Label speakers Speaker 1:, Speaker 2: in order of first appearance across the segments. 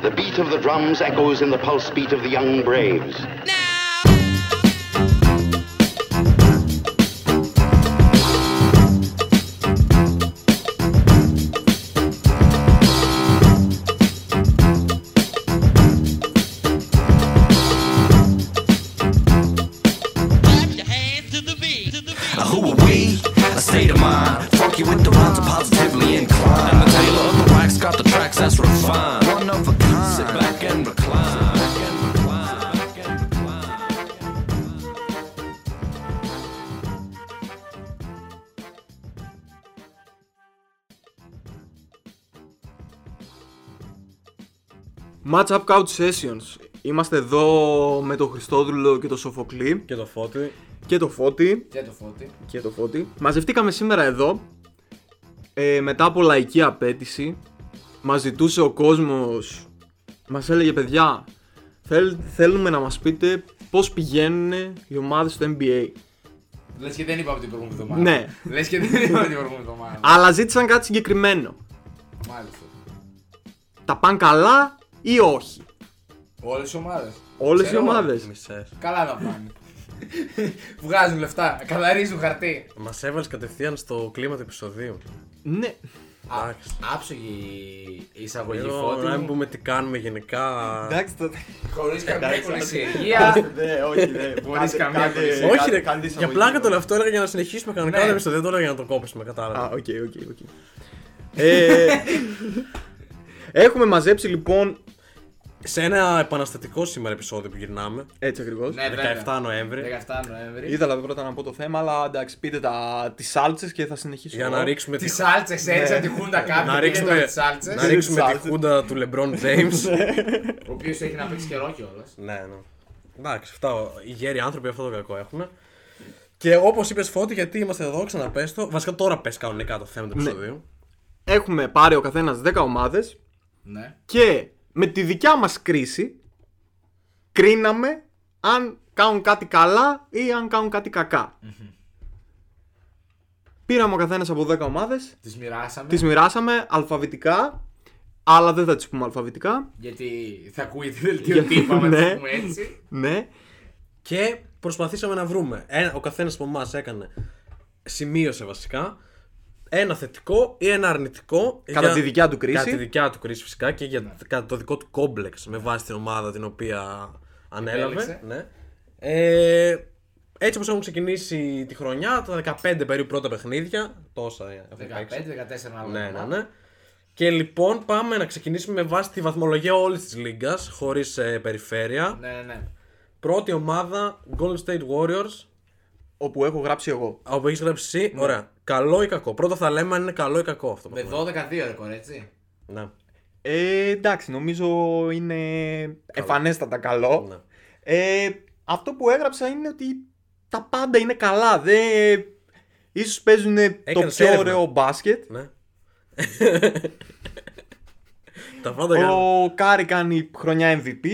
Speaker 1: The beat of the drums echoes in the pulse beat of the young braves.
Speaker 2: Clap your hands to the beat. To the beat.
Speaker 3: Uh, Who are we? A state of mind. Funky with the rhymes, I'm positively inclined. And the tailor of the racks got the tracks that's refined. One of a kind. Sit back and recline.
Speaker 4: Match Up Couch Sessions. Είμαστε εδώ με τον Χριστόδουλο και τον Σοφοκλή
Speaker 5: Και το φώτι.
Speaker 4: και το Φώτη.
Speaker 6: Και το φώτι.
Speaker 4: Και το Φώτη. Μαζευτήκαμε σήμερα εδώ ε, μετά από λαϊκή απέτηση. Μας ζητούσε ο κόσμος, μας έλεγε παιδιά θέλ- θέλουμε να μας πείτε πώς πηγαίνουν οι ομάδες στο NBA.
Speaker 6: Λες και δεν είπαμε την προηγούμενη εβδομάδα.
Speaker 4: Ναι.
Speaker 6: Λες και δεν είπαμε την προηγούμενη εβδομάδα.
Speaker 4: Αλλά ζήτησαν κάτι συγκεκριμένο.
Speaker 6: Μάλιστα.
Speaker 4: Τα πάνε καλά ή όχι.
Speaker 6: Όλες οι ομάδες.
Speaker 4: Όλες
Speaker 6: Ξέρω.
Speaker 4: οι ομάδες.
Speaker 5: Μισές.
Speaker 6: Καλά τα πάνε. Βγάζουν λεφτά, καθαρίζουν χαρτί.
Speaker 5: Μας έβαλες κατευθείαν στο κλίμα του επεισοδίου.
Speaker 4: Ναι.
Speaker 6: Α,
Speaker 5: Εντάξει.
Speaker 6: Άψογη η εισαγωγή
Speaker 5: Εδώ
Speaker 6: φώτη.
Speaker 4: ε,
Speaker 5: να μην πούμε τι κάνουμε γενικά.
Speaker 6: Χωρίς καμία κολυσιεργία.
Speaker 4: Ναι, όχι, ναι.
Speaker 6: Χωρί καμία κολυσιεργία.
Speaker 5: Όχι, ρε,
Speaker 4: Κάντε
Speaker 5: για
Speaker 4: εισαγωγή.
Speaker 5: πλάκα τον αυτό έλεγα για να συνεχίσουμε κανονικά
Speaker 6: Ναι.
Speaker 5: το επεισόδιο. Δεν το έλεγα για να το κόψουμε, κατάλαβα.
Speaker 4: Α, οκ, οκ, οκ. Ε, Έχουμε μαζέψει λοιπόν.
Speaker 5: Σε ένα επαναστατικό σήμερα επεισόδιο που γυρνάμε,
Speaker 4: Έτσι ακριβώς.
Speaker 6: Ναι,
Speaker 5: 17
Speaker 6: βέβαια.
Speaker 5: Νοέμβρη,
Speaker 6: 17 Νοέμβρη.
Speaker 4: Ήθελα πρώτα να πω το θέμα, αλλά εντάξει, πείτε τα... τις σάλτσες και θα συνεχίσω.
Speaker 5: για
Speaker 4: εγώ.
Speaker 5: να ρίξουμε
Speaker 6: Τις
Speaker 5: τη
Speaker 6: σάλτσες
Speaker 4: Ναι.
Speaker 6: έτσι, αντιχούν τα
Speaker 5: να
Speaker 6: κάποιοι.
Speaker 5: ρίξουμε-
Speaker 6: Τι
Speaker 5: να
Speaker 6: σάλτσε.
Speaker 5: ρίξουμε τη
Speaker 4: Σάλτσε.
Speaker 5: χούντα του LeBron
Speaker 6: Ναι.
Speaker 5: James.
Speaker 6: Ο οποίος έχει να παίξει καιρό κιόλα.
Speaker 5: Ναι, ναι. Εντάξει, αυτά. Οι γέροι άνθρωποι αυτό το κακό έχουν. Και όπως είπες, Φώτη, γιατί είμαστε εδώ, ξαναπες το. Βασικά τώρα πες κανονικά το θέμα του επεισοδίου.
Speaker 4: Έχουμε πάρει ο καθένας 10 ομάδες
Speaker 6: Ναι.
Speaker 4: και με τη δικιά μας κρίση κρίναμε αν κάνουν κάτι καλά ή αν κάνουν κάτι κακά. Πήραμε ο καθένας από 10 ομάδες,
Speaker 6: Τις μοιράσαμε.
Speaker 4: τις μοιράσαμε αλφαβητικά, αλλά δεν θα τις πούμε αλφαβητικά.
Speaker 6: Γιατί θα ακούει δελτίο τύπα, να
Speaker 4: Ναι.
Speaker 6: το πούμε έτσι.
Speaker 4: Ναι.
Speaker 5: Και προσπαθήσαμε να βρούμε. Ένα, ο καθένας από εμάς έκανε. Σημείωσε βασικά. Ένα θετικό ή ένα αρνητικό.
Speaker 4: Κατά τη δικιά του κρίση.
Speaker 5: Κατά τη δικιά του κρίση φυσικά και για, κατά το δικό του κόμπλεξ με βάση την ομάδα την οποία ανέλαβε.
Speaker 6: Επέλεξε.
Speaker 5: Ναι. Ε, έτσι όπως έχουν ξεκινήσει τη χρονιά, τα 15 περίπου πρώτα παιχνίδια, τόσα ε, έχουν παίξει.
Speaker 6: 15-14 να
Speaker 5: Ναι, ναι, ναι. Και λοιπόν πάμε να ξεκινήσουμε με βάση τη βαθμολογία όλης της λίγα, χωρίς ε, περιφέρεια.
Speaker 6: Ναι, ναι, ναι.
Speaker 5: Πρώτη ομάδα, Golden State Warriors.
Speaker 4: όπου έχω γράψει εγώ.
Speaker 5: Από έχεις γράψει εσύ, ωραία. Καλό ή κακό. Πρώτα θα λέμε αν είναι καλό ή κακό αυτό.
Speaker 6: Ναι. Με
Speaker 5: που
Speaker 6: 12-2 ρεκόρ, έτσι.
Speaker 5: Ναι.
Speaker 4: Ε, εντάξει, νομίζω είναι εμφανέστατα καλό.
Speaker 5: Ναι.
Speaker 4: Ε, αυτό που έγραψα είναι ότι τα πάντα είναι καλά. Δε... Ίσως παίζουν το
Speaker 5: Έκανες
Speaker 4: πιο
Speaker 5: έρευνα.
Speaker 4: ωραίο μπάσκετ.
Speaker 5: ναι. Τα πάντα κάνουν.
Speaker 4: Ο Κάρι κάνει χρονιά MVP.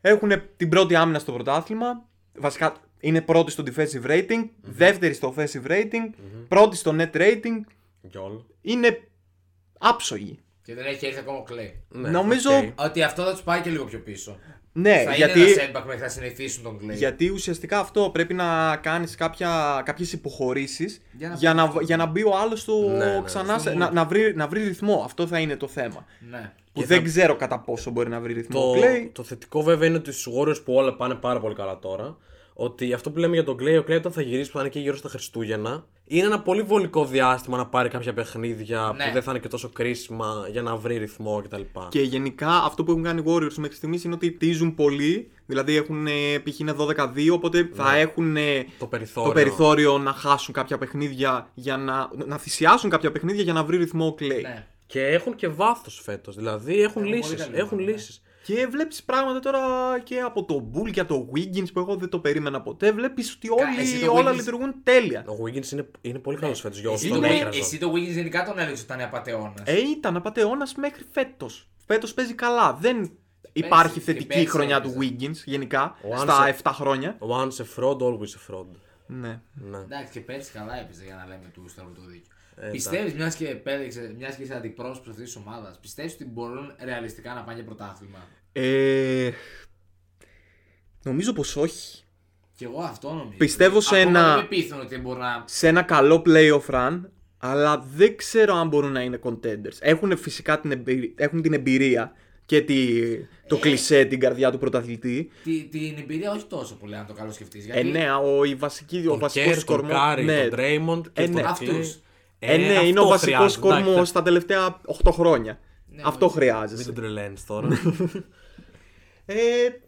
Speaker 4: Έχουν την πρώτη άμυνα στο πρωτάθλημα. Βασικά είναι πρώτη στο defensive rating, δεύτερη στο offensive rating, πρώτη στο net rating.
Speaker 5: Κι όλο.
Speaker 4: Είναι άψογοι.
Speaker 6: Και δεν έχει έρθει ακόμα ο Κλέη.
Speaker 5: Ναι,
Speaker 4: Νομίζω-
Speaker 5: οκ.
Speaker 6: Ότι αυτό θα τους πάει και λίγο πιο πίσω.
Speaker 4: Ναι,
Speaker 6: θα
Speaker 4: γιατί...
Speaker 6: είναι ένα setback μέχρι να συνηθίσουν τον Κλέη.
Speaker 4: Γιατί ουσιαστικά αυτό πρέπει να κάνεις κάποια, κάποιες υποχωρήσεις για
Speaker 6: Για
Speaker 4: να,
Speaker 6: να
Speaker 4: για να, μπει ο άλλος στο
Speaker 5: Ναι, ναι,
Speaker 4: ξανά,
Speaker 5: στο
Speaker 4: σε- να, να, βρει, να βρει ρυθμό. Αυτό θα είναι το θέμα.
Speaker 6: Ναι.
Speaker 4: Που
Speaker 5: Και
Speaker 4: δεν
Speaker 5: θα-
Speaker 4: ξέρω κατά πόσο μπορεί να βρει ρυθμό
Speaker 5: Το,
Speaker 4: ο Clay.
Speaker 5: το θετικό βέβαια είναι ότι στους Warriors που όλα πάνε πάρα πολύ καλά τώρα. Ότι αυτό που λέμε για τον Clay, ο Clay όταν θα γυρίσει που θα είναι και γύρω στα Χριστούγεννα, είναι ένα πολύ βολικό διάστημα να πάρει κάποια παιχνίδια
Speaker 6: Ναι.
Speaker 5: που δεν θα είναι και τόσο κρίσιμα για να βρει ρυθμό κτλ.
Speaker 4: Και γενικά αυτό που έχουν κάνει οι Warriors μέχρι στιγμής είναι ότι τίζουν πολύ. Δηλαδή έχουν ε, π.χ. είναι 12-2, οπότε θα έχουν ε,
Speaker 5: Ναι. Το περιθώριο.
Speaker 4: το περιθώριο να χάσουν κάποια παιχνίδια, για να, να θυσιάσουν κάποια παιχνίδια για να βρει ρυθμό ο Clay.
Speaker 6: ναι.
Speaker 5: Και έχουν και βάθος φέτος. Δηλαδή έχουν
Speaker 6: πολύ
Speaker 5: λύσεις.
Speaker 6: καλό,
Speaker 5: Έχουν
Speaker 6: ναι.
Speaker 5: λύσεις.
Speaker 4: Και βλέπεις πράγματα τώρα και από το Bull και από το Wiggins που εγώ δεν το περίμενα ποτέ. Βλέπεις ότι
Speaker 6: εσύ
Speaker 4: όλοι,
Speaker 6: το
Speaker 4: όλα
Speaker 6: Wiggins-
Speaker 4: λειτουργούν τέλεια.
Speaker 5: Ο Wiggins είναι, είναι πολύ καλός φέτος για
Speaker 6: Ε, Εσύ
Speaker 5: όσου
Speaker 6: το,
Speaker 5: τον
Speaker 6: Wiggins-
Speaker 5: έκραζαν.
Speaker 6: εσύ το Wiggins γενικά τον έλεγες ότι ήταν απαταιώνας.
Speaker 4: Ε, ήταν απαταιώνας μέχρι φέτος. Φέτος παίζει καλά. Δεν υπάρχει
Speaker 6: και
Speaker 4: θετική
Speaker 6: παίζει,
Speaker 4: χρονιά του
Speaker 6: έπαιζε.
Speaker 4: Wiggins γενικά
Speaker 5: Ο
Speaker 4: στα
Speaker 5: Άνσε-
Speaker 4: 7 χρόνια.
Speaker 5: Once a fraud, always a fraud.
Speaker 4: Ναι.
Speaker 5: Ναι.
Speaker 6: Εντάξει και πέρσι καλά έπαιζε για να λέμε του Σταυρού το δίκιο.
Speaker 4: Ε,
Speaker 6: Πιστεύεις, μιας και επέλεξε, μιας και είσαι αντιπρόσωπος αυτής της ομάδας, πιστεύεις ότι μπορούν ρεαλιστικά να πάνε για πρωτάθλημα.
Speaker 4: Ε, νομίζω πως όχι.
Speaker 6: Και εγώ αυτό νομίζω.
Speaker 4: Πιστεύω σε
Speaker 6: Ακόμα
Speaker 4: ένα-
Speaker 6: Δεν πείθουν ότι μπορούν να.
Speaker 4: Σε ένα καλό playoff run, αλλά δεν ξέρω αν μπορούν να είναι contenders. Έχουν φυσικά την, εμπειρία, έχουν την εμπειρία και τη,
Speaker 6: Ε,
Speaker 4: το κλισέ, την καρδιά του πρωταθλητή.
Speaker 6: Τη, την εμπειρία όχι τόσο πολύ, αν το καλό σκεφτείς.
Speaker 4: Ε,
Speaker 6: Γιατί
Speaker 4: ναι, ο, η βασική, ο
Speaker 5: τον
Speaker 4: βασικός
Speaker 5: Κέρ, τον
Speaker 4: κορμός-
Speaker 5: Κάρι,
Speaker 4: ναι,
Speaker 5: τον Ντρέιμοντ και
Speaker 4: Ε,
Speaker 5: τον
Speaker 4: ναι.
Speaker 5: Κλέη.
Speaker 6: Αυτούς.
Speaker 4: Ε, ναι, είναι ο
Speaker 5: αυτό
Speaker 4: βασικός
Speaker 5: χρειάζεται,
Speaker 4: κορμό
Speaker 5: εντάξει,
Speaker 4: τα τελευταία 8 χρόνια. αυτό
Speaker 6: όχι.
Speaker 5: Μην
Speaker 4: χρειάζεσαι.
Speaker 5: τον τρελαίνεις τώρα.
Speaker 4: Ε,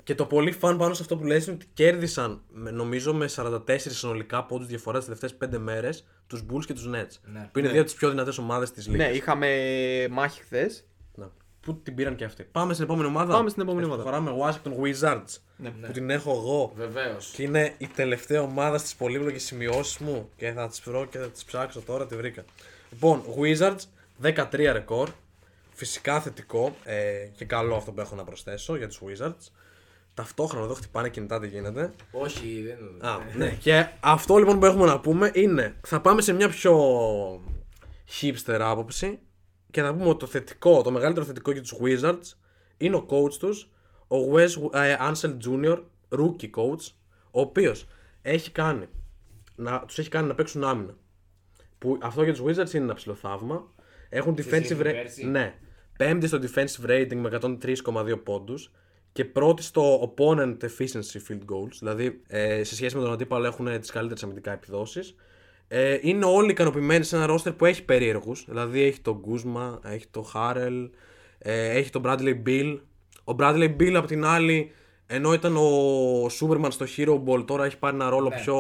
Speaker 5: και το πολύ φαν πάνω σε αυτό που λες είναι ότι κέρδισαν με- νομίζω με 44 συνολικά πόντους διαφοράς τις τελευταίες 5 μέρες τους Bulls και τους Nets.
Speaker 6: Ναι.
Speaker 5: Που είναι δύο από τις πιο δυνατές ομάδες της Λίγα.
Speaker 4: ναι, είχαμε μάχη χθες.
Speaker 5: Που την πήραν και αυτοί. Πάμε στην επόμενη ομάδα.
Speaker 4: Πάμε στην επόμενη
Speaker 5: Αυτή τη φορά με Washington Wizards. Που την έχω εγώ.
Speaker 6: Βεβαίως.
Speaker 5: Και είναι η τελευταία ομάδα στις πολύπλοκες σημειώσεις μου. Και θα τις βρω και θα τις ψάξω τώρα, τη βρήκα. Λοιπόν, Wizards 13 ρεκόρ. Φυσικά θετικό ε, και καλό αυτό που έχω να προσθέσω για τους Wizards. Ταυτόχρονα εδώ χτυπάνε κινητά, τι γίνεται.
Speaker 6: Όχι, δεν
Speaker 4: Ε,
Speaker 6: είναι.
Speaker 5: Α, ναι. Και αυτό λοιπόν που έχουμε να πούμε είναι. Θα πάμε σε μια πιο hipster άποψη και θα πούμε ότι το θετικό, το μεγαλύτερο θετικό για τους Wizards είναι ο coach τους, ο Wes ε, Ansel Jr., rookie coach, ο οποίος έχει κάνει. Να, τους έχει κάνει να παίξουν άμυνα. Που αυτό για τους Wizards είναι ένα ψηλό θαύμα. Έχουν defensive
Speaker 6: σχέση με
Speaker 5: rating.
Speaker 6: πέρσι?
Speaker 5: Ναι. Πέμπτη στο defensive rating με 103,2 πόντους και πρώτη στο opponent efficiency field goals. Δηλαδή ε, σε σχέση με τον αντίπαλο έχουν τις καλύτερες αμυντικά επιδόσεις. Ε, είναι όλοι ικανοποιημένοι σε ένα roster που έχει περίεργους. Δηλαδή έχει τον Κούσμα, έχει τον Χάρελ, ε, έχει τον Bradley Bill. Ο Bradley Bill απ' την άλλη, ενώ ήταν ο Superman στο Hero Ball, τώρα έχει πάρει ένα ρόλο πιο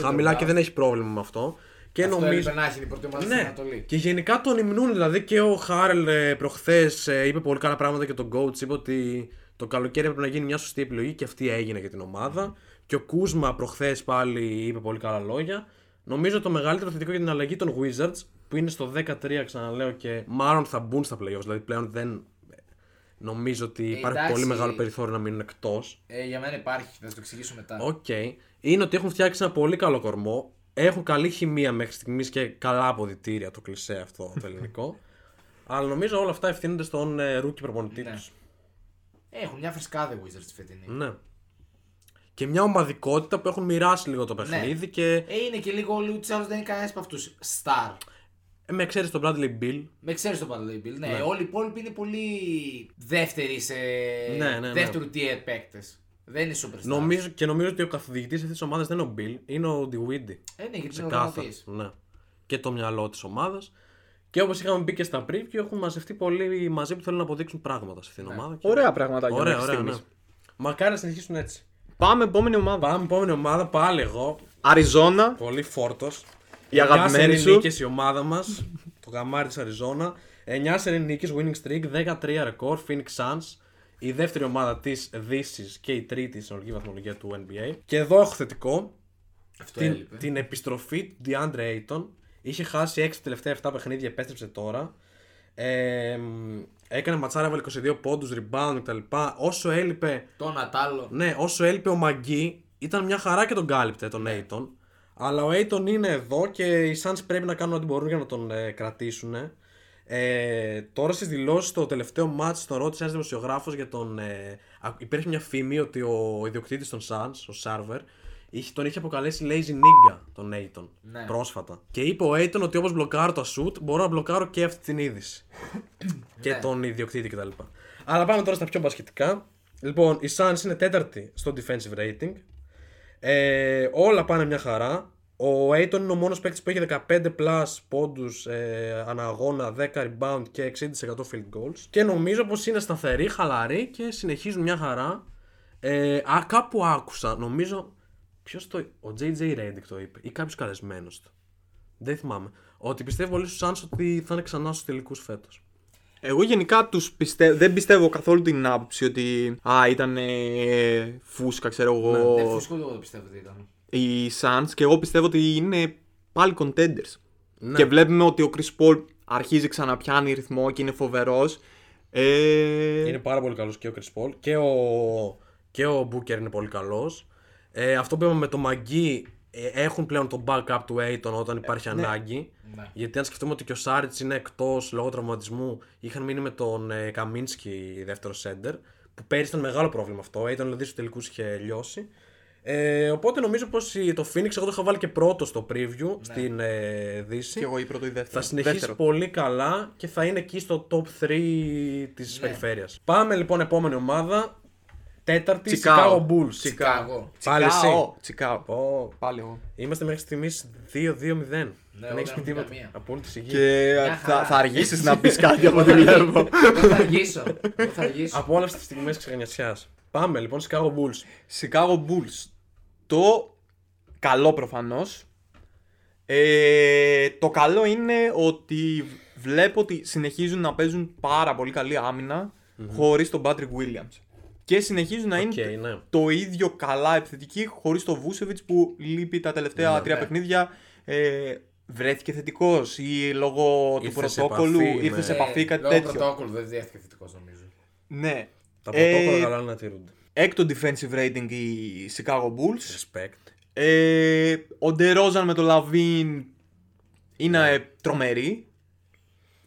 Speaker 5: χαμηλά και δεν έχει πρόβλημα με αυτό. Και
Speaker 6: Αυτό
Speaker 5: Ε, νομίζω.
Speaker 6: έπρεπε να έχει την πρώτη ομάδα στην
Speaker 5: Ναι,
Speaker 6: Ανατολή.
Speaker 5: και γενικά τον υμνούν. Δηλαδή και ο Χάρελ ε, προχθές ε, είπε πολύ καλά πράγματα και τον coach. Είπε ότι το καλοκαίρι έπρεπε να γίνει μια σωστή επιλογή και αυτή έγινε για την ομάδα. Και ο Κούσμα προχθές πάλι είπε πολύ καλά λόγια. Νομίζω το μεγαλύτερο θετικό για την αλλαγή των Wizards που είναι στο 13 ξαναλέω και μάλλον θα μπουν στα playoffs. Δηλαδή πλέον δεν νομίζω ότι υπάρχει
Speaker 6: Ε, εντάξει.
Speaker 5: πολύ μεγάλο περιθώριο να μείνουν εκτός.
Speaker 6: Ε, για μένα υπάρχει, θα το εξηγήσω μετά.
Speaker 5: Οκ. Είναι ότι έχουν φτιάξει ένα πολύ καλό κορμό. Έχουν καλή χημεία μέχρι στιγμής και καλά αποδητήρια το κλισέ αυτό το ελληνικό. Αλλά νομίζω όλα αυτά ευθύνονται στον ε, rookie προπονητή
Speaker 6: Ναι.
Speaker 5: τους.
Speaker 6: Έχουν μια φρεσκάδα οι Wizards φετινή.
Speaker 5: Ναι. Και μια ομαδικότητα που έχουν μοιράσει λίγο το παιχνίδι και
Speaker 6: Ε, είναι και λίγο όλοι ούτω ή άλλω δεν είναι κανένας από αυτούς. Star.
Speaker 5: ε, με ξέρεις τον Bradley Bill.
Speaker 6: Με ξέρεις το Bradley Bill. Ναι, όλοι οι υπόλοιποι είναι πολύ δεύτεροι σε.
Speaker 5: Ναι, ναι, ναι.
Speaker 6: δεύτερου tier παίκτες. Δεν είναι superstar.
Speaker 5: Νομίζω, και νομίζω ότι ο καθοδηγητή αυτής της ομάδας δεν είναι ο Bill, είναι ο Dewey.
Speaker 6: Ε, ναι, γιατί είναι
Speaker 5: Ξεκάθαρα.
Speaker 6: οργανωτής.
Speaker 5: Ναι. Και το μυαλό της ομάδας. Και όπως είχαμε πει και στα preview, έχουν μαζευτεί πολλοί μαζί που θέλουν να αποδείξουν πράγματα σε αυτήν
Speaker 6: Ναι.
Speaker 5: την ομάδα. Και-
Speaker 4: Ωραία πράγματα για
Speaker 5: Ωραία,
Speaker 4: μέχρι
Speaker 5: ωραία. Ναι.
Speaker 4: στιγμής.
Speaker 5: Μακάρι να συνεχίσουν έτσι.
Speaker 4: Πάμε επόμενη ομάδα.
Speaker 5: Πάμε επόμενη ομάδα, πάλι εγώ.
Speaker 4: Αριζόνα.
Speaker 5: Πολύ φόρτος.
Speaker 4: Η αγαπημένη σου.
Speaker 5: η ομάδα μας. το γαμάρι της Αριζόνα. 9 σερή νίκες, winning streak, 13 ρεκόρ, Phoenix Suns. Η δεύτερη ομάδα της Δύσης και η τρίτη στην συνολική βαθμολογία του NBA. Και εδώ έχω θετικό.
Speaker 6: Αυτό
Speaker 5: Την,
Speaker 6: έλειπε.
Speaker 5: την επιστροφή του DeAndre Ayton. Είχε χάσει 6 τελευταία 7 παιχνίδια, επέστρεψε τώρα. Ε, μ, έκανε ματσάρα, έβαλε 22 πόντου, rebound κτλ. Όσο έλειπε
Speaker 6: Το Νατάλο.
Speaker 5: ναι, όσο έλειπε ο Μαγκή, ήταν μια χαρά και τον κάλυπτε τον Aiton. Αλλά ο Aiton είναι εδώ και οι Suns πρέπει να κάνουν ό,τι μπορούν για να τον ε, κρατήσουν. Ε, τώρα στις δηλώσεις στο τελευταίο μάτς τον ρώτησε ένας δημοσιογράφος για τον. Ε, α- υπήρχε μια φήμη ότι ο ιδιοκτήτης των Suns, ο Σάρβερ, είχε, τον είχε αποκαλέσει lazy nigga τον Aiton
Speaker 6: Ναι.
Speaker 5: πρόσφατα. Και είπε ο Aiton ότι όπως μπλοκάρω τα shoot, μπορώ να μπλοκάρω και αυτή την είδηση και
Speaker 6: Ναι.
Speaker 5: τον ιδιοκτήτη κτλ. Αλλά πάμε τώρα στα πιο μπασχετικά. Λοιπόν, η Suns είναι τέταρτη στο defensive rating. Ε, όλα πάνε μια χαρά. Ο Aiton είναι ο μόνος παίκτης που έχει 15 plus πόντους ε, ανά αγώνα, 10 rebound και 60% field goals. Και νομίζω πως είναι σταθεροί, χαλαροί και συνεχίζουν μια χαρά. Ε, α, κάπου άκουσα, νομίζω. Ποιος το. Ο JJ Redick το είπε, ή κάποιος καλεσμένος του. Δεν θυμάμαι. Ότι πιστεύω πολύ στους Suns ότι θα είναι ξανά στους τελικούς φέτος.
Speaker 4: Εγώ γενικά τους πιστε... δεν πιστεύω καθόλου την άποψη ότι α, ήταν ε, φούσκα,
Speaker 5: Ναι.
Speaker 4: ξέρω εγώ,
Speaker 6: Δεν φουσκώ εγώ το πιστεύω ότι ήταν.
Speaker 4: οι Suns και εγώ πιστεύω ότι είναι πάλι contenders.
Speaker 5: Ναι.
Speaker 4: Και βλέπουμε ότι ο Chris Paul αρχίζει ξαναπιάνει ρυθμό και είναι φοβερός. Ε,
Speaker 5: Είναι πάρα πολύ καλός και ο Chris Paul και ο, και ο Booker είναι πολύ καλός. Ε, αυτό που είπαμε με το Μαγκή ε, έχουν πλέον το backup του Aiton όταν υπάρχει ανάγκη.
Speaker 6: Ναι.
Speaker 5: Γιατί αν σκεφτούμε ότι και ο Σάριτ είναι εκτός λόγω τραυματισμού, είχαν μείνει με τον ε, Καμίνσκι δεύτερο σέντερ, που πέρυσι ήταν μεγάλο πρόβλημα αυτό. Ο Aiton δηλαδή στους τελικούς είχε λιώσει. Ε, οπότε νομίζω πως το Phoenix, εγώ το είχα βάλει και πρώτο στο preview στην ε, Δύση.
Speaker 4: Και εγώ η πρώτη ή δεύτερη.
Speaker 5: Θα συνεχίσει
Speaker 4: Ναι, Δεύτερο.
Speaker 5: πολύ καλά και θα είναι εκεί στο top 3 της περιφέρειας. Πάμε λοιπόν επόμενη ομάδα. Τέταρτη,
Speaker 4: Chicago.
Speaker 5: Chicago Bulls.
Speaker 6: Chicago.
Speaker 5: Πάλι εσύ.
Speaker 4: Τσικάο. Τσικάο.
Speaker 5: Πω.
Speaker 4: Πάλι εγώ.
Speaker 5: Είμαστε μέχρι στιγμής 2-2-0. Δεν
Speaker 6: εγώ
Speaker 5: έχεις
Speaker 6: δεν έχω
Speaker 5: πει τίποτα.
Speaker 6: καμία.
Speaker 5: Απόλυτη σιγή.
Speaker 4: Και
Speaker 6: Μια
Speaker 4: θα,
Speaker 6: χαρά.
Speaker 4: θα αργήσεις να πεις κάτι από ό,τι βλέπω.
Speaker 6: Εγώ θα αργήσω. Εγώ θα αργήσω.
Speaker 5: Από όλες τις στιγμές ξεγνιασιάς. Πάμε λοιπόν, Chicago Bulls.
Speaker 4: Chicago Bulls. Το καλό προφανώς. Ε, το καλό είναι ότι βλέπω ότι συνεχίζουν να παίζουν πάρα πολύ καλή άμυνα χωρίς τον Patrick Williams. Και συνεχίζουν να
Speaker 5: Οκ,
Speaker 4: είναι
Speaker 5: ναι.
Speaker 4: το ίδιο καλά επιθετική χωρίς τον Vucevic που λείπει τα
Speaker 5: Ναι,
Speaker 4: τελευταία τρία παιχνίδια. Ε, βρέθηκε θετικός ή λόγω του
Speaker 5: Ήρθε σε
Speaker 4: πρωτόκολλου
Speaker 5: επαφή ναι.
Speaker 4: ήρθε
Speaker 5: με-
Speaker 4: σε επαφή κάτι
Speaker 6: Ε, λόγω
Speaker 4: τέτοιο.
Speaker 6: πρωτόκολλου δεν διέθηκε θετικός νομίζω.
Speaker 4: Ναι.
Speaker 5: Τα
Speaker 4: Ε,
Speaker 5: πρωτόκολλα καλά να τηρούνται.
Speaker 4: Έκτο defensive rating οι Chicago Bulls.
Speaker 5: Respect.
Speaker 4: Ε, ο Ντερόζαν με το Λαβίν είναι ε, τρομερή.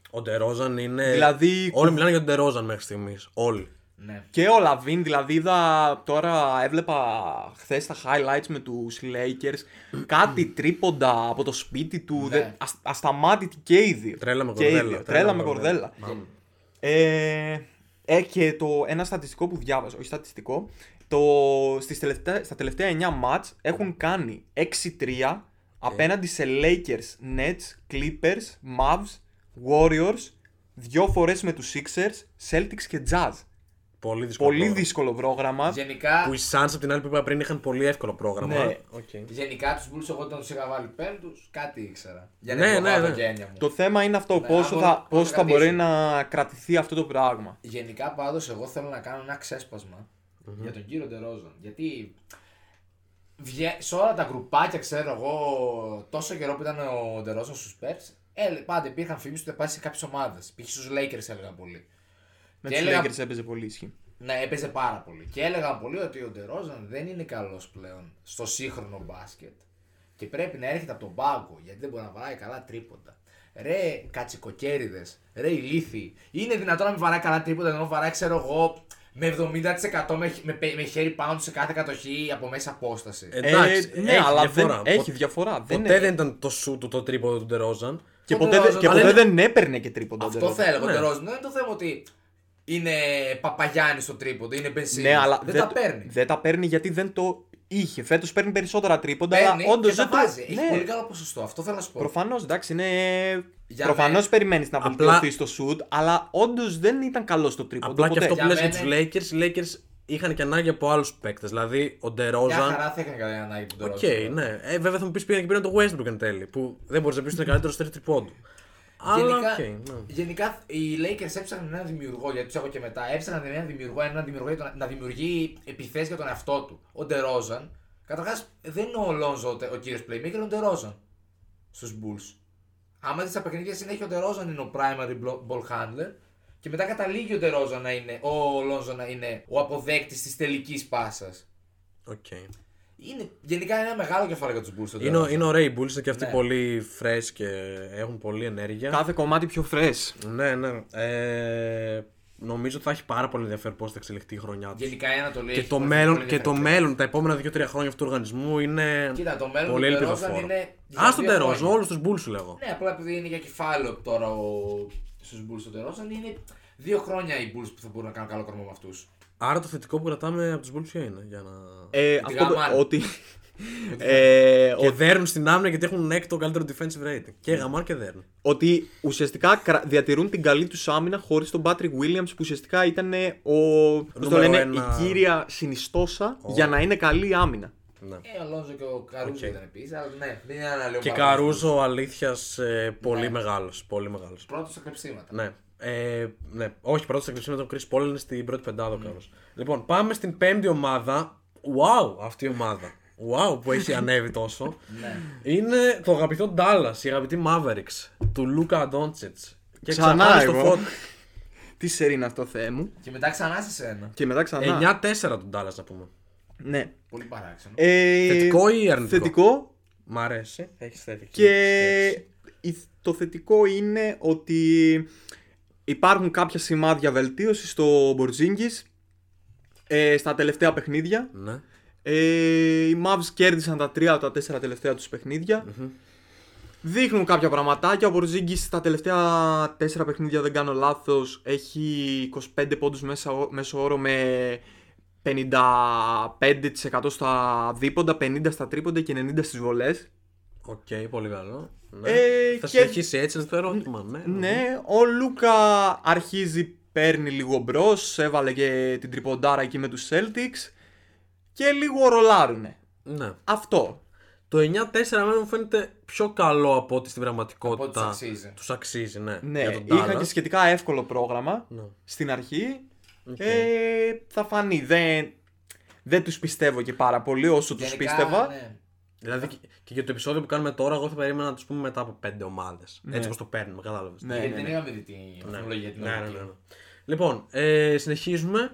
Speaker 5: Ο Ντερόζαν είναι...
Speaker 4: Δηλαδή-
Speaker 5: Όλοι μιλάνε για τον Ντερόζαν μέχρι στιγμής. Όλοι.
Speaker 6: Ναι.
Speaker 4: Και ο Λαβίν, δηλαδή είδα τώρα, έβλεπα χθες τα highlights με τους Lakers. κάτι τρίποντα από το σπίτι του.
Speaker 6: Ναι.
Speaker 4: δεν- ασ- ασταμάτητη και οι δύο.
Speaker 5: Τρέλα με
Speaker 4: Και οι δύο.
Speaker 5: κορδέλα.
Speaker 4: Τρέλα με κορδέλα.
Speaker 5: Μάλλον.
Speaker 4: Ε, ε, και το, ένα στατιστικό που διάβασα, όχι στατιστικό, το, στις τελευταί- στα τελευταία 9 μάτς έχουν κάνει 6-3 απέναντι σε Lakers, Nets, Clippers, Mavs, Warriors, δυο φορές με τους Sixers, Celtics και Jazz.
Speaker 5: Πολύ δύσκολο.
Speaker 4: Πολύ
Speaker 5: πρόγραμμα.
Speaker 4: δύσκολο πρόγραμμα.
Speaker 6: Γενικά,
Speaker 5: Που οι Suns από την άλλη που είπα πριν είχαν πολύ εύκολο πρόγραμμα.
Speaker 4: Ναι.
Speaker 5: Οκ.
Speaker 6: γενικά τους Bulls εγώ όταν τους είχα βάλει πέμπτους κάτι ήξερα. Για
Speaker 5: Ναι,
Speaker 6: να
Speaker 5: ναι,
Speaker 6: υποβάλω
Speaker 5: ναι.
Speaker 6: το γένεια μου.
Speaker 4: Το θέμα είναι αυτό,
Speaker 6: Ναι,
Speaker 4: πόσο,
Speaker 6: αν μπορεί-
Speaker 4: θα,
Speaker 6: αν
Speaker 4: πόσο θα
Speaker 6: κρατήσει.
Speaker 4: μπορεί να κρατηθεί αυτό το πράγμα.
Speaker 6: Γενικά πάντως, εγώ θέλω να κάνω ένα ξέσπασμα για τον κύριο Ντερόζαν. Γιατί βγε- σε όλα τα γκρουπάκια, ξέρω εγώ, τόσο καιρό που ήταν ο Ντερόζαν στου Πέρς, ε, πάντα υπήρχαν φήμες ότι θα πάει σε κάποιες ομάδες. Π.χ. στους Lakers έλεγαν πολύ.
Speaker 4: Με
Speaker 6: Και
Speaker 4: τους
Speaker 6: έλεγα-
Speaker 4: Lakers έπαιζε πολύ ίσχυ.
Speaker 6: Ναι, έπαιζε πάρα πολύ. Και έλεγαν πολύ ότι ο Ντερόζαν δεν είναι καλός πλέον στο σύγχρονο μπάσκετ και πρέπει να έρχεται από τον πάγκο γιατί δεν μπορεί να βαράει καλά τρίποντα. Ρε κατσικοκέριδες, ρε ηλίθιοι, είναι δυνατόν να μην βαράει καλά τρίποντα ενώ βαράει, ξέρω εγώ, με 70% με, με, με χέρι πάνω του σε κάθε κατοχή από μέσα απόσταση.
Speaker 5: Ε, Εντάξει,
Speaker 4: Εντάξει, ναι,
Speaker 5: έχει
Speaker 4: αλλά
Speaker 5: διαφορά.
Speaker 4: δεν, έχει
Speaker 5: Πο-
Speaker 4: διαφορά. δεν
Speaker 5: Ποτέ
Speaker 4: είναι-
Speaker 5: δεν ήταν το σου του το τρίποδο του Ντερόζαν.
Speaker 4: Και
Speaker 6: Ο
Speaker 4: ποτέ, δεν-
Speaker 6: Ντερόζαν,
Speaker 4: και
Speaker 6: αλλά
Speaker 4: ποτέ
Speaker 6: είναι-
Speaker 4: δεν έπαιρνε και τρίποντα. ο
Speaker 6: Αυτό
Speaker 4: Ντερόζαν.
Speaker 6: θα έλεγα.
Speaker 5: ναι.
Speaker 6: Ο Ντερόζαν δεν είναι το θέμα ότι είναι παπαγιάννης στο τρίποντα, είναι μπενσίνη.
Speaker 4: Ναι, αλλά
Speaker 6: δεν, τα παίρνει.
Speaker 4: Δεν τα παίρνει γιατί δεν το είχε. Φέτος παίρνει περισσότερα τρίποντα.
Speaker 6: Παίρνει
Speaker 4: αλλά όντως
Speaker 6: και τα
Speaker 4: δεν το-
Speaker 6: βάζει. Έχει
Speaker 4: Ναι,
Speaker 6: πολύ καλό ποσοστό. Αυτό θέλω να σου πω.
Speaker 4: Προφανώς, εντάξει, είναι.
Speaker 6: Για
Speaker 4: Προφανώς
Speaker 6: μέ-
Speaker 4: περιμένεις να
Speaker 5: Απλά-
Speaker 4: βελτιωθεί στο σουτ, αλλά όντως δεν ήταν καλό στο τρίποντα.
Speaker 5: Απλά και
Speaker 4: ποτέ.
Speaker 5: αυτό που
Speaker 6: Για
Speaker 5: λες για τους
Speaker 6: μένα-
Speaker 5: Lakers, οι Lakers είχαν και ανάγκη από άλλους παίκτες. Δηλαδή ο
Speaker 6: Μια
Speaker 5: Ντερόζαν...
Speaker 6: χαρά θα έκανε κανένα ανάγκη του
Speaker 5: Οκ,
Speaker 6: Ντορόζαν.
Speaker 5: ναι. Ε, βέβαια θα μου πεις πήγαν και πήραν το Westbrook εν τέλει, που δεν μπορείς να πεις ότι είναι καλύτερος στο τρίποντο. Αλλά
Speaker 6: Γενικά,
Speaker 5: οκ, ναι.
Speaker 6: γενικά οι Lakers έψαχναν έναν δημιουργό, γιατί τους έχω και μετά. Έψαχναν έναν δημιουργό, έναν δημιουργό για τον- να δημιουργεί επιθέσεις για τον εαυτό του. Ο Ντερόζαν. Καταρχάς, δεν είναι ο Λόνζο ο, Τε- ο κύριος Playmaker, ο Ντερόζαν στους Bulls. Άμα δεις τα παιχνίδια συνέχεια, ο Ντερόζαν είναι ο primary blo- ball handler. Και μετά καταλήγει ο Ντερόζαν να είναι, ο Λόνζο να είναι ο αποδέκτης της τελικής πάσας.
Speaker 5: Οκ.
Speaker 4: Ναι,
Speaker 6: Είναι γενικά ένα μεγάλο κεφάλαιο για τους Bulls. ο
Speaker 5: Είναι, ο-
Speaker 6: Ντερόζαν.
Speaker 5: είναι ωραίοι οι Bulls, είναι και αυτοί
Speaker 6: Ναι.
Speaker 5: πολύ fresh και έχουν πολλή ενέργεια.
Speaker 4: Κάθε κομμάτι πιο fresh.
Speaker 5: Ναι, ναι. Ε, νομίζω ότι θα έχει πάρα πολύ ενδιαφέρον πώς θα εξελιχθεί η χρονιά τους.
Speaker 6: Γενικά ένα το λέει.
Speaker 5: Και
Speaker 6: έχει
Speaker 5: το,
Speaker 6: πολύ
Speaker 5: μέλλον, και
Speaker 6: ενδιαφέρον.
Speaker 5: το μέλλον, τα επόμενα 2-3 χρόνια αυτού του οργανισμού είναι
Speaker 6: Κοίτα, το μέλλον
Speaker 5: πολύ
Speaker 6: του Ντερόζαν
Speaker 5: ελπιδοφόρο.
Speaker 6: είναι για
Speaker 5: Α τον
Speaker 6: δύο
Speaker 5: Τερόζαν,
Speaker 6: χρόνια.
Speaker 5: όλους τους Μπούλ σου λέγω.
Speaker 6: Ναι, απλά επειδή είναι για κεφάλαιο τώρα ο... στους Bulls στο Τερόσαν, είναι δύο χρόνια οι Bulls που θα μπορούν να κάνουν καλό κορμό με αυτούς.
Speaker 5: Άρα το θετικό που κρατάμε από τους Μπούλ ποιο είναι. Για να...
Speaker 4: Ε,
Speaker 6: Την
Speaker 4: αυτό
Speaker 6: γαμάνε.
Speaker 4: που- ότι. ε,
Speaker 5: και δέρνουν στην άμυνα γιατί έχουν έκτο καλύτερο defensive rating. Και γαμάν και δέρνουν.
Speaker 4: ότι ουσιαστικά κρα- διατηρούν την καλή τους άμυνα χωρίς τον Patrick Williams που ουσιαστικά ήταν ο, πώς το
Speaker 5: Νούμερο
Speaker 4: λένε,
Speaker 5: ένα.
Speaker 4: η κύρια συνιστόσα για να είναι καλή άμυνα.
Speaker 5: Ναι.
Speaker 6: Ε, ο Αλόνζο και ο Καρούζο
Speaker 5: Οκ.
Speaker 6: ήταν επίσης, αλλά ναι, δεν είναι αναλύω.
Speaker 5: Και Καρούζο αλήθειας
Speaker 6: Ναι.
Speaker 5: πολύ μεγάλος. Πολύ μεγάλος.
Speaker 6: Πρώτος στα κρυψίματα.
Speaker 5: Ναι. Ε, ναι. Όχι, πρώτο εκτελεστή με τον Chris Paul είναι στην πρώτη πεντάδο mm. Λοιπόν, πάμε στην πέμπτη ομάδα. Wow, αυτή η ομάδα. Wow, που έχει ανέβει τόσο. είναι το αγαπητό Dallas, η αγαπητή Mavericks του Λούκα Ντόντσιτ. Και
Speaker 4: Ξανά
Speaker 5: ξανά στο
Speaker 4: εγώ.
Speaker 5: φω.
Speaker 4: Τι σερ είναι αυτό, Θεέ μου.
Speaker 6: Και μετά ξανά σε σένα.
Speaker 4: Και μετά ξανά.
Speaker 5: 9-4 του Dallas να πούμε.
Speaker 4: Ναι.
Speaker 6: Πολύ παράξενο.
Speaker 4: Ε,
Speaker 5: Θετικό ή αρνητικό?
Speaker 4: Θετικό.
Speaker 5: Μ' αρέσει. Έχεις θετική.
Speaker 4: Και
Speaker 5: σκέψη.
Speaker 4: η- το θετικό είναι ότι υπάρχουν κάποια σημάδια βελτίωσης στο Μπορζίνγκης ε, στα τελευταία παιχνίδια.
Speaker 5: Ναι.
Speaker 4: Ε, οι Mavs κέρδισαν τα τρία από τα τέσσερα τελευταία τους παιχνιδια Δείχνουν κάποια πραγματάκια. Ο Μπορζίνγκης στα τελευταία τέσσερα παιχνίδια, δεν κάνω λάθος, έχει 25 πόντους μέσα, ο- μέσο όρο με 55% στα δίποντα, 50% στα τρίποντα και 90% στις βολές.
Speaker 5: Οκ, πολύ καλό. Ναι.
Speaker 4: Ε,
Speaker 5: Θα
Speaker 4: και-
Speaker 5: συνεχίσει έτσι είναι το ερώτημα. Ναι.
Speaker 4: Ναι, ο Λούκα αρχίζει, παίρνει λίγο μπρος, έβαλε και την τριποντάρα εκεί με τους Celtics και λίγο ρολάρουνε.
Speaker 5: ναι.
Speaker 4: Αυτό.
Speaker 5: Το 9-4 εμένα μου φαίνεται πιο καλό από ό,τι στην
Speaker 6: Από ό,τι
Speaker 5: πραγματικότητα
Speaker 6: τους αξίζει.
Speaker 5: τους αξίζει, ναι.
Speaker 4: Ναι,
Speaker 5: για τον
Speaker 4: είχα
Speaker 5: Dallas.
Speaker 4: και σχετικά εύκολο πρόγραμμα
Speaker 5: Ναι.
Speaker 4: στην αρχή. Ε, θα φανεί. Δεν, δεν τους πιστεύω και πάρα πολύ όσο τους
Speaker 6: Γενικά,
Speaker 4: πίστευα.
Speaker 6: ναι.
Speaker 5: Δηλαδή και- και για το επεισόδιο που κάνουμε τώρα, εγώ θα περίμενα να τους πούμε μετά από πέντε ομάδες. Έτσι όπως το παίρνουμε, κατάλαβες.
Speaker 4: Ναι,
Speaker 6: Γιατί
Speaker 4: ναι,
Speaker 6: δεν
Speaker 4: ναι.
Speaker 6: είχαμε δει την βαθμολογία την
Speaker 5: ναι, ναι,
Speaker 6: ολική.
Speaker 5: ναι. Λοιπόν, ε, συνεχίζουμε.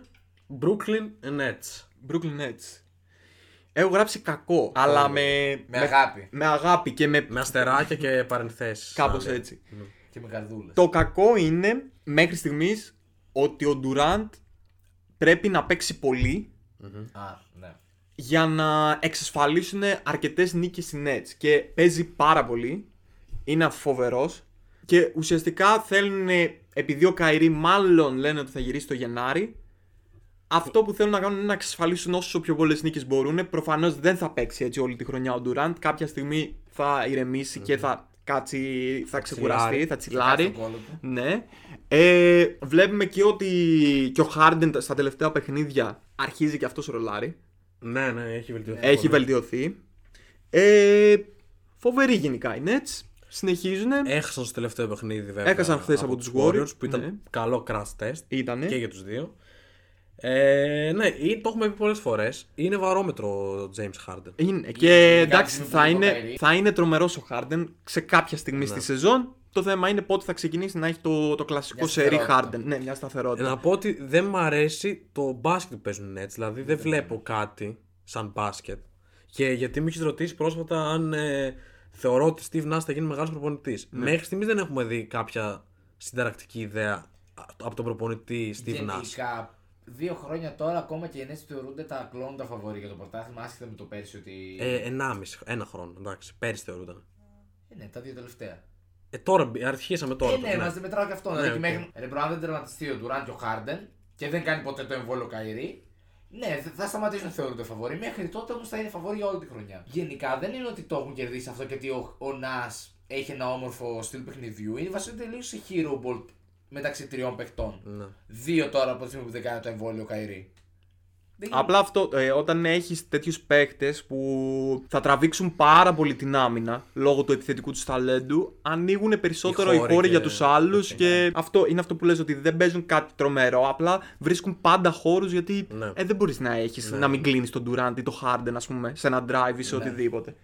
Speaker 5: Brooklyn Nets.
Speaker 4: Brooklyn Nets. Έχω γράψει κακό, αλλά με,
Speaker 6: Με αγάπη.
Speaker 4: με αγάπη και με
Speaker 5: Με αστεράκια και Ναι, παρενθέσεις.
Speaker 4: κάπως έτσι.
Speaker 6: Και με καρδούλες.
Speaker 4: Το κακό είναι μέχρι στιγμής ότι ο Durant πρέπει να παίξει πολύ
Speaker 6: Α, ναι.
Speaker 4: για να εξασφαλίσουν αρκετές νίκες οι Nets και παίζει πάρα πολύ, είναι φοβερός και ουσιαστικά θέλουν, επειδή ο Καϊρή μάλλον λένε ότι θα γυρίσει το Γενάρη, αυτό που θέλουν να κάνουν είναι να εξασφαλίσουν όσο πιο πολλές νίκες μπορούν. Προφανώς δεν θα παίξει έτσι όλη τη χρονιά ο Durant, κάποια στιγμή θα ηρεμήσει και θα κάτσει, θα ξεκουραστεί, θα τσιλάρει.
Speaker 6: Στον κόλλο του.
Speaker 4: Ναι. Ε, βλέπουμε και ότι και ο Harden στα τελευταία παιχνίδια αρχίζει και αυτός ρολάρι.
Speaker 5: Ναι, ναι, έχει βελτιωθεί.
Speaker 4: Έχει βελτιωθεί. Ε, φοβερή γενικά οι Nets. Συνεχίζουν.
Speaker 5: Έχασαν στο τελευταίο παιχνίδι, βέβαια.
Speaker 4: Έχασαν χθες από
Speaker 5: τους
Speaker 4: τους Warriors,
Speaker 5: που ήταν
Speaker 4: ναι.
Speaker 5: καλό crash test.
Speaker 4: Ήτανε.
Speaker 5: Και για τους δύο. Ε, ναι, ή- το έχουμε πει πολλές φορές. Είναι βαρόμετρο ο James Harden.
Speaker 4: Είναι. Και
Speaker 6: Κάτι
Speaker 4: εντάξει,
Speaker 6: που
Speaker 4: θα
Speaker 6: είναι
Speaker 4: είναι,
Speaker 6: φοβερή.
Speaker 4: θα είναι τρομερός ο Harden σε κάποια στιγμή στη σεζόν. Το θέμα είναι πότε θα ξεκινήσει να έχει το, το κλασικό
Speaker 6: Μια
Speaker 4: σερί
Speaker 6: σταθερότητα.
Speaker 4: Harden. Ναι, μια σταθερότητα.
Speaker 5: Ε, Να πω ότι δεν μ' αρέσει το μπάσκετ που παίζουν έτσι. Δηλαδή
Speaker 4: Ναι.
Speaker 5: δεν βλέπω κάτι σαν μπάσκετ. Και γιατί μου είχε ρωτήσει πρόσφατα αν ε, θεωρώ ότι Steve Nash θα γίνει μεγάλος προπονητής.
Speaker 4: Ναι.
Speaker 5: Μέχρι στιγμής δεν έχουμε δει κάποια συνταρακτική ιδέα α- από τον προπονητή Steve Nash.
Speaker 6: Γενικά, δύο χρόνια τώρα ακόμα και οι Nets θεωρούνται τα κλόν τα φαβορή για το πρωτάθλημα, άσχετα με το πέρσι ότι.
Speaker 5: Ε, ενάμιση, ένα χρόνο. Εντάξει, πέρυσι θεωρούνταν.
Speaker 6: Ε, ναι, τα δύο τελευταία.
Speaker 5: Ε, τώρα μπ- αρχίσαμε τώρα.
Speaker 6: Ε,
Speaker 5: το-
Speaker 6: ναι, μας δεν μετράω και αυτό. δηλαδή,
Speaker 5: οκ.
Speaker 6: και μέχρι... Ρε, μπρο, αν δεν τερματιστεί ο Ντουράν και ο Χάρντεν και δεν κάνει ποτέ το εμβόλιο Καϊρή, ναι, θα- θα σταματήσουν να θεωρούνται φαβορή. Μέχρι τότε όμως θα είναι φαβορή για όλη τη χρονιά. Γενικά δεν είναι ότι το έχουν κερδίσει αυτό και ότι ο, ο Νάς έχει ένα όμορφο στυλ παιχνιδιού. Είναι βασίζεται λίγο σε hero ball μεταξύ τριών παιχτών.
Speaker 5: Ναι.
Speaker 6: Δύο τώρα από τη στιγμή που δεν κάνει το εμβόλιο Καϊρή. Δεν γίνεται.
Speaker 4: Απλά αυτό, ε, όταν έχεις τέτοιους παίκτες που θα τραβήξουν πάρα πολύ την άμυνα λόγω του επιθετικού τους ταλέντου, ανοίγουν περισσότερο
Speaker 5: Οι
Speaker 4: οι
Speaker 5: χώροι
Speaker 4: χώροι,
Speaker 5: και- ναι.
Speaker 4: για τους άλλους και αυτό είναι αυτό που λες ότι δεν παίζουν κάτι τρομερό. Απλά βρίσκουν πάντα χώρους γιατί
Speaker 5: Ναι. Ναι.
Speaker 4: ε, δεν μπορείς να έχεις να μην κλείνεις τον Durant ή το Harden, ας πούμε, σε ένα drive ή σε οτιδήποτε.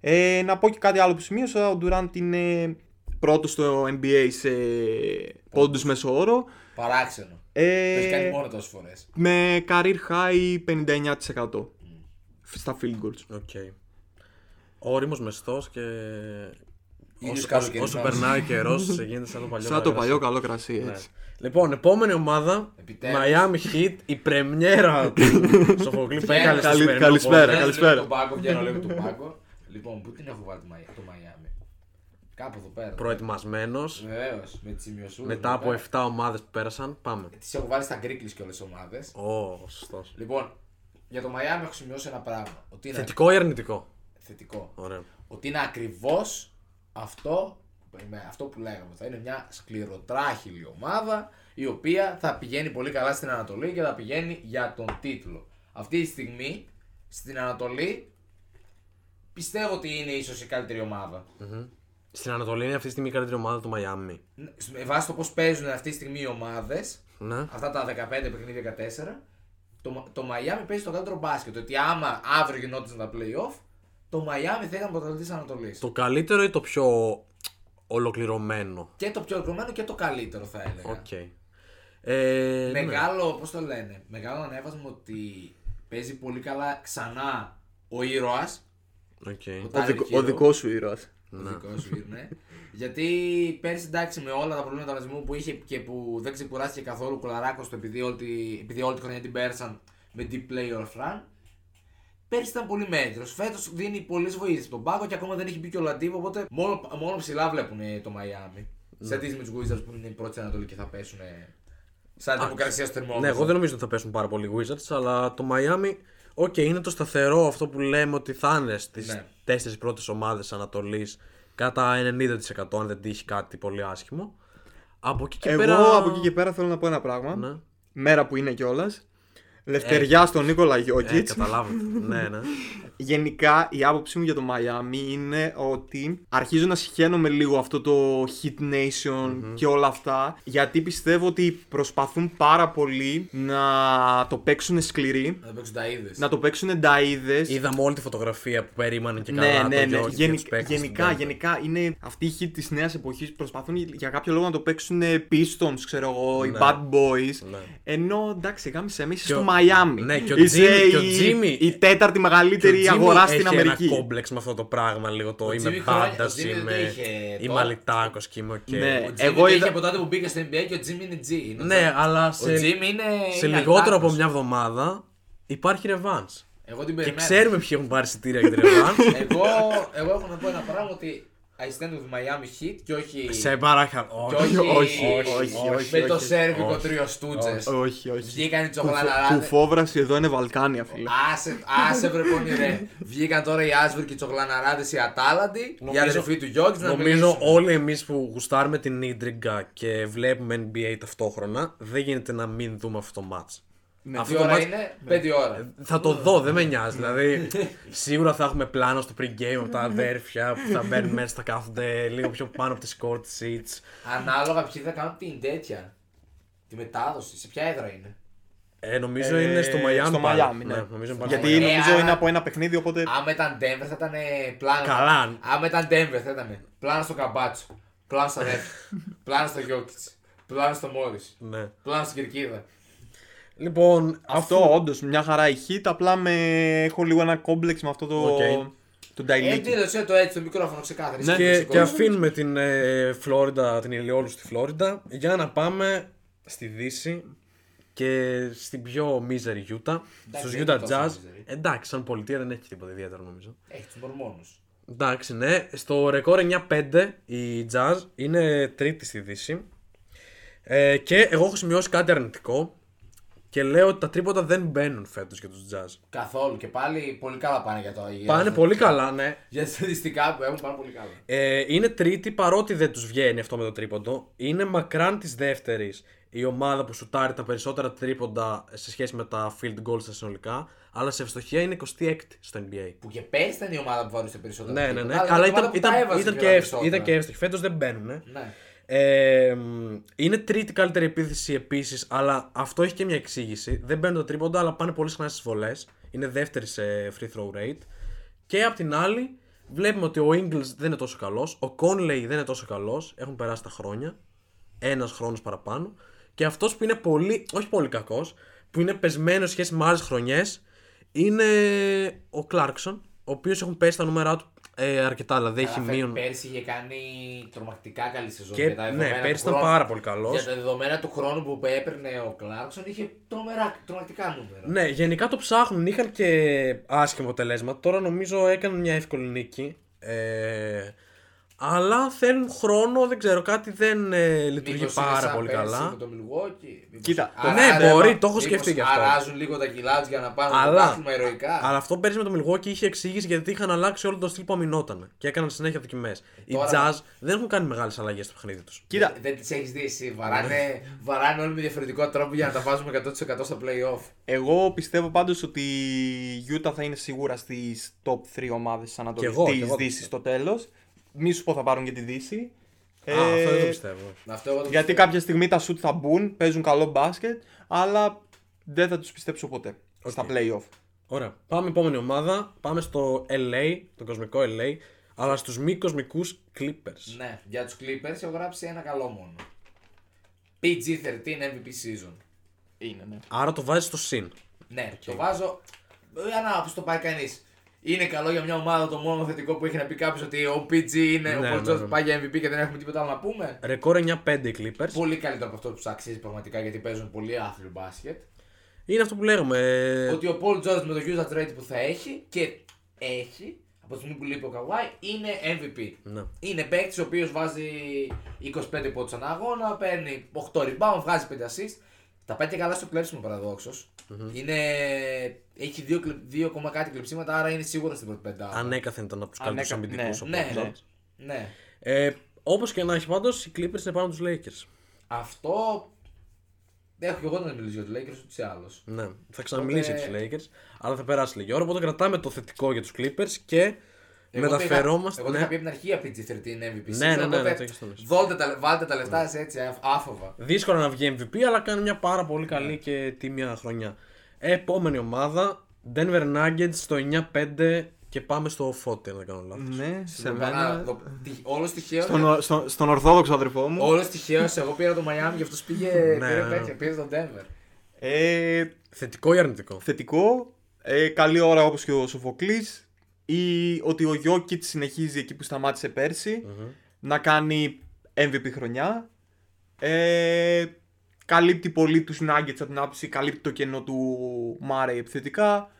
Speaker 4: Ε, να πω και κάτι άλλο που σημείωσα. Ο Durant είναι πρώτος στο NBA σε πόντους μέσο όρο.
Speaker 6: Παράξενο.
Speaker 4: Ε,
Speaker 6: Το έχει κάνει μόνο τόσες φορές.
Speaker 4: με career high 59%
Speaker 5: Mm.
Speaker 4: στα field goals.
Speaker 5: Οκ. Όριμο μεστό και.
Speaker 6: Ήλιος
Speaker 5: Όσο, όσο,
Speaker 6: καλοκαιρινός.
Speaker 5: όσο περνάει ο καιρός, σε γίνεται σαν το παλιό.
Speaker 4: Σαν το
Speaker 5: μαγαζί.
Speaker 4: παλιό καλό κρασί, έτσι.
Speaker 5: Λοιπόν, επόμενη ομάδα.
Speaker 6: Επιτέλους.
Speaker 5: Miami Heat, η πρεμιέρα του Σοφοκλή Πέγαλη.
Speaker 4: Καλή- Ναι, καλησπέρα.
Speaker 6: Βγαίνω
Speaker 4: καλησπέρα.
Speaker 6: λίγο από Τον πάγκο, βγαίνω λίγο από τον πάγκο. λοιπόν, πού την έχω βάλει τη Μαϊ- το Μαϊάμι. Κάπου εδώ πέρα.
Speaker 5: Προετοιμασμένος.
Speaker 4: Ναι,
Speaker 6: Βεβαίως, με τις σημειωσούλε.
Speaker 5: Μετά από 7 ομάδες που πέρασαν, πάμε.
Speaker 6: Τις έχω βάλει στα γκρίκλι και όλε τι ομάδες.
Speaker 5: Ω, σωστός.
Speaker 6: Λοιπόν, για το Μαϊάμι έχω σημειώσει ένα πράγμα. Ότι είναι
Speaker 4: Ναι.
Speaker 5: Θετικό ή αρνητικό.
Speaker 6: θετικό.
Speaker 5: Ωραία.
Speaker 6: Ότι είναι ακριβώς αυτό, με αυτό που λέγαμε. Θα είναι μια σκληροτράχυλη ομάδα η οποία θα πηγαίνει πολύ καλά στην Ανατολή και θα πηγαίνει για τον τίτλο. Αυτή τη στιγμή στην Ανατολή πιστεύω ότι είναι ίσως η καλύτερη ομάδα.
Speaker 5: Στην Ανατολή είναι αυτή τη στιγμή η καλύτερη ομάδα του Miami.
Speaker 6: Με βάση το πώς παίζουν αυτή τη στιγμή οι ομάδες,
Speaker 5: Ναι.
Speaker 6: αυτά τα 15 παιχνίδια 14, το, το Miami παίζει το καλύτερο μπάσκετ. Ότι άμα αύριο γινόντουσαν τα playoff, το Miami θα ήταν πρωταθλητής Ανατολής.
Speaker 5: Το καλύτερο ή το πιο ολοκληρωμένο.
Speaker 6: Και το πιο οργανωμένο και το καλύτερο θα έλεγα.
Speaker 5: Οκ. Ε, ναι.
Speaker 6: Μεγάλο, πώς το λένε, μεγάλο ανέβασμα ότι παίζει πολύ καλά ξανά ο ήρωας
Speaker 5: Οκ.
Speaker 4: Ο,
Speaker 6: Tyler
Speaker 4: δικ- ο
Speaker 6: Hero.
Speaker 4: δικός σου ήρωας.
Speaker 6: Ο δικός σου είναι. Γιατί πέρσι εντάξει με όλα τα προβλήματα τραυματισμού που είχε και που δεν ξεκουράστηκε καθόλου κουλαράκο το επειδή όλη, τη- επειδή όλη τη χρονιά την πέρασαν με deep playoff run. Πέρσι ήταν πολύ μέτρο. Φέτος δίνει πολλές βοήθειες στον πάγκο και ακόμα δεν έχει μπει και ο Λαντίβο. Οπότε μόνο, μόνο ψηλά βλέπουν ε, το Μαϊάμι.
Speaker 5: Ναι.
Speaker 6: Σε αντίθεση με τους Wizards που είναι οι πρώτοι στην Ανατολή και θα πέσουν. ε, Σαν δημοκρασία στο θερμό.
Speaker 5: Ναι, εγώ δεν νομίζω ότι θα πέσουν πάρα πολύ οι Wizards, αλλά το Miami, οκ, είναι το σταθερό αυτό που λέμε ότι θα είναι στις
Speaker 6: Ναι.
Speaker 5: τέσσερις πρώτες ομάδες Ανατολής κατά 90% αν δεν τύχει κάτι πολύ άσχημο. Από εκεί και
Speaker 4: Εγώ
Speaker 5: πέρα.
Speaker 4: από εκεί και πέρα θέλω να πω ένα πράγμα.
Speaker 5: Ναι.
Speaker 4: Μέρα που είναι κιόλας. Λευτεριά στον Νίκολα
Speaker 5: Ε,
Speaker 4: Γιώκητ.
Speaker 5: καταλάβατε. ναι, ναι.
Speaker 4: Γενικά η άποψή μου για το Μαϊάμι είναι ότι αρχίζω να συχαίνομαι λίγο αυτό το Hit Nation
Speaker 5: Mm-hmm.
Speaker 4: και όλα αυτά γιατί πιστεύω ότι προσπαθούν πάρα πολύ να το παίξουν σκληροί,
Speaker 6: Να το παίξουν τα είδες.
Speaker 4: να το παίξουν νταΐδες
Speaker 5: Είδαμε όλη τη φωτογραφία που περίμενε και
Speaker 4: ναι,
Speaker 5: καλά.
Speaker 4: ναι,
Speaker 5: τον
Speaker 4: ναι.
Speaker 5: Jokic και
Speaker 4: Γενικ-
Speaker 5: τους παίκτες
Speaker 4: γενικά,
Speaker 5: στην Denver.
Speaker 4: γενικά είναι αυτή η hit της νέας εποχής. Προσπαθούν για κάποιο λόγο να το παίξουν ε, Pistons, ξέρω εγώ, οι Bad Boys. Ενώ εντάξει, γάμισε εμείς
Speaker 5: Ναι. ο-
Speaker 4: στο Μαϊάμι.
Speaker 5: ναι, και ο
Speaker 4: Είσαι
Speaker 5: Jimmy- και ο
Speaker 4: η,
Speaker 5: Jimmy-
Speaker 4: η τέταρτη μεγαλύτερη
Speaker 5: Και ο Jimmy
Speaker 4: αγορά στην
Speaker 5: έχει
Speaker 4: Αμερική.
Speaker 5: Ένα κόμπλεξ με αυτό το πράγμα λίγο. Το είμαι
Speaker 6: Jimmy χρόνια-
Speaker 5: πάντα,
Speaker 6: ο Jimmy δεν το
Speaker 5: είμαι.
Speaker 6: είχε
Speaker 5: Είμαι
Speaker 6: τώρα.
Speaker 5: αλυτάκο και είμαι οκ.
Speaker 4: Ναι.
Speaker 6: Ο Jimmy
Speaker 4: εγώ
Speaker 6: το είχε
Speaker 4: είδα-
Speaker 6: από τότε που μπήκε στο NBA και ο Jimmy είναι G. Είναι ο
Speaker 5: Ναι, αλλά
Speaker 6: Ο
Speaker 5: σε,
Speaker 6: Jimmy είναι.
Speaker 5: σε
Speaker 6: είναι
Speaker 5: λιγότερο από
Speaker 6: αλτάκος.
Speaker 5: μια εβδομάδα υπάρχει revenge.
Speaker 6: Εγώ την
Speaker 5: Και
Speaker 6: περιμένω. Ε,
Speaker 5: ξέρουμε ποιοι έχουν πάρει εισιτήρια για την revenge.
Speaker 6: Εγώ, εγώ έχω να πω ένα πράγμα ότι I stand with Miami Heat και όχι.
Speaker 5: Σε παρακαλώ.
Speaker 6: και
Speaker 5: Όχι.
Speaker 4: όχι, όχι, όχι,
Speaker 6: με
Speaker 4: όχι,
Speaker 6: το
Speaker 4: όχι.
Speaker 6: σερβικό
Speaker 5: Όχι.
Speaker 6: τρίο στούτζες.
Speaker 4: Όχι, όχι.
Speaker 6: Βγήκαν οι
Speaker 4: Κουφο-
Speaker 6: τσοχλαναράδε.
Speaker 4: Κουφόβραση εδώ είναι Βαλκάνια, φίλε.
Speaker 6: Άσε, άσε βρε πονηρέ. Βγήκαν τώρα οι Άσβουρ και οι τσοχλαναράδε οι Ατάλαντοι. Οι
Speaker 5: Νομίζω-
Speaker 6: αδερφοί του Γιώργης να
Speaker 5: Νομίζω
Speaker 6: μιλήσουν.
Speaker 5: όλοι εμείς που γουστάρουμε την ίντριγκα και βλέπουμε NBA ταυτόχρονα, δεν γίνεται να μην δούμε αυτό το match.
Speaker 6: Τι Ναι, ώρα είναι, 5 ώρα.
Speaker 5: Θα το δω, δεν με νοιάζει. δηλαδή, σίγουρα θα έχουμε πλάνο στο pregame από τα αδέρφια που θα μπαίνουν μέσα, θα κάθονται λίγο πιο πάνω από τις court seats.
Speaker 6: Ανάλογα ποιοι θα κάνουν την τέτοια. Τη μετάδοση. Σε ποια έδρα είναι.
Speaker 5: Ε, νομίζω
Speaker 4: Ε,
Speaker 5: είναι στο Miami.
Speaker 4: στο
Speaker 5: πάλι.
Speaker 4: Miami, ναι.
Speaker 5: νομίζω είναι πάλι
Speaker 4: Γιατί
Speaker 5: στο Miami.
Speaker 6: Ε,
Speaker 4: νομίζω
Speaker 6: άρα-
Speaker 4: είναι από ένα παιχνίδι, οπότε.
Speaker 6: Άμα ήταν Denver θα ήταν ε, πλάνο.
Speaker 5: Καλά.
Speaker 6: Άμα ήταν Denver θα ήταν πλάνο στο Καμπάτσο. Πλάνο στα Ρέφ. πλάνο στο Γιώκητ. Πλάνο στο Μόρι.
Speaker 5: Ναι.
Speaker 6: Πλάνο στην Κερκίδα.
Speaker 5: Λοιπόν,
Speaker 4: Αυτό όντως μια χαρά η hit. Απλά με... έχω λίγο ένα κόμπλεξ με αυτό το.
Speaker 5: Οκ.
Speaker 4: Το νταϊλίκι.
Speaker 6: Εντύπωσε ε, το έτσι το μικρόφωνο ξεκάθαρα. Είσαι
Speaker 5: Ναι, και,
Speaker 6: φυσικός.
Speaker 5: και αφήνουμε την ε, Φλόριντα, την ηλιόλου στη Φλόριντα, για να πάμε στη Δύση και στην πιο μίζερη Utah, στους
Speaker 6: δεν
Speaker 5: Utah
Speaker 6: είναι τόσο
Speaker 5: Jazz.
Speaker 6: μίζερη.
Speaker 5: Εντάξει, σαν πολιτεία δεν έχει και τίποτα ιδιαίτερο νομίζω.
Speaker 6: Έχει τους μορμόνους.
Speaker 5: Εντάξει, ναι. Στο ρεκόρ 9-5 η Jazz είναι τρίτη στη Δύση. Ε, και εγώ έχω σημειώσει κάτι αρνητικό και λέω ότι τα τρίποτα δεν μπαίνουν φέτος για τους Jazz.
Speaker 6: Καθόλου και πάλι πολύ καλά πάνε για το Αγία.
Speaker 5: Πάνε πολύ καλά, ναι.
Speaker 6: Για τα στατιστικά που έχουν πάνε πολύ καλά.
Speaker 5: Ε, είναι τρίτη παρότι δεν τους βγαίνει αυτό με το τρίποντο. Είναι μακράν της δεύτερης η ομάδα που σουτάρει τα περισσότερα τρίποντα σε σχέση με τα field goals στα συνολικά. Αλλά σε ευστοχία είναι 26η στο NBA.
Speaker 6: Που και πέρσι ήταν η ομάδα που βαρούσε περισσότερο.
Speaker 5: Ναι, ναι, ναι.
Speaker 6: Αλλά,
Speaker 5: Αλλά
Speaker 6: η ομάδα
Speaker 5: ήταν,
Speaker 6: που τα
Speaker 5: ήταν,
Speaker 6: έβαζε
Speaker 5: ήταν, και
Speaker 6: κιόλας
Speaker 5: εύστοχη, ήταν και
Speaker 6: περισσότερα.
Speaker 5: εύστοχη. Φέτος δεν μπαίνουν. ε.
Speaker 6: Ναι.
Speaker 5: Ε, μ, είναι τρίτη καλύτερη επίθεση επίσης, αλλά αυτό έχει και μια εξήγηση. Δεν μπαίνουν τα τρίποντα, αλλά πάνε πολύ συχνά στις βολές. Είναι δεύτερη σε free throw rate. Και απ' την άλλη, βλέπουμε ότι ο Ingles δεν είναι τόσο καλός. Ο Conley δεν είναι τόσο καλός. Έχουν περάσει τα χρόνια. Ένας χρόνος παραπάνω. Και αυτός που είναι πολύ, όχι πολύ κακός, που είναι πεσμένος σε σχέση με άλλες χρονιές, είναι ο Clarkson, ο οποίος έχουν πέσει τα νούμερα του ε, αρκετά. Δηλαδή έχει
Speaker 6: Καταφέρει
Speaker 5: μείον.
Speaker 6: Πέρσι είχε κάνει τρομακτικά καλή σεζόν.
Speaker 5: Και-
Speaker 6: για τα
Speaker 5: ναι,
Speaker 6: δεδομένα
Speaker 5: πέρσι
Speaker 6: του
Speaker 5: ήταν
Speaker 6: χρόνου.
Speaker 5: πάρα πολύ καλός.
Speaker 6: Για τα δεδομένα του χρόνου που έπαιρνε ο Κλάρκσον είχε τρομερά, τρομακτικά νούμερα.
Speaker 5: Ναι, γενικά το ψάχνουν. Είχαν και άσχημο αποτελέσμα. Τώρα νομίζω έκαναν μια εύκολη νίκη. Ε, αλλά θέλουν χρόνο, δεν ξέρω, κάτι δεν ε, λειτουργεί
Speaker 6: Μήπως είναι
Speaker 5: πάρα
Speaker 6: σαν
Speaker 5: πολύ
Speaker 6: πέρσι
Speaker 5: καλά.
Speaker 6: Με το Milwaukee, μήπως-
Speaker 4: Κοίτα,
Speaker 6: Άρα-
Speaker 5: ναι,
Speaker 6: άρα-
Speaker 5: μπορεί, το έχω
Speaker 6: μήπως
Speaker 5: σκεφτεί κι αυτό.
Speaker 6: Αράζουν λίγο τα κιλά του για να πάνε
Speaker 5: Αλλά-
Speaker 6: αλλά, πρωτάθλημα ηρωικά.
Speaker 5: Αλλά αυτό πέρσι με το Milwaukee είχε εξήγηση γιατί είχαν αλλάξει όλο το στυλ που αμυνόταν και έκαναν συνέχεια δοκιμές. Οι
Speaker 6: τώρα-
Speaker 5: Jazz δεν έχουν κάνει μεγάλες αλλαγές στο παιχνίδι τους.
Speaker 4: Κοίτα,
Speaker 6: Δεν τις έχεις δεις εσύ. Βαράνε,
Speaker 5: Ναι.
Speaker 6: βαράνε όλοι με διαφορετικό τρόπο για να τα βάζουμε 100% στα playoff.
Speaker 4: Εγώ πιστεύω πάντως ότι η Utah θα είναι σίγουρα στις top 3 ομάδες τη Ανατολή.
Speaker 5: Κι εγώ, κι
Speaker 4: Τη
Speaker 5: εγώ
Speaker 4: Δύση
Speaker 5: πιστεύω.
Speaker 4: στο τέλος. Μη σου πω θα πάρουν και τη Δύση. Ε,
Speaker 5: Α, αυτό δεν το πιστεύω.
Speaker 6: Αυτό εγώ το
Speaker 4: Γιατί
Speaker 6: πιστεύω.
Speaker 4: κάποια στιγμή τα σουτ θα μπουν, παίζουν καλό μπάσκετ, αλλά δεν θα τους πιστέψω ποτέ στα playoff.
Speaker 5: Ωραία. Πάμε επόμενη ομάδα. Πάμε στο LA, το κοσμικό LA, αλλά στους μη κοσμικούς Clippers.
Speaker 6: Ναι, για τους Clippers έχω γράψει ένα καλό μόνο. PG-13 MVP season.
Speaker 4: Είναι, ναι.
Speaker 5: Άρα το βάζεις στο συν.
Speaker 6: Ναι, το βάζω. ε, Ανάποδο το πάει κανείς. Είναι καλό για μια ομάδα το μόνο θετικό που έχει να πει κάποιος ότι ο PG είναι
Speaker 5: Ναι,
Speaker 6: ο Paul
Speaker 5: ναι,
Speaker 6: George
Speaker 5: ναι.
Speaker 6: που πάει για MVP και δεν έχουμε τίποτα άλλο να πούμε.
Speaker 5: Ρεκόρ 9-5 οι Clippers.
Speaker 6: Πολύ καλύτερο από αυτό που τους αξίζει πραγματικά γιατί παίζουν πολύ άθλιο μπάσκετ.
Speaker 5: Είναι αυτό που λέγαμε. ε,
Speaker 6: Ότι ο Paul George με το usage rate που θα έχει και έχει από τη στιγμή που λείπει ο Καβάη είναι MVP.
Speaker 5: Ναι.
Speaker 6: Είναι παίκτης ο οποίος βάζει 25 πόντους ανά αγώνα, παίρνει 8 rebound, βγάζει 5 assist. Τα πάει και καλά στο κλέψιμο παραδόξως. Είναι... Έχει 2, 2, κάτι κλεψίματα, άρα είναι σίγουρα στην πρώτη πεντάδα.
Speaker 5: Ανέκαθεν ήταν από τους καλύτερου
Speaker 7: Ανέκαθεν,
Speaker 5: αμυντικού ο
Speaker 6: Ναι,
Speaker 4: Ε,
Speaker 5: Paul
Speaker 6: ναι.
Speaker 5: George.
Speaker 6: ναι.
Speaker 5: Ε, Όπως και να έχει πάντως, οι Clippers είναι πάνω τους Lakers.
Speaker 6: Αυτό. Έχω και εγώ να μιλήσω για τους Lakers ούτως ή άλλως.
Speaker 5: Ναι, θα ξαναμιλήσει
Speaker 6: Οπότε-
Speaker 5: για τους Lakers, αλλά θα περάσει λίγο ώρα. Οπότε κρατάμε το θετικό για τους Clippers και μεταφερόμαστε.
Speaker 6: Εγώ το
Speaker 5: ναι.
Speaker 6: είχα πει από την αρχή αυτή τη 13 MVP.
Speaker 5: Ναι, ναι, ναι,
Speaker 6: οπότε
Speaker 5: ναι, το έχεις Ναι. τονίσει.
Speaker 6: δώτε τα- Βάλτε τα λεφτά σε έτσι α- άφοβα.
Speaker 5: Δύσκολο να βγει MVP, αλλά κάνει μια πάρα πολύ
Speaker 6: Ναι.
Speaker 5: καλή και τίμια χρονιά. Επόμενη ομάδα, Denver Nuggets στο 9-5 και πάμε στο Φώτη, αν δεν κάνω λάθος.
Speaker 4: Ναι, σε
Speaker 6: Άρα,
Speaker 4: μένα.
Speaker 6: δο- τι- Όλος τυχαίος.
Speaker 4: Στον, ο- στον, στον ορθόδοξο αδερφό μου.
Speaker 6: Όλος τυχαίος, εγώ πήρα το Miami και αυτός πήγε. πήρε
Speaker 5: ναι.
Speaker 6: τέτοια, πήρε τον Denver.
Speaker 4: Ε,
Speaker 5: Θετικό ή αρνητικό.
Speaker 4: θετικό. Ε, καλή ώρα όπως και ο Σοφοκλής. Ή ότι ο Γιώκητ συνεχίζει εκεί που σταμάτησε πέρσι, να κάνει MVP χρονιά. Ε, καλύπτει πολύ τους Nuggets από την άποψη, καλύπτει το κενό του Μάρεϊ επιθετικά.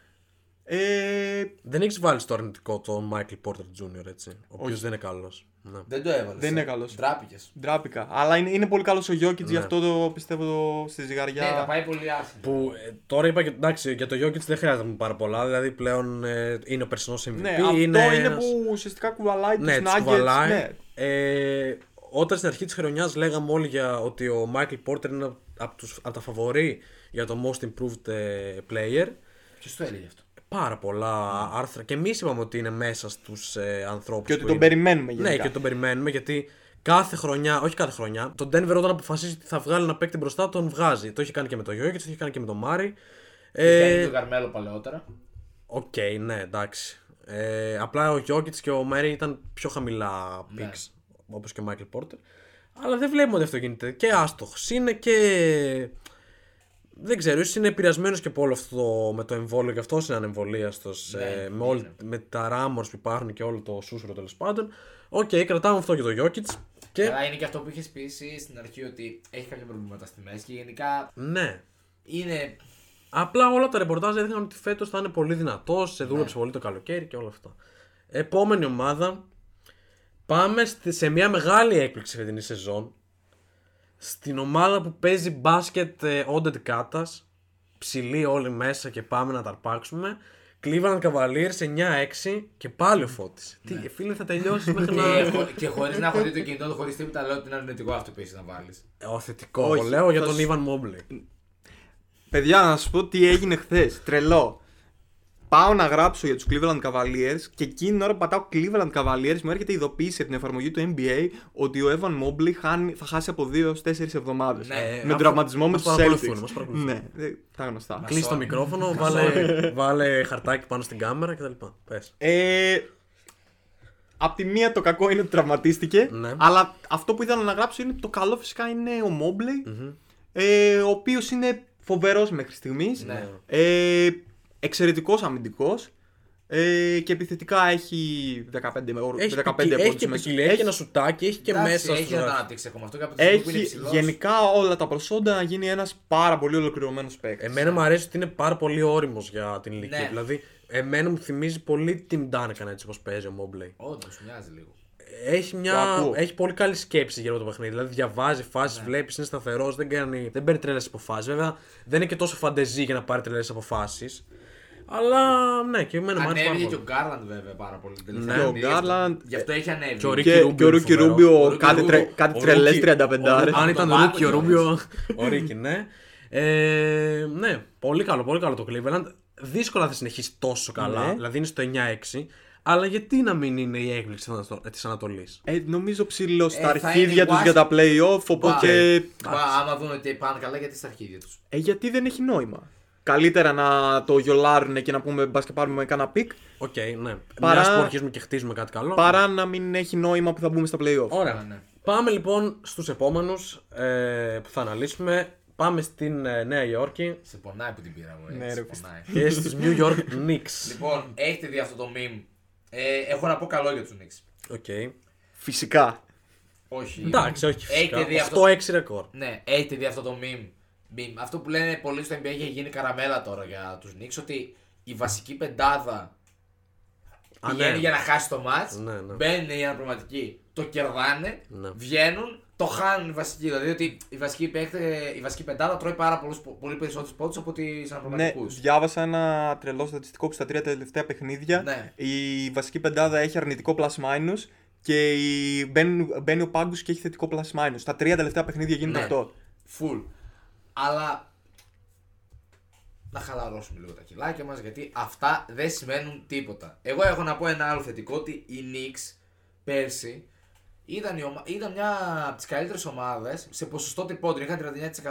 Speaker 4: Ε,
Speaker 5: Δεν έχεις βάλει στο αρνητικό τον Michael Porter Jr., έτσι. Ο οποίος δεν είναι καλός. Ναι.
Speaker 6: Δεν το έβαλες.
Speaker 4: Δεν
Speaker 6: ε.
Speaker 4: είναι καλός.
Speaker 6: Ντράπηκες.
Speaker 4: ντράπηκα. Αλλά είναι, είναι πολύ καλός ο Γιώκητ,
Speaker 5: Ναι.
Speaker 4: γι' αυτό το πιστεύω το, στη
Speaker 6: Ναι, τα
Speaker 4: ζυγαριά.
Speaker 6: πάει πολύ άσχημα.
Speaker 5: Που ε, τώρα είπα και εντάξει, για το Jokic δεν χρειάζεται να πούμε πάρα πολλά. Δηλαδή πλέον ε, είναι ο περσινός MVP.
Speaker 4: Ναι, αυτό είναι,
Speaker 5: ένας-
Speaker 4: που ουσιαστικά κουβαλάει τους
Speaker 5: Ναι, τις
Speaker 4: Nuggets.
Speaker 5: κουβαλάει.
Speaker 4: Ναι,
Speaker 5: Ε, όταν στην αρχή της χρονιάς λέγαμε όλοι για ότι ο Μάικλ Πόρτερ είναι από, τους, απ' τα φαβορή για το most improved ε, player.
Speaker 6: Ποιος το έλεγε αυτό.
Speaker 5: Πάρα πολλά άρθρα. Και εμείς είπαμε ότι είναι μέσα στους ε, ανθρώπους.
Speaker 4: Και ότι τον περιμένουμε γενικά.
Speaker 5: Ναι, και τον περιμένουμε γιατί κάθε χρονιά, όχι κάθε χρονιά, τον Denver όταν αποφασίζει ότι θα βγάλει ένα παίκτη μπροστά, τον βγάζει. Το είχε κάνει και με τον Γιώργη, το είχε κάνει και με τον Μάρι.
Speaker 6: Είχε
Speaker 5: Ε,
Speaker 6: τον Καρμέλο παλαιότερα.
Speaker 5: Οκ, ναι, εντάξει. Ε, απλά ο Γιώκητ και ο Μέρι ήταν πιο χαμηλά picks, όπως και ο Μάικλ Πόρτερ. Αλλά δεν βλέπουμε ότι αυτό γίνεται. Και άστοχος είναι και. Δεν ξέρω, ίσως είναι επηρεασμένος και από όλο αυτό το- με το εμβόλιο και αυτό είναι ανεμβολίαστος. ε, με, όλη- με τα ράμορ που υπάρχουν και όλο το σούσουρο τέλος πάντων. Οκ, κρατάμε αυτό για το Γιώκητ.
Speaker 4: ε.
Speaker 5: Και.
Speaker 6: Καλά, είναι και αυτό που είχες πει εσύ στην αρχή ότι έχει κάποια προβλήματα στη μέση και γενικά
Speaker 5: Ναι.
Speaker 4: Ε,
Speaker 6: είναι.
Speaker 5: Απλά όλα τα ρεπορτάζ έδειχναν ότι φέτος θα είναι πολύ δυνατός, σε
Speaker 4: Ναι.
Speaker 5: δούλεψε πολύ το καλοκαίρι και όλα αυτά. Επόμενη ομάδα. Πάμε στη- σε μια μεγάλη έκπληξη φετινή σεζόν. Στην ομάδα που παίζει μπάσκετ ε, όντε κάτα. Ψηλοί όλοι μέσα και πάμε να τα αρπάξουμε. Cleveland Cavaliers 9-6 και πάλι ο Φώτης.
Speaker 4: Ναι.
Speaker 5: Τι, φίλε, θα τελειώσει μέχρι να.
Speaker 6: και χω- και χωρίς να έχω δει το κινητό του, χωρίς τίποτα, λέω ότι είναι αρνητικό αυτό που έχεις να βάλεις.
Speaker 5: Ε, Ο θετικό,
Speaker 4: Όχι,
Speaker 5: λέω για
Speaker 4: θα
Speaker 5: τον
Speaker 4: σου-
Speaker 5: Ιβαν Μόμπλε.
Speaker 4: Παιδιά, να σου πω τι έγινε χθες. Τρελό. Πάω να γράψω για τους Cleveland Cavaliers και εκείνη την ώρα που πατάω Cleveland Cavaliers μου έρχεται η ειδοποίηση από την εφαρμογή του NBA ότι ο Evan Mobley χάνει, θα χάσει από 2 έω 4 εβδομάδες.
Speaker 6: Ναι,
Speaker 4: με τον
Speaker 5: αφού-
Speaker 4: τραυματισμό με
Speaker 5: μας
Speaker 4: τους
Speaker 5: παρακολουθούν,
Speaker 4: Celtics.
Speaker 5: μας παρακολουθούν.
Speaker 4: Ναι, ε, τα γνωστά.
Speaker 5: Κλείσει το μικρόφωνο, βάλε, βάλε χαρτάκι πάνω στην κάμερα κτλ. Πες.
Speaker 4: Ε, απ' τη μία το κακό είναι ότι τραυματίστηκε,
Speaker 5: Ναι.
Speaker 4: αλλά αυτό που ήθελα να γράψω είναι το καλό φυσικά είναι ο Μόμπλεϊ, ε, ο οποίος είναι φοβερός μέχρι στιγμής,
Speaker 6: Ναι.
Speaker 4: ε, εξαιρετικός αμυντικός ε, και επιθετικά έχει 15 με όρους-
Speaker 5: Έχει,
Speaker 4: 15
Speaker 5: ποικι- έχει
Speaker 4: πόντους
Speaker 5: και
Speaker 4: μέσα.
Speaker 5: ποικιλία, έχει και ένα σουτάκι, έχει και
Speaker 6: Εντάξει,
Speaker 5: μέσα
Speaker 6: Έχει
Speaker 5: στο
Speaker 6: να τα
Speaker 5: δάχτυλο.
Speaker 6: αναπτύξει ακόμα αυτό και από τη στιγμή που είναι
Speaker 4: έχει
Speaker 6: υψηλός.
Speaker 4: γενικά όλα τα προσόντα να γίνει ένας πάρα πολύ ολοκληρωμένος παίκτης.
Speaker 5: Εμένα μου αρέσει ότι είναι πάρα πολύ όριμος για την ηλικία.
Speaker 6: Ναι.
Speaker 5: Δηλαδή, εμένα μου θυμίζει πολύ Tim Duncan έτσι όπως παίζει ο Mobley.
Speaker 6: Όντως, μοιάζει λίγο.
Speaker 5: Έχει,
Speaker 4: Το
Speaker 5: μια...
Speaker 4: ακούω.
Speaker 5: έχει πολύ καλή σκέψη για όλο το παιχνίδι. Δηλαδή, διαβάζει
Speaker 6: Ναι.
Speaker 5: φάσει, βλέπεις, είναι σταθερός, δεν, κάνει... δεν παίρνει τρελές αποφάσεις. Βέβαια, δεν είναι και τόσο φαντεζή για να πάρει τρελές αποφάσεις. Αλλά ναι, και εμένα μου αρέσει πάρα
Speaker 6: Ανέβηκε και
Speaker 5: πολύ.
Speaker 6: ο Γκάρλαντ βέβαια πάρα πολύ. τελευταία
Speaker 4: Και Ναι, ο
Speaker 6: στιγμή, γι' αυτό-
Speaker 4: Garland-
Speaker 6: Γι' αυτό έχει ανέβει.
Speaker 5: και ο Ricky
Speaker 4: Και,
Speaker 5: Rubio
Speaker 4: και ο Ρούκι
Speaker 5: είναι φοβερός. Ο
Speaker 4: Ρούμπιο
Speaker 5: Ricky
Speaker 4: κάτι, τρε,
Speaker 5: Rubio-
Speaker 4: κάτι
Speaker 5: ο
Speaker 4: τρελές
Speaker 5: Ricky-
Speaker 4: 35
Speaker 5: Αν
Speaker 6: τον
Speaker 5: ήταν
Speaker 6: Μάκο
Speaker 5: Ρούκι ο
Speaker 6: και ο
Speaker 5: Ρούμπιο. Ο Ρίκι, ναι. Ε, ναι, πολύ καλό, πολύ καλό το Cleveland. Δύσκολα θα συνεχίσει τόσο καλά.
Speaker 4: Ναι.
Speaker 5: Δηλαδή είναι στο 9-6. Αλλά γιατί να μην είναι η έκπληξη της Ανατολής.
Speaker 4: Ε, νομίζω ψηλό στα
Speaker 6: θα
Speaker 4: αρχίδια
Speaker 6: είναι
Speaker 4: τους
Speaker 6: Wash-
Speaker 4: για τα playoff. Οπότε.
Speaker 6: Μα άμα δουν ότι πάνε καλά γιατί στα αρχίδια τους.
Speaker 4: Ε, γιατί δεν έχει νόημα. Καλύτερα να το γιολάρουν και να πούμε μπας και πάρουμε κανένα πικ
Speaker 5: Οκ, ναι.
Speaker 4: Παρά-
Speaker 5: Μια που αρχίζουμε και χτίζουμε κάτι καλό.
Speaker 4: παρά να μην έχει νόημα που θα μπούμε στα playoff.
Speaker 5: Ωραία.
Speaker 6: Ναι.
Speaker 5: Πάμε λοιπόν στους επόμενους ε, που θα αναλύσουμε. Πάμε στην ε, Νέα Υόρκη
Speaker 6: Σε πονάει που την πήρα μου.
Speaker 4: Ναι, ρε,
Speaker 5: και στους New York Knicks.
Speaker 6: Λοιπόν, έχετε δει αυτό το meme. Ε, έχω να πω καλό για τους Knicks.
Speaker 5: Οκ.
Speaker 4: Φυσικά.
Speaker 6: Όχι.
Speaker 5: Εντάξει, όχι φυσικά.
Speaker 6: Έχετε δει αυτό.
Speaker 5: 8-6 ρεκόρ.
Speaker 6: Ναι, έχετε δει αυτό το meme. meme. Αυτό που λένε πολλοί στο NBA έχει γίνει καραμέλα τώρα για τους Knicks ότι η βασική πεντάδα
Speaker 5: Α,
Speaker 6: πηγαίνει
Speaker 5: ναι.
Speaker 6: για να χάσει το μάτς,
Speaker 5: Ναι, ναι.
Speaker 6: μπαίνουν οι αναπληρωματικοί, το κερδάνε,
Speaker 5: Ναι.
Speaker 6: βγαίνουν, το χάνουν οι βασικοί. Δηλαδή ότι η βασική, παίκτε, η βασική πεντάδα τρώει πάρα πολλούς, πολύ περισσότερους πόντους από τι
Speaker 7: Ναι,
Speaker 6: αναπληρωματικούς.
Speaker 7: διάβασα ένα τρελό στατιστικό που στα τρία τελευταία παιχνίδια
Speaker 6: Ναι.
Speaker 7: η βασική πεντάδα έχει αρνητικό plus minus και η... μπαίνει, μπαίνει ο πάγκος και έχει θετικό plus minus. Στα τρία τελευταία παιχνίδια γίνεται
Speaker 6: Ναι.
Speaker 7: αυτό.
Speaker 6: Φουλ. Αλλά να χαλαρώσουμε λίγο τα κιλάκια μας γιατί αυτά δεν σημαίνουν τίποτα. Εγώ έχω να πω ένα άλλο θετικό ότι η Knicks πέρσι ήταν, η ομα... ήταν μια από τις καλύτερες ομάδες σε ποσοστό τυπώντων, είχαν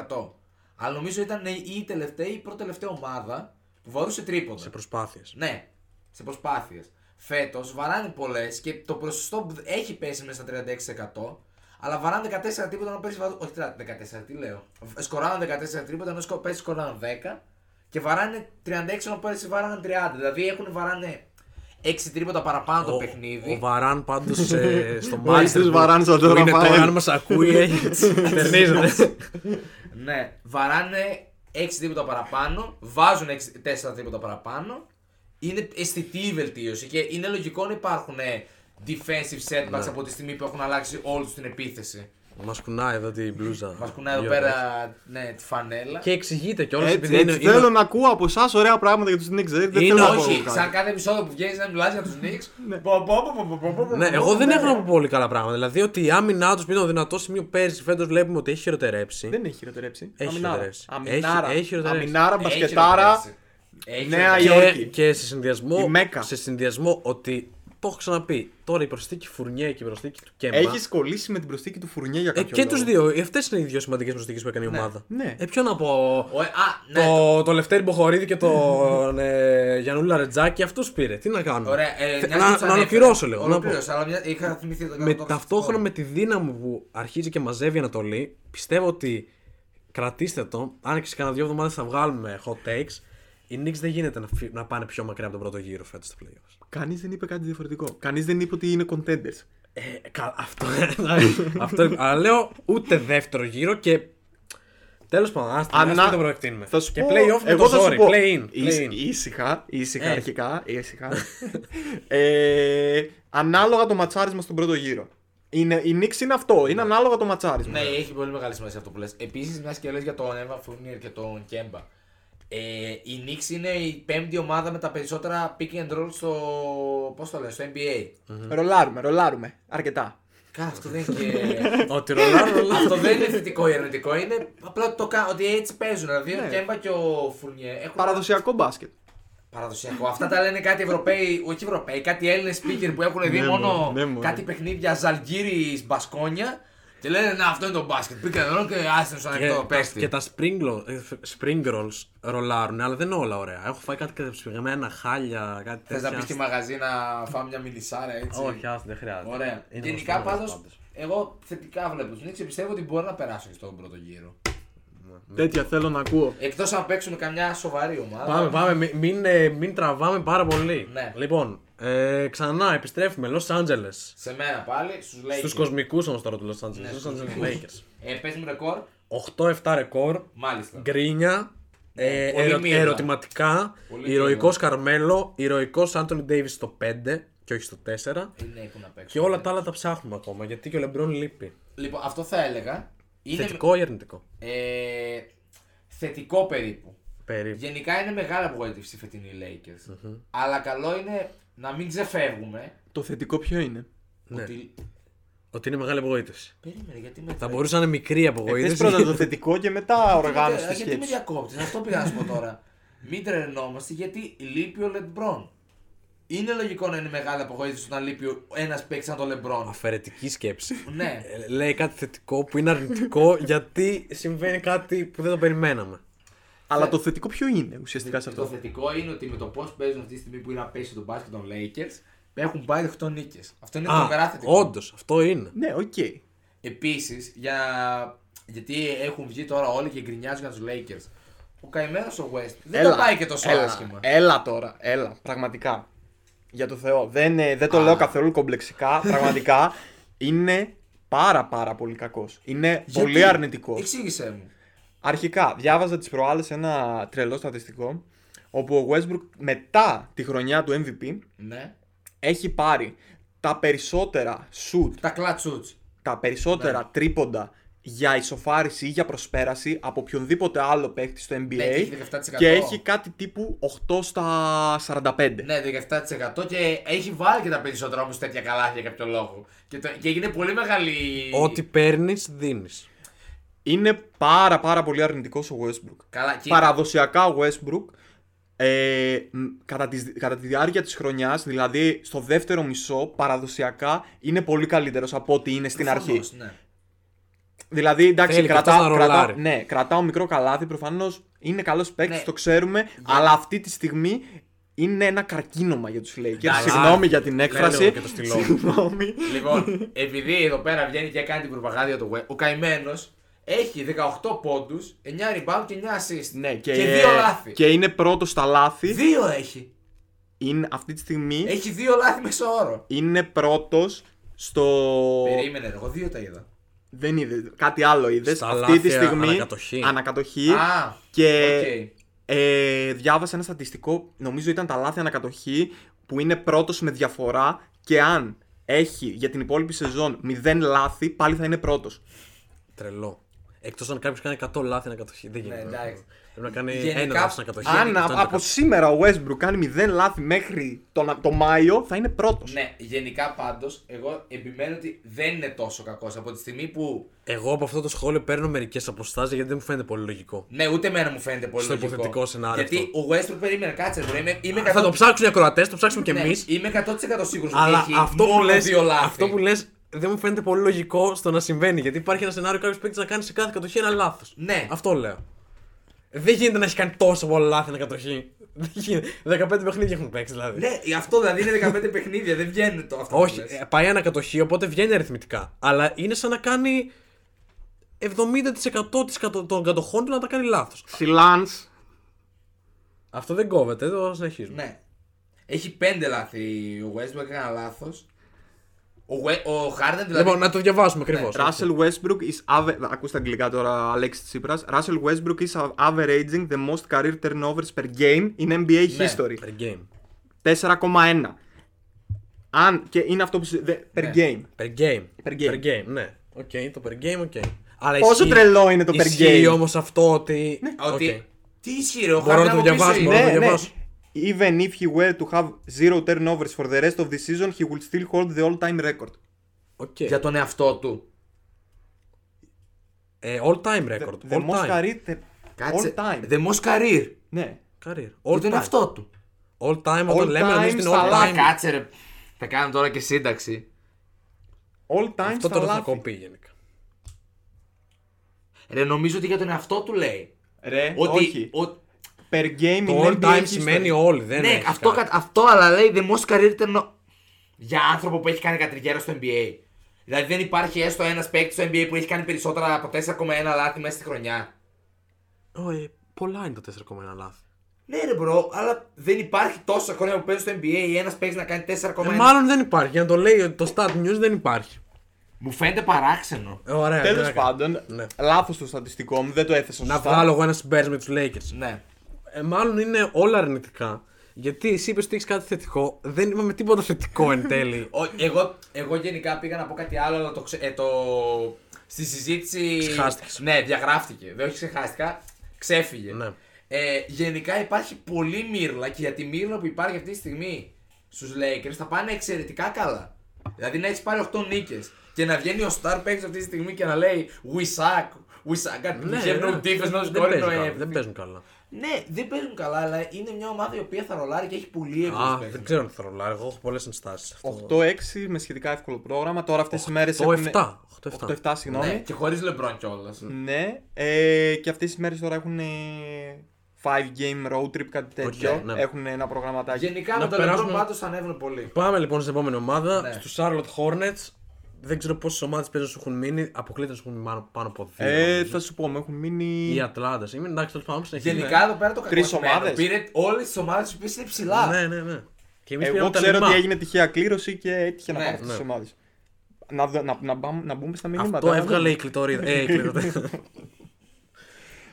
Speaker 6: 39%. Αλλά νομίζω ήταν η τελευταία ή η προτελευταία ομάδα που βαρούσε τρίποντα.
Speaker 5: Σε προσπάθειες.
Speaker 6: Ναι, σε προσπάθειες. Φέτος βαράνε πολλές και το ποσοστό έχει πέσει μέσα στα 36%. Αλλά βαράνε 14 τίποτα να πέρσι βαρούν. Όχι 14, τι λέω. Σκοράνε 14 τίποτα ενώ σκο- πέρσι σκοράνε 10. Και βαράνε 36 ενώ πέρσι βαράνε 30. Δηλαδή έχουν βαράνε 6 τίποτα παραπάνω το παιχνίδι.
Speaker 5: Ο Βαράν πάντως στο
Speaker 4: Ο
Speaker 5: Μάλιστα.
Speaker 4: Ιστής Βαράν σαν τον
Speaker 5: Είναι
Speaker 4: Ραφαέλ.
Speaker 5: τώρα, αν μας ακούει, ε, έτσι. Τερνίζεται.
Speaker 6: Ναι, βαράνε 6 τίποτα παραπάνω, βάζουν 4 τίποτα παραπάνω. Είναι αισθητή η βελτίωση και είναι λογικό να υπάρχουν ε, defensive setbacks
Speaker 5: Ναι.
Speaker 6: από τη στιγμή που έχουν αλλάξει όλους την επίθεση.
Speaker 5: Μας κουνάει εδώ την μπλούζα.
Speaker 6: Μας κουνάει εδώ
Speaker 5: Δύο
Speaker 6: πέρα
Speaker 5: φορές.
Speaker 6: ναι, τη φανέλα.
Speaker 5: Και εξηγείται κιόλας
Speaker 4: Έτσι,
Speaker 5: επειδή
Speaker 4: έτσι,
Speaker 5: είναι.
Speaker 4: θέλω
Speaker 5: είναι-
Speaker 4: να ακούω από εσάς ωραία πράγματα για του Knicks. Δεν, δεν
Speaker 5: Είναι
Speaker 4: θέλω να πω
Speaker 6: Όχι,
Speaker 4: κάτι. Ναι.
Speaker 6: σαν κάθε επεισόδιο που βγαίνει να μιλάς για τους Knicks. Πω, πω, πω, πω, πω, πω, πω,
Speaker 5: Ναι,
Speaker 6: πω,
Speaker 5: εγώ
Speaker 6: πω,
Speaker 5: δεν
Speaker 6: ναι.
Speaker 5: έχω να πω πολύ καλά πράγματα. Δηλαδή ότι η άμυνά τους που ήταν το δυνατό σημείο πέρσι, φέτος βλέπουμε ότι έχει χειροτερέψει.
Speaker 7: Δεν έχει χειροτερέψει.
Speaker 5: Έχει
Speaker 7: Αμυνάρα.
Speaker 5: χειροτερέψει.
Speaker 7: Αμυνάρα.
Speaker 5: Έχει- έχει χειροτερέψει.
Speaker 7: Αμυνάρα,
Speaker 6: Έχει
Speaker 7: μπασκετάρα.
Speaker 6: ρωτήσει. Έχει
Speaker 7: Νέα
Speaker 6: ρωτήσει.
Speaker 7: Υόρκη.
Speaker 5: και,
Speaker 7: όχι.
Speaker 5: και σε συνδυασμό,
Speaker 7: Η Μέκα.
Speaker 5: σε συνδυασμό ότι το έχω ξαναπεί. Τώρα η προσθήκη Φουρνιέ και η προσθήκη του Κέμπα.
Speaker 7: Έχεις κολλήσει με την προσθήκη του Φουρνιέ για
Speaker 5: Ε,
Speaker 7: κάποιο
Speaker 5: και
Speaker 7: λόγο.
Speaker 5: του δύο. Αυτές είναι οι δύο σημαντικές προσθήκες που έκανε η ομάδα.
Speaker 7: ναι.
Speaker 5: Ε, ποιο να πω.
Speaker 6: Ο- Α, ναι.
Speaker 5: Το, το Λευτέρη Μποχορίδη και τον ε, Γιανούλη Λαρετζάκη αυτούς πήρε. Τι να κάνουμε.
Speaker 6: Ωραία, ε, μιας που
Speaker 5: Θε- να,
Speaker 6: τους
Speaker 5: να
Speaker 6: ανέφερα.
Speaker 5: ολοκληρώσω λέω. Να πω.
Speaker 6: Ολοκλήρωσε, αλλά μια- είχα θυμηθεί το
Speaker 5: Με,
Speaker 6: το-
Speaker 5: ταυτόχρονα με τη δύναμη που αρχίζει και μαζεύει η Ανατολή, πιστεύω ότι κρατήστε το. Αν και σε κανένα δύο εβδομάδες θα βγάλουμε hot takes. Οι Knicks δεν γίνεται να, φυ- να πάνε πιο μακριά από τον πρώτο γύρο φέτος στο playoffs.
Speaker 7: Κανείς δεν είπε κάτι διαφορετικό. Κανείς δεν είπε ότι είναι contenders.
Speaker 5: Ε, κα- αυτό, αυτό. Αλλά λέω ούτε δεύτερο γύρο και. Τέλος πάντων, ας την- ας
Speaker 7: Ανά-
Speaker 5: μην το προεκτείνουμε.
Speaker 7: Θα σου
Speaker 5: και
Speaker 7: πω,
Speaker 5: play-off με
Speaker 7: εγώ
Speaker 5: το
Speaker 7: θα σου
Speaker 5: ζόρι.
Speaker 7: πω.
Speaker 5: Play-in.
Speaker 7: Ήσ-
Speaker 5: play-in.
Speaker 7: Ήσυχα, ήσυχα
Speaker 5: Ε.
Speaker 7: αρχικά, ήσυχα. ε, ανάλογα το ματσάρισμα στον πρώτο γύρο. Είναι, η νίκη είναι αυτό, είναι ανάλογα το ματσάρισμα.
Speaker 6: Ναι, έχει πολύ μεγάλη σημασία αυτό που λες. Επίσης, μιας και λες για τον Εύα Φούρνιερ και τον Κέμπα. Ε, η Knicks είναι η πέμπτη ομάδα με τα περισσότερα pick and roll στο, πώς το λένε, στο NBA.
Speaker 7: Mm-hmm. Ρολάρουμε, ρολάρουμε, αρκετά.
Speaker 6: Κα, αυτό δεν είναι
Speaker 5: Ότι ρολάρω, ρολάρω.
Speaker 6: Αυτό δεν είναι θετικό ή αρνητικό, είναι απλά ότι, το, κα- ότι έτσι παίζουν. Δηλαδή ο Κέμπα και ο Φουρνιέ έχουν
Speaker 7: Ναι. Παραδοσιακό μπάσκετ.
Speaker 6: παραδοσιακό. Αυτά τα λένε κάτι Ευρωπαίοι, όχι Ευρωπαίοι, κάτι Έλληνες speaker που έχουν δει
Speaker 7: Ναι,
Speaker 6: μόνο
Speaker 7: μωρέ, ναι, μωρέ.
Speaker 6: κάτι παιχνίδια Ζαλγίρι Μπασκόνια και λένε Να, αυτό είναι το μπάσκετ. Pick and roll και άσε του
Speaker 5: Και,
Speaker 6: ανεκτό.
Speaker 5: τα- και τα spring, roll- ε, spring rolls ρολάρουν, αλλά δεν είναι όλα ωραία. Έχω φάει κάτι κατεψυγμένα, χάλια, κάτι
Speaker 6: Θες
Speaker 5: τέτοια.
Speaker 6: να πει στη μαγαζί να φάμε μια μιλισάρα έτσι.
Speaker 5: Όχι, άστα, δεν χρειάζεται.
Speaker 6: Ωραία.
Speaker 5: Είναι
Speaker 6: Γενικά
Speaker 5: γνωστό,
Speaker 6: πάντω, εγώ θετικά βλέπω τους Νίξ πιστεύω ότι μπορεί να περάσουν στον πρώτο γύρο.
Speaker 4: Τέτοια θέλω να ακούω.
Speaker 6: Εκτός αν παίξουν καμιά σοβαρή ομάδα.
Speaker 5: Πάμε, πάμε, μη- μην, ε, μην τραβάμε πάρα πολύ.
Speaker 6: Ναι.
Speaker 5: Λοιπόν, ε, ξανά επιστρέφουμε, Los Angeles.
Speaker 6: Σε μένα πάλι, στους Lakers.
Speaker 5: Στους κοσμικούς όμως τώρα του Los Angeles.
Speaker 6: Ναι,
Speaker 5: Los
Speaker 6: στους
Speaker 5: Angeles
Speaker 6: κοσμικούς.
Speaker 5: Lakers.
Speaker 6: Ε, πες μου ρεκόρ.
Speaker 5: 8-7 ρεκόρ.
Speaker 6: Μάλιστα. Ναι,
Speaker 5: Γκρίνια. Ε,
Speaker 6: πολύ
Speaker 5: ερω-
Speaker 6: μύρλα.
Speaker 5: ερωτηματικά.
Speaker 6: Πολύ
Speaker 5: Ηρωικός Καρμέλο. Ηρωικός Άντωνι Ντέιβι στο 5 και όχι στο 4.
Speaker 6: Ε, Ναι, πού να παίξουν.
Speaker 5: Και όλα τα άλλα τα ψάχνουμε ακόμα γιατί και ο Λεμπρόν λείπει.
Speaker 6: Λοιπόν, αυτό θα έλεγα. Είναι
Speaker 5: Θετικό ή αρνητικό.
Speaker 6: Ε, θετικό περίπου.
Speaker 5: Περίπου.
Speaker 6: Γενικά είναι μεγάλη απογοήτευση η φετινή οι Lakers. Αλλά καλό είναι να μην ξεφεύγουμε.
Speaker 7: Το θετικό ποιο είναι.
Speaker 5: Ναι.
Speaker 6: Ότι...
Speaker 5: Ότι είναι μεγάλη απογοήτευση.
Speaker 6: Περίμενε, γιατί με
Speaker 5: Θα μπορούσε να είναι μικρή απογοήτευση.
Speaker 7: Θε πρώτα το θετικό και μετά οργάνωση
Speaker 6: Γιατί-
Speaker 5: Ε,
Speaker 7: τη
Speaker 6: Γιατί με
Speaker 7: σκέψη.
Speaker 6: διακόπτεις, αυτό πήγα να σου πω τώρα. Μην τρελνόμαστε γιατί λείπει ο Λεμπρόν. Είναι λογικό να είναι μεγάλη απογοήτευση όταν λείπει ένας παίκτης σαν τον Λεμπρόν.
Speaker 5: Αφαιρετική σκέψη.
Speaker 6: ναι.
Speaker 5: Ε, Λέει κάτι θετικό που είναι αρνητικό γιατί συμβαίνει κάτι που δεν το περιμέναμε.
Speaker 7: Αλλά το θετικό ποιο είναι ουσιαστικά σε
Speaker 6: Ναι. Το
Speaker 7: αυτό.
Speaker 6: θετικό είναι ότι με το πώς παίζουν αυτή τη στιγμή που είναι απέσιο τον μπάσκετ των Lakers, έχουν πάρει 8 νίκες. Αυτό είναι τρομερά θετικό.
Speaker 4: Ναι,
Speaker 5: όντως, αυτό είναι.
Speaker 7: Ναι, οκ.
Speaker 6: Επίσης, για Γιατί έχουν βγει τώρα όλοι και γκρινιάζουν για τους Lakers. Ο καημένος ο West δεν
Speaker 4: Έλα,
Speaker 6: τα πάει και τόσο
Speaker 4: έλα, Ε,
Speaker 6: άσχημα.
Speaker 4: Έλα τώρα, έλα, πραγματικά. Για το Θεό. Δεν, ε, δεν το λέω καθόλου κομπλεξικά. Πραγματικά είναι πάρα πάρα πολύ κακός. Είναι πολύ αρνητικός.
Speaker 6: Εξήγησέ μου.
Speaker 4: Αρχικά, διάβαζα τις προάλλες ένα τρελό στατιστικό όπου ο Westbrook μετά τη χρονιά του MVP
Speaker 6: Ναι.
Speaker 4: έχει πάρει τα περισσότερα shoot,
Speaker 6: Τα κλατσούτ.
Speaker 4: τα περισσότερα
Speaker 6: Ναι.
Speaker 4: τρίποντα για ισοφάριση ή για προσπέραση από οποιονδήποτε άλλο παίκτη στο NBA
Speaker 6: Ναι, έχει 17%.
Speaker 4: και έχει κάτι τύπου 8 στα 45.
Speaker 6: Ναι, 17% και έχει βάλει και τα περισσότερα όμως τέτοια καλά για κάποιο λόγο. Και, το, και έγινε πολύ μεγάλη.
Speaker 5: Ό,τι παίρνεις, δίνεις.
Speaker 4: Είναι πάρα πάρα πολύ αρνητικός ο Westbrook.
Speaker 6: Καλά, και
Speaker 4: Παραδοσιακά ο Westbrook ε, μ, κατά, τις, κατά τη διάρκεια της χρονιάς, δηλαδή στο δεύτερο μισό, παραδοσιακά είναι πολύ καλύτερος από ό,τι είναι στην
Speaker 6: Προφανώς,
Speaker 4: αρχή.
Speaker 6: Ναι.
Speaker 4: Δηλαδή, εντάξει,
Speaker 5: Θέλει και
Speaker 4: κρατά,
Speaker 5: αυτός να
Speaker 4: κρατά-
Speaker 5: ρολάρει.
Speaker 4: ναι, κρατάω μικρό καλάθι, προφανώς είναι καλός παίκτης,
Speaker 6: Ναι.
Speaker 4: το ξέρουμε, αλλά αυτή τη στιγμή είναι ένα καρκίνωμα για τους Lakers.
Speaker 6: Εντάξει. Ναι,
Speaker 4: Συγγνώμη για την
Speaker 5: λέω
Speaker 4: έκφραση.
Speaker 5: και το στυλό.
Speaker 4: Συγγνώμη.
Speaker 6: Λοιπόν, επειδή εδώ πέρα βγαίνει και κάνει την προπαγάνδα του West, ο καημένος έχει 18 πόντου, 9 rebound και 9 assist.
Speaker 4: Ναι, και,
Speaker 6: δύο λάθη.
Speaker 4: Και είναι πρώτο στα λάθη.
Speaker 6: Δύο έχει.
Speaker 4: Είναι, αυτή τη στιγμή
Speaker 6: Έχει δύο λάθη μέσα όρο.
Speaker 4: είναι πρώτος στο.
Speaker 6: Περίμενε, ρε, εγώ δύο τα είδα.
Speaker 4: Δεν είδε. Κάτι άλλο είδες.
Speaker 5: Στα
Speaker 4: Αυτή τη
Speaker 5: λάθη,
Speaker 4: στιγμή.
Speaker 5: ανακατοχή.
Speaker 4: ανακατοχή
Speaker 6: Α,
Speaker 4: και
Speaker 6: οκ.
Speaker 4: ε, διάβασα ένα στατιστικό. Νομίζω ήταν τα λάθη ανακατοχή που είναι πρώτος με διαφορά και αν έχει για την υπόλοιπη σεζόν 0 λάθη, πάλι θα είναι πρώτος.
Speaker 5: Τρελό. Εκτός αν κάποιος κάνει 100 λάθη να κατοχή. Δεν γίνεται.
Speaker 6: εντάξει.
Speaker 5: Πρέπει να κάνει
Speaker 6: Γενικά,
Speaker 5: ένα λάθος να κατοχή.
Speaker 4: αν από σήμερα ο Westbrook κάνει 0 λάθη μέχρι τον, το Μάιο, θα είναι πρώτος.
Speaker 6: Ναι, γενικά πάντως, εγώ επιμένω ότι δεν είναι τόσο κακός. Από τη στιγμή που.
Speaker 5: Εγώ από αυτό το σχόλιο παίρνω μερικές αποστάσεις γιατί δεν μου φαίνεται πολύ λογικό.
Speaker 6: Ναι, ούτε εμένα μου φαίνεται πολύ
Speaker 5: Στο
Speaker 6: λογικό.
Speaker 5: υποθετικό σενάριο
Speaker 6: Γιατί ο Westbrook περίμενε, κάτσε εδώ. Είμαι, είμαι 100%
Speaker 5: Θα το ψάξουν οι ακροατές, το ψάξουμε κι
Speaker 6: ναι,
Speaker 5: εμείς.
Speaker 6: Είμαι 100% σίγουρος ότι
Speaker 5: Αλλά
Speaker 6: έχει
Speaker 5: αυτό
Speaker 6: μόνο
Speaker 5: που, λες,
Speaker 6: δύο λάθη.
Speaker 5: αυτό που λες δεν μου φαίνεται πολύ λογικό στο να συμβαίνει. Γιατί υπάρχει ένα σενάριο κάποιος παίκτης να κάνει σε κάθε κατοχή ένα λάθος.
Speaker 6: Ναι.
Speaker 5: Αυτό λέω. Δεν γίνεται να έχει κάνει τόσο πολλά λάθη ένα κατοχή. Δεν γίνεται. 15 παιχνίδια έχουν παίξει δηλαδή.
Speaker 6: Ναι, αυτό δηλαδή είναι 15 παιχνίδια, δεν βγαίνει το αυτό. που
Speaker 5: Όχι,
Speaker 6: λες.
Speaker 5: ε, πάει ανακατοχή οπότε βγαίνει αριθμητικά. Αλλά είναι σαν να κάνει 70% της κατο- των κατοχών του να τα κάνει λάθος.
Speaker 4: Σιλάνς,
Speaker 5: Αυτό δεν κόβεται, το συνεχίζουμε.
Speaker 6: Ναι. Έχει 5 λάθη ο Westbrook, έκανε λάθος. Ο, Γουέ- ο Harden δηλαδή.
Speaker 5: Λοιπόν, να το διαβάσουμε ακριβώ.
Speaker 6: Ναι,
Speaker 4: Russell Westbrook is aver... Ακούστε αγγλικά τώρα, Αλέξη Τσίπρας. Russell Westbrook is averaging the most career turnovers per game in NBA
Speaker 6: Ναι.
Speaker 4: history.
Speaker 5: Per game.
Speaker 4: 4,1. Αν και είναι αυτό που. συ- δε- Per
Speaker 6: Ναι.
Speaker 4: game.
Speaker 5: Per game.
Speaker 4: Per game.
Speaker 5: Per game, ναι. Οκ, το per game, οκ. Αλλά
Speaker 4: Πόσο
Speaker 5: ισχύει-
Speaker 4: τρελό είναι το per
Speaker 5: Ισχύει
Speaker 4: game. Ναι.
Speaker 5: όμως αυτό ότι.
Speaker 6: Α, Ότι.
Speaker 5: Οκ.
Speaker 6: Τι ισχύει, ρε, ο
Speaker 5: Μπορώ
Speaker 6: Harden
Speaker 5: να το
Speaker 6: από πίσω
Speaker 5: διαβάσω, Ναι.
Speaker 6: είναι.
Speaker 5: μπορώ. να διαβάσω.
Speaker 4: Even if he were to have zero turnovers for the rest of the season, he will still hold the all-time record.
Speaker 5: Οκ.
Speaker 6: Για τον εαυτό του.
Speaker 5: Ε, all time
Speaker 4: The,
Speaker 5: record.
Speaker 4: the
Speaker 5: All
Speaker 4: most
Speaker 5: time.
Speaker 4: career. The...
Speaker 6: Κάτσε.
Speaker 4: All time.
Speaker 6: The most career.
Speaker 4: Ναι.
Speaker 5: Career.
Speaker 6: Για
Speaker 5: All
Speaker 6: τον
Speaker 5: time.
Speaker 6: εαυτό του.
Speaker 5: All time όταν
Speaker 4: All
Speaker 5: λέμε
Speaker 4: time
Speaker 5: εμεί την
Speaker 4: στα
Speaker 5: all
Speaker 4: λάθη.
Speaker 5: time.
Speaker 6: Αλλά κάτσε, ρε. Θα κάνω τώρα και σύνταξη.
Speaker 4: All time
Speaker 5: Αυτό
Speaker 4: στα
Speaker 5: τώρα θα
Speaker 4: λάθη.
Speaker 5: κοπεί γενικά.
Speaker 6: Ρε, νομίζω ότι για τον εαυτό του λέει.
Speaker 4: Ρε,
Speaker 6: Ότι.
Speaker 4: όχι.
Speaker 6: ο-
Speaker 4: Per game
Speaker 5: Το
Speaker 4: in
Speaker 5: all
Speaker 4: NBA
Speaker 5: time
Speaker 4: history.
Speaker 5: σημαίνει όλοι, δεν
Speaker 6: Ναι,
Speaker 5: έχεις
Speaker 6: αυτό,
Speaker 5: κάτι.
Speaker 6: κα- αυτό αλλά λέει the most career turno- Για άνθρωπο που έχει κάνει κατριγέρα στο NBA. Δηλαδή δεν υπάρχει έστω ένας παίκτης στο NBA που έχει κάνει περισσότερα από 4,1 λάθη μέσα στη χρονιά.
Speaker 5: Ω, ε, πολλά είναι τα 4,1 λάθη.
Speaker 6: Ναι, ρε μπρο, αλλά δεν υπάρχει τόσα χρόνια που παίζει στο NBA ένας παίκτης να κάνει 4,1.
Speaker 5: Ε, μάλλον δεν υπάρχει. Για να το λέει ότι το stat news δεν υπάρχει.
Speaker 6: Μου φαίνεται παράξενο.
Speaker 5: Ε, Ωραία. δεν
Speaker 4: Τέλο
Speaker 5: θα κάνω.
Speaker 4: πάντων,
Speaker 5: Ναι.
Speaker 4: λάθος το στατιστικό μου, δεν το έθεσα
Speaker 5: Να
Speaker 4: σωστά.
Speaker 5: βγάλω εγώ ένα συμπέρασμα με τους Lakers.
Speaker 6: Ναι.
Speaker 5: Ε, μάλλον είναι όλα αρνητικά. Γιατί εσύ είπες ότι έχεις κάτι θετικό. Δεν είπαμε τίποτα θετικό εν τέλει.
Speaker 6: Ο, εγώ, εγώ γενικά πήγα να πω κάτι άλλο, αλλά το, ξε- ε, το... στη συζήτηση.
Speaker 5: Ξεχάστηκες.
Speaker 6: Ναι, διαγράφτηκε. Δεν όχι ξεχάστηκα. Ξέφυγε.
Speaker 5: Ναι.
Speaker 6: Ε, γενικά υπάρχει πολύ μύρλα και για τη μύρλα που υπάρχει αυτή τη στιγμή στους Lakers θα πάνε εξαιρετικά καλά. Δηλαδή να έχεις πάρει 8 νίκες και να βγαίνει ο Star παίκτης αυτή τη στιγμή και να λέει We suck. We suck. Κάτι
Speaker 5: Ναι,
Speaker 6: have no
Speaker 5: ναι.
Speaker 6: defense, no
Speaker 5: δεν,
Speaker 6: scoring,
Speaker 5: παίζουν
Speaker 6: no
Speaker 5: καλά,
Speaker 6: everything».
Speaker 5: δεν παίζουν καλά.
Speaker 6: Ναι, δεν παίζουν καλά, αλλά είναι μια ομάδα η οποία θα ρολάρει και έχει πολύ
Speaker 5: Α,
Speaker 6: εύρωση.
Speaker 5: δεν ξέρω αν θα ρολάρω. Εγώ έχω πολλές ενστάσεις.
Speaker 4: 8-6 με σχετικά εύκολο πρόγραμμα. Τώρα αυτές τι μέρε.
Speaker 5: 8-7.
Speaker 4: 8-7, συγγνώμη.
Speaker 6: Ναι, και χωρίς LeBron κιόλας.
Speaker 4: Ναι, ε, και αυτές τις μέρες τώρα έχουν 5 game road trip, κάτι τέτοιο.
Speaker 5: ναι.
Speaker 4: Έχουν ένα προγραμματάκι.
Speaker 6: Γενικά
Speaker 5: Να
Speaker 6: με τον
Speaker 5: περάσουμε- Ναι.
Speaker 6: LeBron πάντω ανέβουν πολύ.
Speaker 5: Πάμε λοιπόν στην επόμενη ομάδα,
Speaker 6: Ναι.
Speaker 5: στους Charlotte Hornets δεν ξέρω πόσες ομάδες παίζουν σου έχουν μείνει. Αποκλείται να σου έχουν μείνει πάνω- πάνω από δύο.
Speaker 7: Ε, θα σου πω, μου έχουν μείνει.
Speaker 5: Οι Ατλάντε. Είμαι εντάξει, τέλος πάντων. συνεχίζουμε.
Speaker 6: Γενικά εδώ πέρα το
Speaker 7: Τρεις
Speaker 6: κακοσμένο
Speaker 7: ομάδες.
Speaker 6: Πήρε όλες τις ομάδες που είναι ψηλά.
Speaker 5: Ναι, ναι, ναι. Και εμείς
Speaker 7: Ε, Εγώ
Speaker 5: πήραμε τα
Speaker 7: ξέρω
Speaker 5: λιμά.
Speaker 7: ότι έγινε τυχαία κλήρωση και έτυχε να
Speaker 6: Ναι,
Speaker 7: πάμε αυτές τις
Speaker 5: ναι.
Speaker 7: ομάδες. Να, δω- να, να, πάμε- να μπούμε στα μηνύματα.
Speaker 5: Αυτό
Speaker 7: να
Speaker 5: έβγαλε
Speaker 7: δούμε.
Speaker 5: η κλητορίδα. Ε, η κλητορίδα.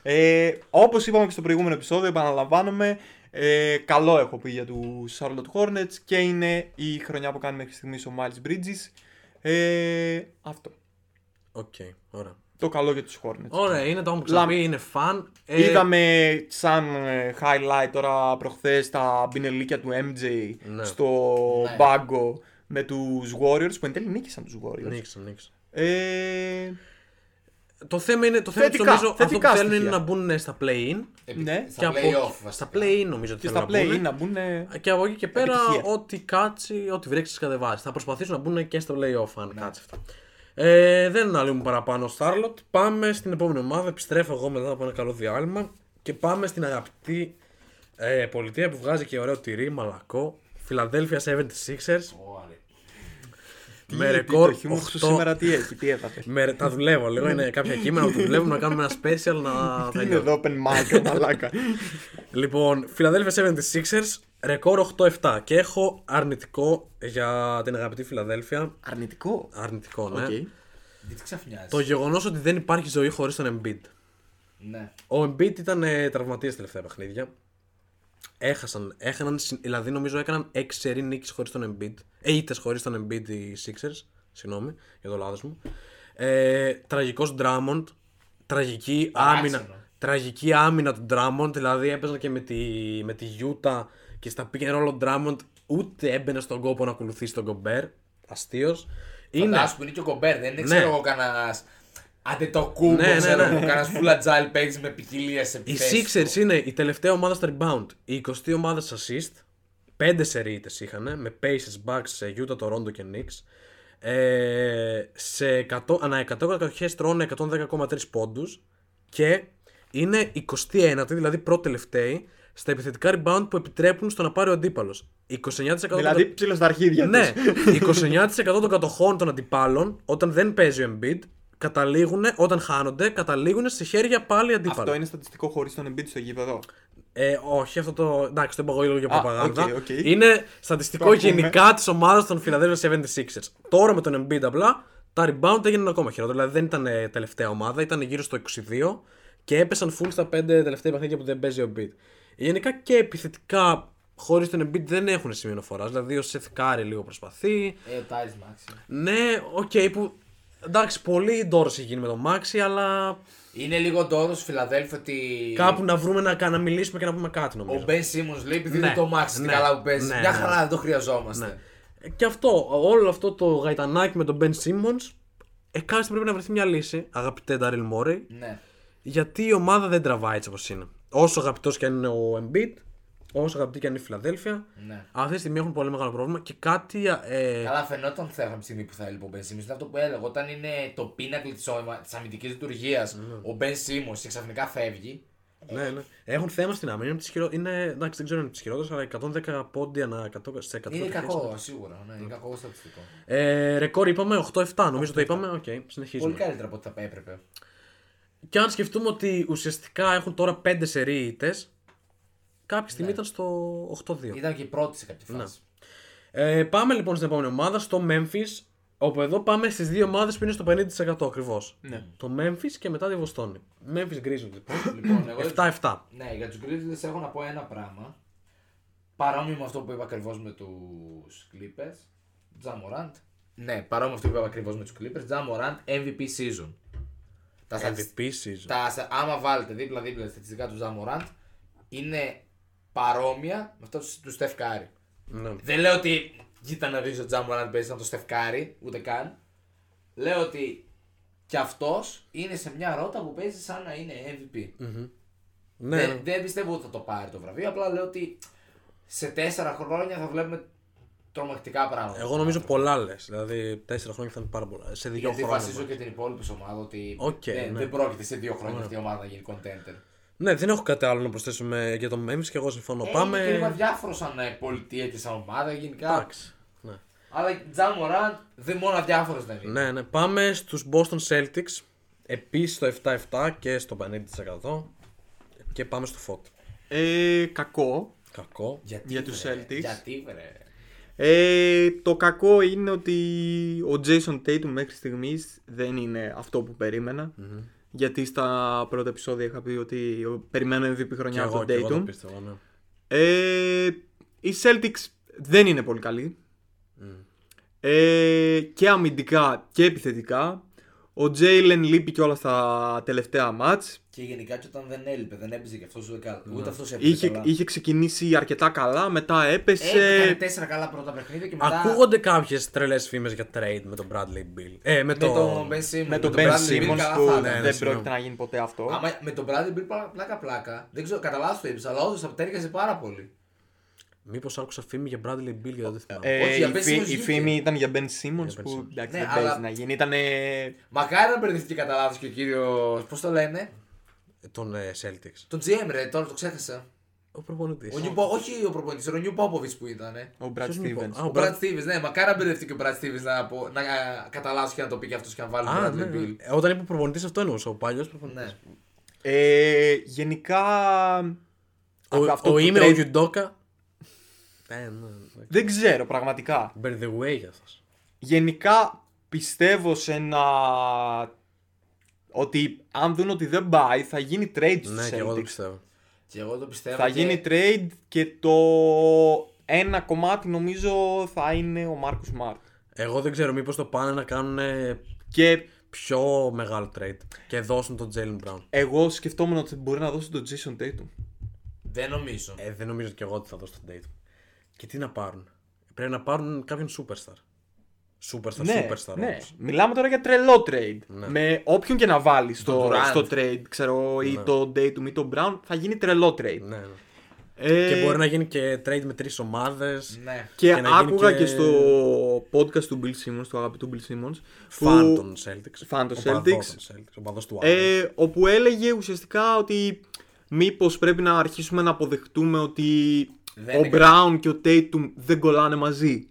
Speaker 7: Ε, Όπως είπαμε και στο προηγούμενο επεισόδιο, επαναλαμβάνομαι. Ε, καλό έχω πει για τους Charlotte Hornets και είναι η χρονιά που κάνει μέχρι στιγμής ο Miles Bridges. Ε, αυτό.
Speaker 5: Οκ, ωραία.
Speaker 7: Το καλό για τους Hornets.
Speaker 5: Ωραία, είναι το έχουμε ξαναπεί, είναι φαν. Ε,
Speaker 7: Είδαμε σαν ε, highlight τώρα προχθές τα μπινελίκια του MJ
Speaker 5: Ναι.
Speaker 7: στο
Speaker 6: Ναι.
Speaker 7: μπάγκο με τους Warriors που εν τέλει νίκησαν τους Warriors.
Speaker 5: Νίξε, νίξε.
Speaker 7: Ε,
Speaker 5: Το θέμα είναι, το θέμα
Speaker 7: Θετικά,
Speaker 5: νομίζω αυτό που
Speaker 7: θετικά
Speaker 5: θέλουν είναι
Speaker 7: στοιχεία.
Speaker 5: να μπουν ε, στα play-in.
Speaker 6: Επί-
Speaker 7: Ναι.
Speaker 6: Ε, Στα
Speaker 5: και
Speaker 6: play-off
Speaker 5: από...
Speaker 6: βασικά.
Speaker 5: Στα play-in νομίζω ότι
Speaker 7: και
Speaker 5: θέλουν
Speaker 7: στα
Speaker 5: να
Speaker 7: play
Speaker 5: μπουνε.
Speaker 7: να μπουν... ε,
Speaker 5: Και από εκεί και πέρα,
Speaker 7: Επιτυχία.
Speaker 5: ό,τι κάτσει, ό,τι βρέξει, κατεβάσει. Θα προσπαθήσουν να μπουν και στο playoff αν κάτσει αυτό. Ε, δεν αναλύουμε παραπάνω Starlot. Πάμε στην επόμενη ομάδα. Επιστρέφω εγώ μετά από ένα καλό διάλειμμα. Και πάμε στην αγαπητή ε, πολιτεία που βγάζει και ωραίο τυρί, μαλακό. Philadelphia 76ers.
Speaker 6: Ωραία.
Speaker 7: τι-
Speaker 5: με
Speaker 7: τι-
Speaker 5: ρεκόρ
Speaker 7: Το χιούμορ σου
Speaker 5: 8.
Speaker 7: σήμερα τι έχει, τι έπαθε.
Speaker 5: Με, τα δουλεύω λίγο. Είναι κάποια κείμενα που δουλεύουμε να κάνουμε ένα special να
Speaker 7: Τι
Speaker 5: τα
Speaker 7: είναι εδώ open mic, μαλάκα.
Speaker 5: Λοιπόν, Philadelphia 76ers, ρεκόρ 8-7. Και έχω αρνητικό για την αγαπητή Philadelphia.
Speaker 7: Αρνητικό.
Speaker 5: Αρνητικό, ναι.
Speaker 7: Οκ.
Speaker 6: Γιατί ξαφνιάζει.
Speaker 5: Το γεγονός ότι δεν υπάρχει ζωή χωρίς τον Embiid.
Speaker 6: Ναι.
Speaker 5: Ο Embiid ήταν ε, τραυματία τα τελευταία παιχνίδια. Έχασαν, έχαναν, συν- δηλαδή νομίζω έκαναν 6 σερή νίκες χωρίς τον Embiid. Ε, ήττες χωρίς τον Embiid οι Sixers. Συγγνώμη για το λάθος μου. Ε, τραγικός Drummond. Τραγική
Speaker 6: Παράξενο.
Speaker 5: άμυνα. Τραγική άμυνα του Drummond. Δηλαδή έπαιζαν και με τη, με τη Utah και στα πήγαινε ρόλο Drummond ούτε έμπαινε στον κόπο να ακολουθήσει τον Gobert. Αστείος.
Speaker 6: Είναι. που είναι και ο Κομπέρ, δεν είναι
Speaker 5: Ναι.
Speaker 6: ξέρω εγώ κανένας. Άντε το κούμπο,
Speaker 5: Ναι, ναι,
Speaker 6: ξέρω
Speaker 5: ναι.
Speaker 6: εγώ. Κανένας φουλατζάλι παίζει με ποικιλία σε
Speaker 5: Οι
Speaker 6: επιθέσεις του.
Speaker 5: Sixers είναι η τελευταία ομάδα στα rebound. Η 20η ομάδα στα assist. 5 σερίτε είχαν με Pacers, Bucks, ε, Utah, Toronto και Knicks. Ε, σε 100, ανά 100 κατοχέ τρώνε 110,3 πόντους και είναι 29η, δηλαδή πρώτη τελευταίοι, στα επιθετικά rebound που επιτρέπουν στο να πάρει ο αντίπαλος. 29%
Speaker 7: Δηλαδή ψήλο στα αρχίδια
Speaker 5: ναι,
Speaker 7: τους.
Speaker 5: 29% των κατοχών των αντιπάλων όταν δεν παίζει ο Embiid καταλήγουν, όταν χάνονται, καταλήγουν σε χέρια πάλι αντίπαλων.
Speaker 7: Αυτό είναι στατιστικό χωρίς τον Embiid στο γήπεδο.
Speaker 5: Ε, όχι, αυτό το. Εντάξει, το είπα εγώ λίγο για προπαγάνδα.
Speaker 7: οκ, οκ.
Speaker 5: Είναι στατιστικό
Speaker 7: ακούμε.
Speaker 5: γενικά της ομάδας των Philadelphia 76ers. Τώρα με τον Embiid απλά τα rebound έγιναν ακόμα χειρότερα. Δηλαδή δεν ήταν ε, τελευταία ομάδα, ήταν γύρω στο 22 και έπεσαν full στα 5 τελευταία παιχνίδια που δεν παίζει ο Embiid. Γενικά και επιθετικά χωρίς τον Embiid δεν έχουν σημείο αναφοράς. Δηλαδή ο Seth Curry λίγο προσπαθεί.
Speaker 6: Ε, ο Τάρι Μάξι.
Speaker 5: Ναι, οκ, που. Εντάξει, πολύ ντόρος έχει γίνει με τον Μάξι, αλλά
Speaker 6: Είναι λίγο ντόρος Φιλαδέλφια ότι.
Speaker 5: κάπου να βρούμε να, κα- να μιλήσουμε και να πούμε κάτι νομίζω.
Speaker 6: Ο Μπεν Σίμον λέει επειδή
Speaker 5: Ναι.
Speaker 6: είναι το Μάξι
Speaker 5: Ναι.
Speaker 6: τι καλά που παίζει.
Speaker 5: Ναι,
Speaker 6: Μια
Speaker 5: ναι.
Speaker 6: χαρά δεν το χρειαζόμαστε.
Speaker 5: Ναι. Ε, Και αυτό, όλο αυτό το γαϊτανάκι με τον Ben Simmons, εκάστοτε πρέπει να βρεθεί μια λύση, αγαπητέ Daryl Morey,
Speaker 6: Ναι.
Speaker 5: γιατί η ομάδα δεν τραβάει έτσι όπως είναι. Όσο αγαπητός και αν είναι ο Embiid, όσο αγαπητή και αν είναι η Φιλαδέλφια,
Speaker 6: Ναι.
Speaker 5: αυτή τη στιγμή έχουν πολύ μεγάλο πρόβλημα και κάτι... Ε,
Speaker 6: Καλά, φαινόταν ότι θα είχαμε τη στιγμή που θα έλειπε ο Μπεν Σίμον. Είναι αυτό που έλεγα. Όταν είναι το πίνακλι της αμυντικής λειτουργίας ο Μπεν Σίμον και ξαφνικά φεύγει.
Speaker 5: ναι, ναι. Έχουν θέμα στην άμυνα, είναι, από τις χειρο- είναι εντάξει, δεν ξέρω αν είναι τις χειρότερες, αλλά 110 πόντια ανά 100 σε 100
Speaker 6: Είναι
Speaker 5: κατοχές.
Speaker 6: κακό, σίγουρα. Ναι, είναι κακό στατιστικό.
Speaker 5: Ε, ρεκόρ είπαμε 8-7, νομίζω το είπαμε, οκ, συνεχίζουμε.
Speaker 6: Πολύ καλύτερα από ό,τι θα έπρεπε.
Speaker 5: Και αν σκεφτούμε ότι ουσιαστικά έχουν τώρα 5 σερί ήττες, κάποια
Speaker 6: Ναι.
Speaker 5: στιγμή ήταν στο 8-2.
Speaker 6: Ήταν και η πρώτη σε κάποια φάση.
Speaker 5: Ε, πάμε λοιπόν στην επόμενη ομάδα, στο Memphis, όπου εδώ πάμε στις δύο ομάδες που είναι στο 50% ακριβώς.
Speaker 6: Ναι.
Speaker 5: Το Memphis και μετά τη Βοστόνη. Memphis Grizzlies λοιπόν.
Speaker 6: Λοιπόν, εγώ
Speaker 5: 7-7.
Speaker 6: Ναι, για τους Grizzlies έχω να πω ένα πράγμα. Παρόμοιο με αυτό που είπα ακριβώς με τους Clippers. Τζαμοράντ. Ναι, παρόμοιο με αυτό που είπα ακριβώς με τους Clippers. Τζαμοράντ MVP season. Τα, στατισ-
Speaker 5: MVP season.
Speaker 6: τα στα- άμα βάλετε δίπλα-δίπλα τα στατιστικά του Τζαμοράντ, είναι παρόμοια με αυτά του- του Στεφκάρη.
Speaker 5: Ναι.
Speaker 6: Δεν λέω ότι κοίτα να δεις ο Τζαμοράντ παίζει να το στεφκάρει, ούτε καν. Λέω ότι κι αυτός είναι σε μια ρότα που παίζει σαν να είναι MVP.
Speaker 5: Ναι.
Speaker 6: Δεν, δεν πιστεύω ότι θα το πάρει το βραβείο. Απλά λέω ότι σε τέσσερα χρόνια θα βλέπουμε τρομακτικά πράγματα.
Speaker 5: Εγώ νομίζω πολλά λες, δηλαδή 4 χρόνια θα είναι πάρα πολλά. Σε 2
Speaker 6: Γιατί
Speaker 5: χρόνια.
Speaker 6: βασίζω
Speaker 5: μάλλον.
Speaker 6: και την υπόλοιπη ομάδα ότι
Speaker 5: Οκ,
Speaker 6: δεν,
Speaker 5: ναι.
Speaker 6: δεν πρόκειται σε δύο χρόνια αυτή η ομάδα να γίνει contender.
Speaker 5: Ναι, δεν έχω κάτι άλλο να προσθέσουμε για το Memphis και εγώ συμφωνώ.
Speaker 6: Ε,
Speaker 5: πάμε.
Speaker 6: Είναι και λίγο αδιάφορο σαν ε, πολιτεία και σαν ομάδα γενικά.
Speaker 5: Εντάξει. Ναι.
Speaker 6: Αλλά Τζα Μωράντ δεν μόνο αδιάφορος δεν είναι.
Speaker 5: Ναι, ναι. Πάμε στους Boston Celtics. Επίσης στο 7-7 και στο 50%. Και πάμε στο Φώτ.
Speaker 4: Ε, κακό.
Speaker 5: Κακό.
Speaker 6: Γιατί,
Speaker 4: Για τους
Speaker 6: βρε,
Speaker 4: Celtics.
Speaker 6: Γιατί βρε.
Speaker 4: Ε, το κακό είναι ότι ο Jason Tatum μέχρι στιγμής δεν είναι αυτό που περιμενα Γιατί στα πρώτα επεισόδια είχα πει ότι περιμένω MVP
Speaker 5: Και
Speaker 4: χρονιά από
Speaker 5: εγώ,
Speaker 4: τον
Speaker 5: και εγώ το
Speaker 4: Tatum.
Speaker 5: πίστευα, ναι.
Speaker 4: Ε, οι Celtics δεν είναι πολύ καλοί. Ε, και αμυντικά και επιθετικά. Ο Jalen λείπει κιόλα στα τελευταία μάτς.
Speaker 6: Και γενικά και όταν δεν έλειπε, δεν έπαιζε και αυτός ούτε, κα... ούτε αυτός έπαιζε.
Speaker 4: Είχε,
Speaker 6: καλά.
Speaker 4: είχε ξεκινήσει αρκετά καλά, μετά
Speaker 6: Ε, έκανε
Speaker 4: έπεσε.
Speaker 6: τέσσερα καλά πρώτα παιχνίδια και μετά.
Speaker 5: Ακούγονται κάποιες τρελές φήμες για trade με τον Bradley Bill. Ε, με,
Speaker 6: με
Speaker 5: τον.
Speaker 6: τον Ben Simmons.
Speaker 4: με τον
Speaker 6: τον
Speaker 4: Ben
Speaker 6: Bradley Beal
Speaker 4: Simmons
Speaker 6: καλά
Speaker 4: που
Speaker 6: θα ήταν.
Speaker 5: ναι,
Speaker 4: δεν
Speaker 5: συγγνώμη.
Speaker 4: πρόκειται να γίνει ποτέ αυτό.
Speaker 6: Άμα, με τον Bradley Bill πλα- πλάκα-πλάκα. Δεν ξέρω, κατά λάθο το είπες, αλλά όντως απτέρυγαζε πάρα πολύ.
Speaker 5: Μήπως άκουσα φήμη για Bradley Bill και δεν το θυμάμαι.
Speaker 4: Ε,
Speaker 6: Όχι, για
Speaker 4: η,
Speaker 6: Ben
Speaker 4: φή-
Speaker 6: Simmons
Speaker 4: η
Speaker 6: βγήκε.
Speaker 4: φήμη ήταν για Ben Simmons
Speaker 5: Ben Simmons.
Speaker 4: που εντάξει,
Speaker 6: Ναι,
Speaker 4: δεν παίζει
Speaker 6: αλλά-
Speaker 4: να γίνει. Ήταν.
Speaker 6: Μακάρι να μπερδευτεί κατά λάθο και ο κύριος. Πώς το λένε,
Speaker 5: Τον ε, Celtics.
Speaker 6: τον GM ρε, τώρα το ξέχασα.
Speaker 5: Ο προπονητής.
Speaker 6: Ο Νιου Πο- όχι ο προπονητής, ο Νιου Πόποβιτ που ήταν. ε.
Speaker 4: Ο Brad Stevens.
Speaker 5: Α, ο
Speaker 6: Ο
Speaker 5: Brad
Speaker 6: Brad Stevens, ναι, μακάρι να μπερδευτεί και ο Brad Stevens να, απο- να α, κατά λάθος και να το πει και αυτός και να βάλει
Speaker 5: Α,
Speaker 6: τον
Speaker 5: ναι,
Speaker 6: Bradley
Speaker 5: ναι.
Speaker 6: Bill.
Speaker 5: Ε, Όταν είπε προπονητής, αυτό εννοούσα. Ο παλιός προπονητής.
Speaker 6: Ναι.
Speaker 4: Ε, γενικά.
Speaker 5: Ο,
Speaker 4: αυτό
Speaker 5: ο
Speaker 4: που
Speaker 5: είμαι ο
Speaker 4: trade-
Speaker 5: Γιουντόκα. Ε, ναι, ναι.
Speaker 4: Δεν ξέρω πραγματικά.
Speaker 5: By the way για σας.
Speaker 4: Γενικά πιστεύω σε ένα. Ότι αν δουν ότι δεν πάει, θα γίνει trade στους
Speaker 5: Ναι, και εγώ το
Speaker 4: Celtics.
Speaker 5: πιστεύω.
Speaker 6: Και εγώ το πιστεύω.
Speaker 4: Θα
Speaker 6: και-
Speaker 4: γίνει trade και το ένα κομμάτι νομίζω θα είναι ο Μάρκος Smart.
Speaker 5: Εγώ δεν ξέρω, μήπως το πάνε να κάνουν ε,
Speaker 4: Και
Speaker 5: πιο μεγάλο trade και δώσουν τον Jalen Brown.
Speaker 4: εγώ σκεφτόμουν ότι μπορεί να δώσω τον Jason Tatum.
Speaker 6: Δεν νομίζω.
Speaker 5: Ε, δεν νομίζω και εγώ ότι θα δώσω τον Tatum. Και τι να πάρουν. Πρέπει να πάρουν κάποιον superstar. Superstar, superstar
Speaker 4: ναι.
Speaker 5: όμως.
Speaker 4: Μιλάμε τώρα για τρελό trade. Με όποιον και να βάλεις στο,
Speaker 5: Ναι. Durant.
Speaker 4: στο trade, ξέρω, ή το Tatum ή το Brown, θα γίνει τρελό trade.
Speaker 5: Ναι, ναι.
Speaker 4: Ε,
Speaker 5: Και μπορεί να γίνει και trade με τρεις ομάδες.
Speaker 6: Ναι.
Speaker 4: και
Speaker 5: και να γίνει
Speaker 4: άκοugα
Speaker 5: και-
Speaker 4: και... στο podcast του Bill Simmons, του αγαπητού Bill Simmons,
Speaker 5: Φαν
Speaker 4: που-
Speaker 5: των Celtics.
Speaker 4: Φαν των
Speaker 5: Ο παδός
Speaker 4: Celtics.
Speaker 5: των Celtics. Ο παδός του Άρη.
Speaker 4: ε, όπου έλεγε ουσιαστικά ότι μήπως πρέπει να αρχίσουμε να αποδεχτούμε ότι
Speaker 6: Δεν
Speaker 4: ο
Speaker 6: είναι
Speaker 4: Brown και ο Tatum δεν κολλάνε μαζί.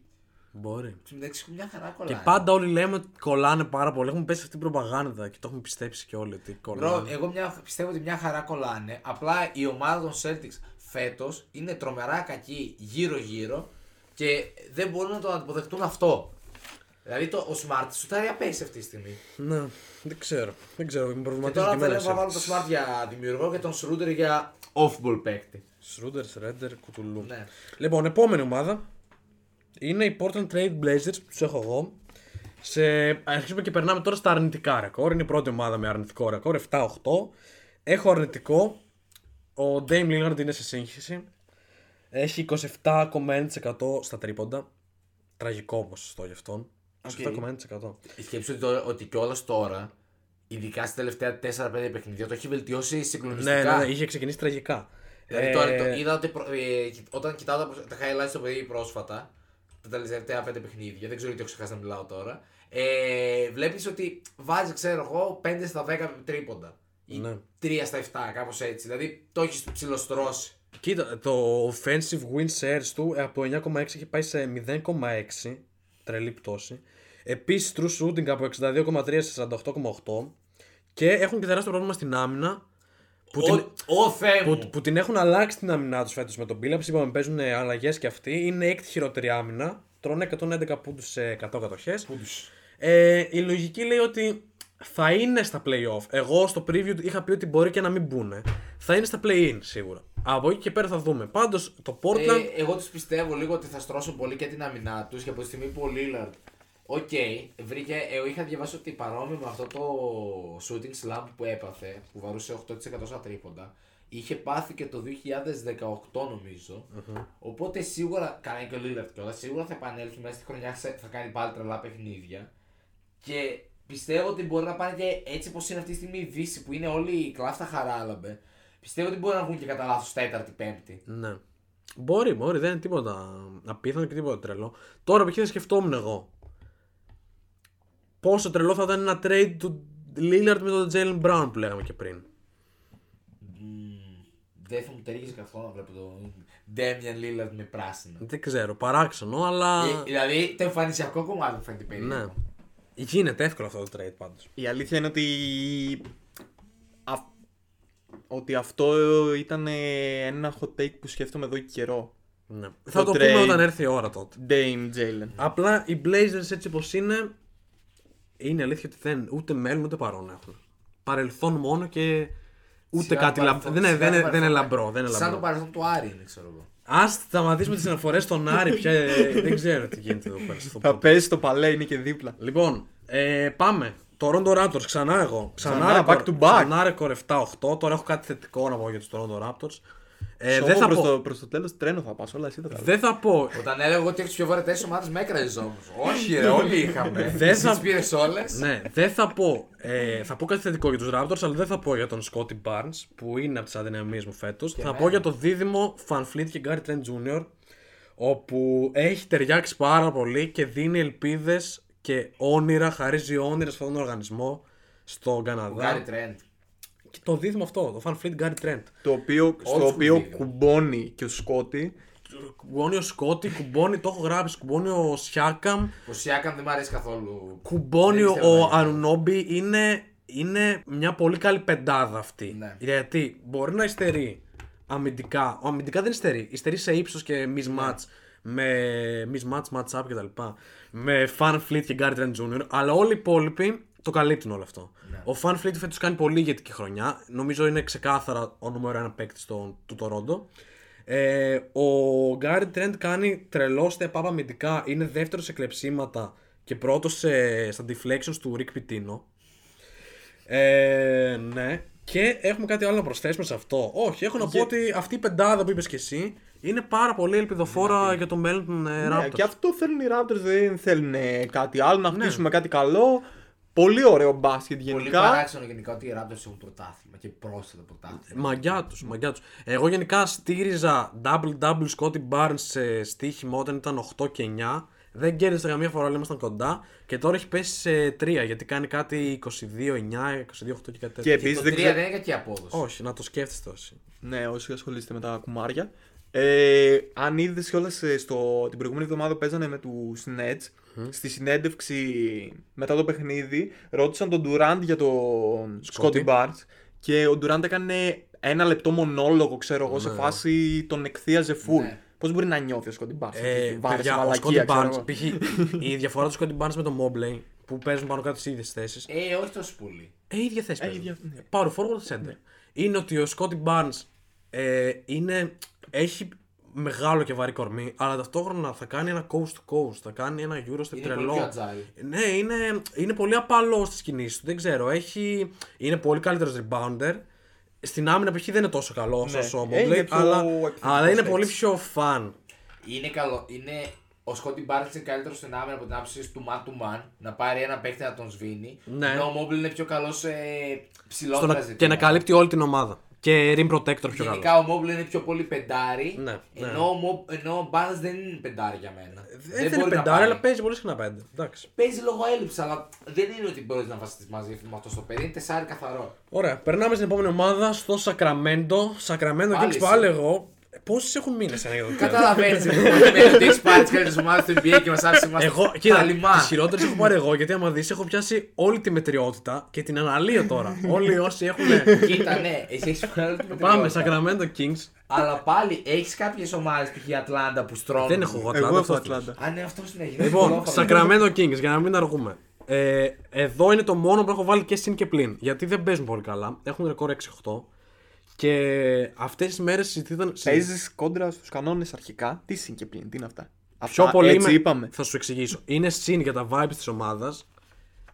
Speaker 5: Μπορεί.
Speaker 6: Εντάξει, μια χαρά
Speaker 5: Και
Speaker 6: κολλάει.
Speaker 5: πάντα όλοι λέμε ότι κολλάνε πάρα πολύ. Έχουμε πέσει σε αυτή την προπαγάνδα και το έχουμε πιστέψει και όλοι ότι
Speaker 6: Bro,
Speaker 5: κολλάνε.
Speaker 6: εγώ μια, πιστεύω ότι μια χαρά κολλάνε. Απλά η ομάδα των Celtics φέτος είναι τρομερά κακή γύρω-γύρω και δεν μπορούν να το αποδεχτούν αυτό. Δηλαδή το, ο Smart σου τα απέσει αυτή τη στιγμή.
Speaker 5: Ναι, δεν ξέρω. Δεν ξέρω, με
Speaker 6: Και
Speaker 5: προβληματίζει και
Speaker 6: τώρα θέλω
Speaker 5: εμένα.
Speaker 6: να βάλω το Smart για δημιουργό και τον Schroeder για off-ball παίκτη.
Speaker 5: Σρούντερ, Σρέντερ, Κουτουλού.
Speaker 6: Ναι.
Speaker 5: Λοιπόν, επόμενη ομάδα είναι οι Portland Trail Blazers που τους έχω εγώ. Σε... Αρχίζουμε και περνάμε τώρα στα αρνητικά ρεκόρ. Είναι η πρώτη ομάδα με αρνητικό ρεκόρ, 7-8. Έχω αρνητικό. Ο Dame Lillard είναι σε σύγχυση. Έχει 27,1% στα τρίποντα. Τραγικό ποσοστό γι' αυτόν. 27,1%.
Speaker 6: Σκέψτε ότι, τώρα- ότι κιόλας τώρα, ειδικά στα τελευταία 4-5 παιχνίδια, το έχει βελτιώσει
Speaker 5: Ναι,
Speaker 6: συγκλονιστικά.
Speaker 5: ναι, ναι, είχε ξεκινήσει τραγικά.
Speaker 6: Δηλαδή
Speaker 5: Ε,
Speaker 6: τώρα το είδα ότι προ- ε, κοι- όταν κοιτάω τα, προσ- τα highlights στο παιδί πρόσφατα, τα τελευταία πέντε παιχνίδια, δεν ξέρω γιατί έχω ξεχάσει να μιλάω τώρα. Ε, Βλέπεις ότι βάζει, ξέρω εγώ, 5 στα 10 τρίποντα. Ή
Speaker 5: Ναι.
Speaker 6: 3 στα 7, κάπως έτσι. Δηλαδή το έχεις ψηλοστρώσει.
Speaker 5: Κοίτα, το offensive win shares του ε, από 9,6 έχει πάει σε 0,6. Τρελή πτώση. Επίσης, true shooting από 62,3 σε 48,8. Και έχουν και τεράστιο πρόβλημα στην άμυνα. Που,
Speaker 6: Ο,
Speaker 5: την,
Speaker 6: ο Θεέ μου!
Speaker 5: που, που την έχουν αλλάξει την άμυνά τους φέτος με τον Billups. Είπαμε παίζουν αλλαγές και αυτοί. Είναι έκτη χειρότερη άμυνα. Τρώνε 111 πούντου σε 100 κατοχέ. Ε, η λογική λέει ότι θα είναι στα playoff. Εγώ στο preview είχα πει ότι μπορεί και να μην μπουνε. Θα είναι στα play-in σίγουρα. Από εκεί και πέρα θα δούμε. Πάντως το Portland.
Speaker 6: Ε, εγώ τους πιστεύω λίγο ότι θα στρώσουν πολύ και την αμυνά τους και από τη στιγμή που ο Λίλαρντ. Οκ, βρήκε. Εγώ είχα διαβάσει ότι παρόμοιο με αυτό το shooting slump που έπαθε, που βαρούσε 8% στα τρίποντα, είχε πάθει και το 2018 νομιζω Οπότε σίγουρα. Κάνει και ο Λίλαρντ κιόλας. Σίγουρα θα επανέλθει μέσα στη χρονιά, σε- θα κάνει πάλι τρελά παιχνίδια. Και πιστεύω ότι μπορεί να πάνε και έτσι όπως είναι αυτή τη στιγμή η Δύση που είναι όλοι κλάφτα χαράλαμπε. Πιστεύω ότι μπορεί να βγουν και κατά λάθος τέταρτη, πέμπτη.
Speaker 5: Ναι. Μπορεί, μπορεί, δεν είναι τίποτα απίθανο και τίποτα τρελό. Τώρα π.χ. δεν σκεφτόμουν εγώ. Πόσο τρελό θα ήταν ένα trade του Lillard με τον Jalen Brown που λέγαμε και πριν.
Speaker 6: Στέφη μου τέριαζε καθόλου να βλέπω τον Ντέμιαν Λίλαρτ με πράσινο.
Speaker 5: Δεν ξέρω, παράξενο, αλλά.
Speaker 6: Ε, δηλαδή το εμφανισιακό κομμάτι μου φαίνεται περίεργο.
Speaker 5: Ναι. Γίνεται εύκολο αυτό το trade πάντως.
Speaker 7: Η αλήθεια είναι ότι. α- Ότι αυτό ήταν ε, ένα hot take που σκέφτομαι εδώ και καιρό.
Speaker 5: Ναι.
Speaker 7: Το
Speaker 5: Θα το πούμε
Speaker 7: trade.
Speaker 5: όταν έρθει η ώρα τότε.
Speaker 7: Dame Jalen.
Speaker 5: Απλά οι Blazers έτσι όπως είναι. Είναι αλήθεια ότι δεν ούτε μέλλον ούτε παρόν έχουν. Παρελθόν μόνο και. Ούτε
Speaker 6: Σιγά
Speaker 5: κάτι
Speaker 6: το
Speaker 5: λαμπρό.
Speaker 6: παρελθόν-
Speaker 5: Δεν, είναι-
Speaker 6: σιγά
Speaker 5: δεν,
Speaker 6: το
Speaker 5: είναι- δεν είναι
Speaker 6: παρελθόν.
Speaker 5: λαμπρό. Δεν είναι
Speaker 6: Σαν το
Speaker 5: λαμπρό.
Speaker 6: παρελθόν του Άρη είναι, ξέρω εγώ.
Speaker 5: Α σταματήσουμε τις αναφορές στον Άρη πια. ε, δεν ξέρω τι γίνεται εδώ πέρα. στο
Speaker 7: Θα πέσει το παλέ, είναι και δίπλα.
Speaker 5: Λοιπόν, ε, πάμε. Toronto Raptors, ξανά εγώ.
Speaker 7: Ξανά,
Speaker 5: ρεκόρ-
Speaker 7: back to back.
Speaker 5: Ξανά ρεκόρ 7-8. Τώρα έχω κάτι θετικό να πω για τους Toronto Raptors. Ε,
Speaker 7: Σώμα
Speaker 5: δεν, θα
Speaker 7: προς,
Speaker 5: πω,
Speaker 7: το, προς το τέλος τρένο θα πας, όλα εσύ θα τα λες.
Speaker 5: δεν θα πω.
Speaker 6: Όταν έλεγα εγώ ότι έχω τι πιο βαρετές ομάδες, με έκραζες όμως. Όχι, ρε, όλοι είχαμε.
Speaker 5: Δεν
Speaker 6: Εσύ τις
Speaker 5: θα-
Speaker 6: πήρες όλες.
Speaker 5: ναι, δεν θα πω. Ε, θα πω κάτι θετικό για τους Raptors, αλλά δεν θα πω για τον Scotty Barnes, που είναι από τις αδυναμίες μου φέτος. θα πω για το δίδυμο Fanfleet και Gary Trent Jr., όπου έχει ταιριάξει πάρα πολύ και δίνει ελπίδες και όνειρα, χαρίζει όνειρα σε αυτόν τον οργανισμό στον Καναδά.
Speaker 6: Γκάρι Τρέντ.
Speaker 5: Και το δίδυμο αυτό, το Fan Fleet Gary Trent.
Speaker 7: Το οποίο, στο
Speaker 6: Old
Speaker 7: οποίο
Speaker 6: school league.
Speaker 7: κουμπώνει και ο Σκότι.
Speaker 5: Κουμπώνει ο Σκότι, κουμπώνει, το έχω γράψει, κουμπώνει ο Σιάκαμ,
Speaker 6: Ο Σιάκαμ δεν μ' αρέσει καθόλου.
Speaker 5: κουμπώνει
Speaker 6: Δεν ξέρω
Speaker 5: ο
Speaker 6: να είναι.
Speaker 5: Ανουνόμπι. Είναι, είναι μια πολύ καλή πεντάδα αυτή.
Speaker 6: Ναι.
Speaker 5: Γιατί μπορεί να υστερεί αμυντικά. Ο αμυντικά δεν υστερεί. Υστερεί σε ύψος και mismatch.
Speaker 6: Ναι.
Speaker 5: Με mismatch, match up κτλ. Με Fan Fleet και Gary Trent Jr. Αλλά όλοι οι υπόλοιποι το καλύπτουν όλο αυτό.
Speaker 6: Ναι.
Speaker 5: Ο Fan Fleet φέτος κάνει πολύ ηγετική χρονιά. Νομίζω είναι ξεκάθαρα ο νούμερο ένα παίκτη στο- του Toronto. Ε, ο Γκάρι Τρέντ κάνει τρελό step up αμυντικά. Είναι δεύτερος σε κλεψίματα και πρώτος σε, στα deflections του Rick Pitino. Ε, ναι. Και έχουμε κάτι άλλο να προσθέσουμε σε αυτό. Όχι, έχω να πω ότι αυτή η πεντάδα που είπες και εσύ είναι πάρα πολύ ελπιδοφόρα για το μέλλον των ε,
Speaker 7: Ναι,
Speaker 5: Raptors. Ναι.
Speaker 7: και αυτό θέλουν οι Raptors, δεν θέλουν ε, κάτι άλλο, να χτίσουμε κάτι καλό. Πολύ ωραίο μπάσκετ
Speaker 6: Πολύ
Speaker 7: γενικά.
Speaker 6: παράξενο γενικά ότι οι Raptors έχουν πρωτάθλημα και πρόσθετο πρωτάθλημα.
Speaker 5: Μαγιά του, μαγιά τους. Εγώ γενικά στήριζα double-double Scotty Barnes σε στοίχημα όταν ήταν 8 και 9. Δεν κέρδισα καμία φορά, αλλά ήμασταν κοντά. Και τώρα έχει πέσει σε 3 γιατί κάνει κάτι 22-9, 22-8 και κάτι
Speaker 7: Και
Speaker 5: τέτοιο.
Speaker 7: επίσης
Speaker 6: Το 3
Speaker 7: δεν
Speaker 6: δεν
Speaker 7: ξέρω.
Speaker 6: είναι κακή απόδοση.
Speaker 5: Όχι, να το σκέφτεστε όσοι.
Speaker 7: Ναι, όσοι ασχολείστε με τα κουμάρια. Ε, αν είδες κιόλας στο... την προηγούμενη εβδομάδα που παίζανε με τους Nets, στη συνέντευξη μετά το παιχνίδι, ρώτησαν τον Durant για τον Scotty Barnes και ο Durant έκανε ένα λεπτό μονόλογο, ξέρω εγώ, σε
Speaker 5: Ναι.
Speaker 7: φάση τον εκθίαζε full.
Speaker 6: Ναι.
Speaker 7: Πώς μπορεί να νιώθει ο Scotty Barnes,
Speaker 5: Ε,
Speaker 7: ότι βάρεσε
Speaker 5: παιδιά, ο
Speaker 7: μαλακία,
Speaker 5: Scotty
Speaker 7: ξέρω
Speaker 5: Barnes,
Speaker 7: εγώ.
Speaker 5: π.χ. η διαφορά του Scotty Barnes με τον Mobley που παίζουν πάνω κάτω στις ίδιες θέσεις.
Speaker 6: Ε, όχι τόσο πολύ.
Speaker 5: Ε, ίδια θέση.
Speaker 7: Ε,
Speaker 5: παίζουν.
Speaker 7: ίδια, ναι.
Speaker 5: Power forward center. Είναι ότι ο Scotty Barnes ε, είναι, έχει μεγάλο και βαρύ κορμί, αλλά ταυτόχρονα θα κάνει ένα coast to coast, θα κάνει ένα Eurostep
Speaker 6: Είναι
Speaker 5: τρελό.
Speaker 6: πολύ πιο agile.
Speaker 5: Ναι, είναι, είναι πολύ απαλό στις κινήσεις του. Δεν ξέρω. Έχει, είναι πολύ καλύτερος rebounder. Στην άμυνα π.χ. δεν είναι τόσο καλό
Speaker 7: Ναι.
Speaker 5: όσο ο
Speaker 7: Ε, είναι
Speaker 5: Mobley,
Speaker 7: πιο
Speaker 5: αλλά,
Speaker 7: επιθετικός
Speaker 5: αλλά είναι
Speaker 7: παίκτης.
Speaker 5: πολύ πιο fan.
Speaker 6: Είναι καλό. Είναι... Ο Σκότι Μπάρτ είναι καλύτερος στην άμυνα από την άποψη του man to man. Να πάρει ένα παίκτη να τον σβήνει.
Speaker 5: Ναι.
Speaker 6: Ενώ ο Μόμπλ είναι πιο ε, καλός σε
Speaker 5: στο
Speaker 6: ψηλότερα
Speaker 5: να- και να
Speaker 6: ζητήματα.
Speaker 5: καλύπτει όλη την ομάδα. Και rim protector πιο καλό.
Speaker 6: Γενικά ο Μόμπλ είναι πιο πολύ πεντάρι.
Speaker 5: Ναι, ναι.
Speaker 6: Ενώ, ο Μο... ενώ ο Barnes δεν είναι πεντάρι για μένα.
Speaker 5: Δεν, είναι
Speaker 6: μπορεί να
Speaker 5: πεντάρι,
Speaker 6: πάρει.
Speaker 5: αλλά παίζει πολύ συχνά πέντε. Εντάξει.
Speaker 6: Παίζει λόγω έλλειψης, αλλά δεν είναι ότι μπορείς να βασιστεί μαζί με αυτό το παιδί. Είναι τεσσάρι καθαρό.
Speaker 5: Ωραία, περνάμε στην επόμενη ομάδα στο Σακραμέντο. Σακραμέντο
Speaker 6: Πάλι
Speaker 5: Kings
Speaker 6: εσύ.
Speaker 5: πάλι εγώ. Πόσε έχουν μείνει σαν για το τέλος?
Speaker 6: Καταλαβαίνεις ότι έχει πάρει τι καλύτερε ομάδε του NBA και μας άφησες μα.
Speaker 5: Εγώ, κοίτα, τις χειρότερες έχω πάρει εγώ γιατί άμα δεις, έχω πιάσει όλη τη μετριότητα και την αναλύω τώρα. Όλοι όσοι έχουν.
Speaker 6: Κοίτα, ναι, εσύ έχεις βγάλει την
Speaker 5: Πάμε,
Speaker 6: προτεραιότητα.
Speaker 5: Sacramento Kings.
Speaker 6: Αλλά πάλι έχεις κάποιες ομάδες π.χ. η Ατλάντα που στρώνουν.
Speaker 5: Δεν έχω εγώ
Speaker 7: Εγώ
Speaker 5: Ατλάντα.
Speaker 7: έχω
Speaker 5: αυτός
Speaker 7: Ατλάντα.
Speaker 6: Α, ναι, αυτός είναι έγινε.
Speaker 5: Λοιπόν, Sacramento Kings, για να μην αργούμε. Ε, εδώ είναι το μόνο που έχω βάλει και συν και πλην. Γιατί δεν παίζουν πολύ καλά. Έχουν ρεκόρ 6-8. Και αυτές τις μέρες συζητήθηκαν.
Speaker 7: Παίζεις κόντρα στους κανόνες αρχικά. Τι συν και πλην, τι είναι αυτά.
Speaker 5: Πιο
Speaker 7: Αυτά,
Speaker 5: πολύ
Speaker 7: έτσι
Speaker 5: είμαι-
Speaker 7: είπαμε.
Speaker 5: Θα σου εξηγήσω. Είναι συν για τα vibes της ομάδας.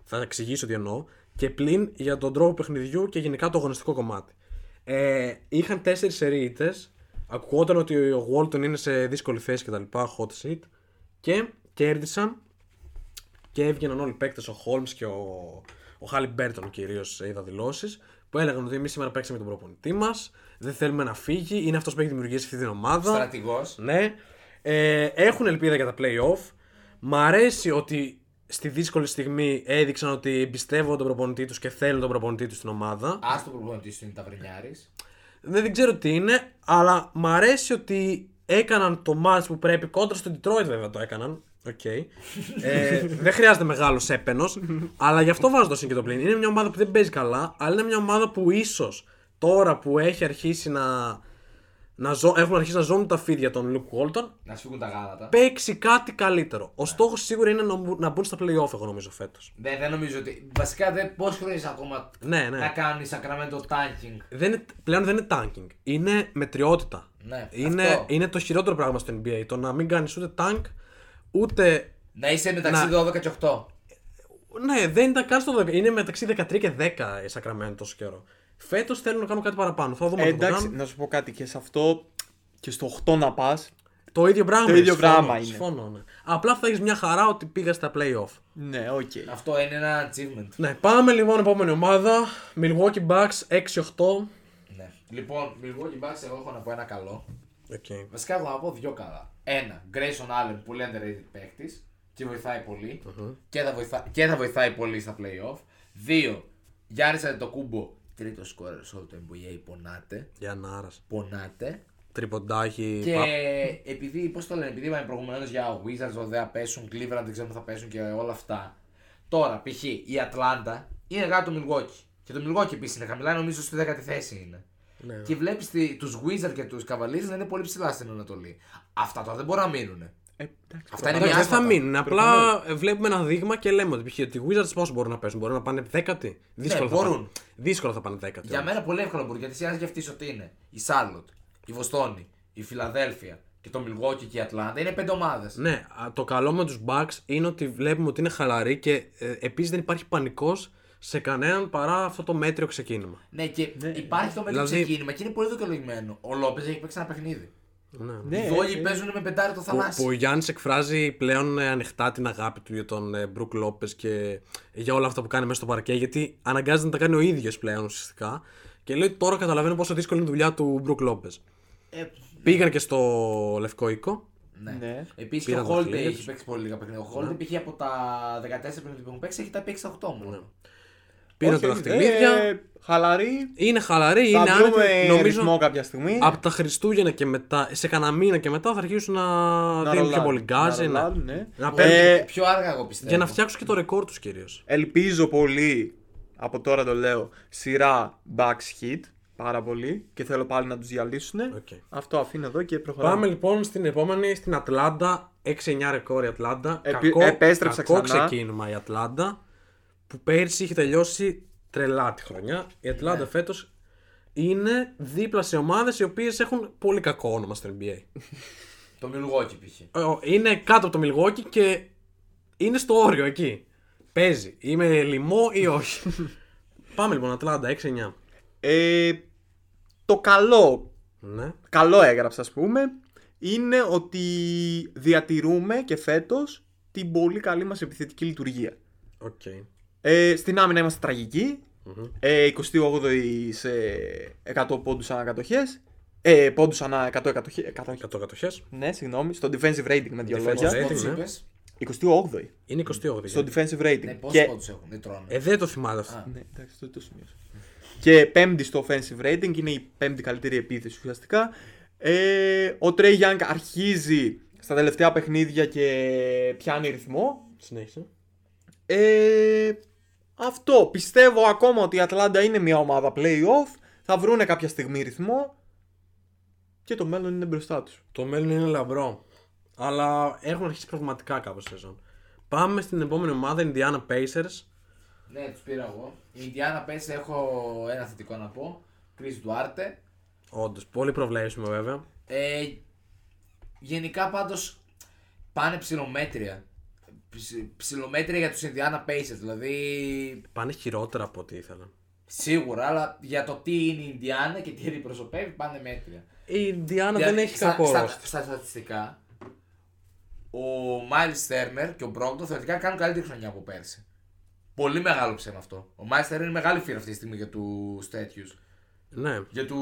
Speaker 5: Θα εξηγήσω τι εννοώ. Και πλην για τον τρόπο παιχνιδιού και γενικά το αγωνιστικό κομμάτι. Ε, είχαν τέσσερις σερίτες. Ακουγόταν ότι ο Walton είναι σε δύσκολη θέση κτλ. Hot seat. Και κέρδισαν και έβγαιναν όλοι οι παίκτες, ο Χόλμ και ο, ο Χάλι Μπέρτον κυρίως είδα δηλώσεις, που έλεγαν ότι εμείς σήμερα παίξαμε τον προπονητή μας, δεν θέλουμε να φύγει, είναι αυτός που έχει δημιουργήσει αυτή την ομάδα.
Speaker 6: Στρατηγός.
Speaker 5: Ναι. Ε, έχουν ελπίδα για τα playoff. Μ' αρέσει ότι στη δύσκολη στιγμή έδειξαν ότι εμπιστεύονται τον προπονητή τους και θέλουν τον προπονητή τους στην ομάδα.
Speaker 6: Ας το προπονητή του είναι ταβρινιάρη.
Speaker 5: Δεν, δεν ξέρω τι είναι, αλλά μ' αρέσει ότι έκαναν το match που πρέπει κόντρα στο Detroit βέβαια το έκαναν. Οκ. Ε, δεν χρειάζεται μεγάλος έπαινος, αλλά γι' αυτό βάζω το συν και το πλήν. Είναι μια ομάδα που δεν παίζει καλά, αλλά είναι μια ομάδα που ίσως τώρα που έχει αρχίσει να. να ζω, έχουν αρχίσει να ζώνουν τα φίδια των Luke Walton,
Speaker 6: Να σφίγγουν τα γάλατα.
Speaker 5: παίξει κάτι καλύτερο.
Speaker 4: Ναι.
Speaker 5: Ο στόχος σίγουρα είναι να μπου- να μπουν στα playoff, εγώ νομίζω φέτος.
Speaker 6: Δεν, δεν νομίζω ότι. Βασικά, δεν πόσο χρόνο είσαι ακόμα
Speaker 5: Ναι, ναι.
Speaker 6: να κάνεις Sacramento tanking.
Speaker 5: δεν είναι, πλέον δεν είναι tanking. Είναι μετριότητα.
Speaker 6: Ναι,
Speaker 5: είναι,
Speaker 6: αυτό.
Speaker 5: είναι το χειρότερο πράγμα στο NBA. Το να μην κάνεις ούτε tank, ούτε.
Speaker 6: Να είσαι μεταξύ
Speaker 5: Να-
Speaker 6: 12 και 8.
Speaker 5: Ναι, δεν ήταν καν στο 12. Είναι μεταξύ 13 και 10 η Σακραμμένο τόσο καιρό. Φέτος θέλουν να κάνουν κάτι παραπάνω. Θα δούμε αν θα το
Speaker 4: Ε, Εντάξει,
Speaker 5: κάνουν.
Speaker 4: να σου πω κάτι και σε αυτό και στο 8 να πας.
Speaker 5: Το ίδιο πράγμα.
Speaker 4: Το ίδιο
Speaker 5: συμφωνώ,
Speaker 4: πράγμα είναι.
Speaker 5: συμφωνώ, ναι. Απλά θα έχεις μια χαρά ότι πήγα στα playoff.
Speaker 4: Ναι, οκ.
Speaker 6: Αυτό είναι ένα achievement.
Speaker 5: Ναι, πάμε λοιπόν επόμενη ομάδα. Milwaukee Bucks 6-8.
Speaker 6: Ναι. Λοιπόν, Milwaukee Bucks, εγώ έχω να πω ένα καλό.
Speaker 5: Okay.
Speaker 6: Βασικά, έχω να πω δύο καλά. Ένα, Grayson Allen που είναι underrated παίκτης και βοηθάει πολύ. και, θα βοηθά, και θα βοηθάει πολύ στα playoff. Δύο, Γιάννης Αντετοκούμπο, τρίτος σκόρερ όλο το NBA, πονάτε.
Speaker 5: Για να άρα.
Speaker 6: Πονάτε.
Speaker 5: Τριποντάκι.
Speaker 6: Και
Speaker 5: πα-
Speaker 6: επειδή, πώς το λένε, επειδή είπαμε προηγουμένως για Wizards, ότι δεν θα πέσουν, Cleveland δεν ξέρουμε θα πέσουν και όλα αυτά. Τώρα, π.χ. η Ατλάντα είναι κάτω του Milwaukee. Και το Milwaukee επίσης είναι χαμηλά, νομίζω στη δέκατη θέση είναι.
Speaker 5: Ναι.
Speaker 6: Και βλέπεις τους Wizards και τους Cavaliers να είναι πολύ ψηλά στην Ανατολή. Αυτά τώρα δεν μπορούν να μείνουν.
Speaker 4: Ε, εντάξει,
Speaker 6: Αυτά είναι
Speaker 5: Εντάξει, δεν θα
Speaker 6: μοιάσματα.
Speaker 5: μείνουν. Απλά ε, βλέπουμε ένα δείγμα και λέμε ότι π.χ. ότι οι Wizards πώ μπορούν να πέσουν. Μπορούν να πάνε δέκατη. Δύσκολα, θα
Speaker 6: μπορούν.
Speaker 5: πάνε. Δύσκολα θα πάνε δέκατη.
Speaker 6: Για μένα πολύ εύκολο μπορεί γιατί σιγά σκεφτεί ότι είναι η Σάρλοτ, η Βοστόνη, η Φιλαδέλφια και το Milwaukee και η Ατλάντα. Είναι πέντε ομάδες.
Speaker 5: Ναι, α, το καλό με τους Bucks είναι ότι βλέπουμε ότι είναι χαλαροί και ε, επίσης δεν υπάρχει πανικός σε κανέναν παρά αυτό το μέτριο ξεκίνημα.
Speaker 6: Ναι, και υπάρχει το μέλλον
Speaker 5: Δηλαδή-
Speaker 6: ξεκίνημα και είναι πολύ δικαιολογημένο. Ο Λόπες έχει παίξει ένα παιχνίδι.
Speaker 4: Ναι,
Speaker 6: Οι Βόλοι παίζουν με πεντάρι το
Speaker 5: Που,
Speaker 6: θαλάσσι.
Speaker 5: που ο Γιάννης εκφράζει πλέον ε, ανοιχτά την αγάπη του για τον ε, Μπρουκ Λόπες και ε, για όλα αυτά που κάνει μέσα στο παρκέ, γιατί αναγκάζεται να τα κάνει ο ίδιος πλέον ουσιαστικά. Και λέει τώρα καταλαβαίνω πόσο δύσκολη είναι η δουλειά του Μπρουκ Λόπες.
Speaker 4: Ε,
Speaker 5: Πήγαν και στο Λευκό Οίκο.
Speaker 6: Ναι.
Speaker 4: Ναι.
Speaker 6: Επίσης και ο
Speaker 5: Πήραν τα
Speaker 6: Χόλντε
Speaker 5: players.
Speaker 6: έχει παίξει πολύ λίγα παιχνίδια. Ο Χόλντε πήγε από τα 14 παιχνίδια που έχουν παίξει, έχει τα παίξει τα 8 μόνο.
Speaker 5: Πήραν
Speaker 4: όχι,
Speaker 5: τα
Speaker 4: όχι,
Speaker 5: δαχτυλίδια.
Speaker 4: ε, χαλαρή.
Speaker 5: Είναι χαλαρή,
Speaker 4: Θα
Speaker 5: είναι άνετη.
Speaker 4: βρούμε ρυθμό
Speaker 5: Νομίζω
Speaker 4: κάποια στιγμή.
Speaker 5: από τα Χριστούγεννα και μετά, σε κανένα μήνα και μετά θα αρχίσουν να, δίνουν πιο
Speaker 4: ρολάρουν,
Speaker 5: πολύ
Speaker 4: να
Speaker 5: γκάζι. ναι.
Speaker 4: ρολάρουν, ναι.
Speaker 5: Να
Speaker 4: Ε,
Speaker 5: παίρνουν-
Speaker 6: Πιο αργά εγώ πιστεύω.
Speaker 5: Για να φτιάξουν και το ρεκόρ τους κυρίως.
Speaker 4: Ελπίζω πολύ, από τώρα το λέω, σειρά Bucks hit. Πάρα πολύ και θέλω πάλι να τους διαλύσουν.
Speaker 5: Οκ.
Speaker 4: Αυτό αφήνω εδώ και προχωράμε.
Speaker 5: Πάμε λοιπόν στην επόμενη, στην Ατλάντα. 6-9 ρεκόρ η Ατλάντα.
Speaker 4: Επι- επέστρεψε
Speaker 5: κακό
Speaker 4: ξανά.
Speaker 5: ξεκίνημα η Ατλάντα που πέρσι είχε τελειώσει τρελά τη χρονιά. Η Ατλάντα
Speaker 4: Ναι.
Speaker 5: φέτος είναι δίπλα σε ομάδες οι οποίες έχουν πολύ κακό όνομα στο NBA.
Speaker 6: Το Μιλουγόκι π.χ.
Speaker 5: Ε, Είναι κάτω από το Μιλγόκι και είναι στο όριο εκεί. Παίζει. Είμαι λιμό ή όχι. Πάμε λοιπόν, Ατλάντα 6-9.
Speaker 4: Ε, το καλό
Speaker 5: Ναι.
Speaker 4: καλό έγραψα ας πούμε, είναι ότι διατηρούμε και φέτος την πολύ καλή μας επιθετική λειτουργία.
Speaker 5: Οκ.
Speaker 4: Ε, στην άμυνα είμαστε τραγικοί, ε, 28η σε 100 ε, πόντους ανά κατοχές, ε, πόντους ανά 100 εκατοχέ- εκατοχές.
Speaker 5: 100 κατοχές.
Speaker 4: Ναι, συγγνώμη, στο defensive rating με δύο
Speaker 5: Defensive
Speaker 4: λόγια.
Speaker 5: rating. Ε.
Speaker 6: Πόντους
Speaker 5: ναι.
Speaker 6: είπες.
Speaker 4: 28η
Speaker 5: Είναι 28.
Speaker 4: στο defensive rating.
Speaker 6: Ναι, πόσου
Speaker 4: και...
Speaker 6: πόντους έχουν. Δεν τρώνε.
Speaker 5: Ε, δεν το θυμάμαι αυτό.
Speaker 4: Ναι, εντάξει, το, το σημείωσα. και πέμπτη στο offensive rating, είναι η πέμπτη καλύτερη επίθεση ουσιαστικά. Ε, ο Τρέι Young αρχίζει στα τελευταία παιχνίδια και πιάνει ρυθμό.
Speaker 5: Συνέχισε.
Speaker 4: Ε, αυτό. Πιστεύω ακόμα ότι η Ατλάντα είναι μια ομάδα playoff. Θα βρούνε κάποια στιγμή ρυθμό. Και το μέλλον είναι μπροστά τους.
Speaker 5: Το μέλλον είναι λαμπρό. Αλλά έχουν αρχίσει προβληματικά κάπως τη σεζόν. Πάμε στην επόμενη ομάδα, Indiana Pacers.
Speaker 6: Ναι, τους πήρα εγώ. Η Indiana πέσει, έχω ένα θετικό να πω. Chris Duarte.
Speaker 5: Όντως, πολύ προβλέψιμο βέβαια.
Speaker 6: Ε, γενικά πάντως πάνε ψηλομέτρια. Ψι- Ψηλομέτρια για τους Indiana Pacers. Δηλαδή
Speaker 5: Πάνε χειρότερα από ό,τι ήθελα.
Speaker 6: σίγουρα, αλλά για το τι είναι η Indiana και τι αντιπροσωπεύει πάνε μέτρια.
Speaker 5: Η Indiana δεν
Speaker 6: Δηλαδή,
Speaker 5: έχει
Speaker 6: στα-
Speaker 5: κακό
Speaker 6: στα,
Speaker 5: roster.
Speaker 6: στα στατιστικά, ο Miles Turner και ο Brogdon θεωρητικά κάνουν καλύτερη χρονιά από πέρσι. Πολύ μεγάλο ψέμα αυτό. Ο Miles Turner είναι μεγάλη φύρα αυτή τη στιγμή για τους τέτοιους.
Speaker 5: Ναι.
Speaker 6: για τους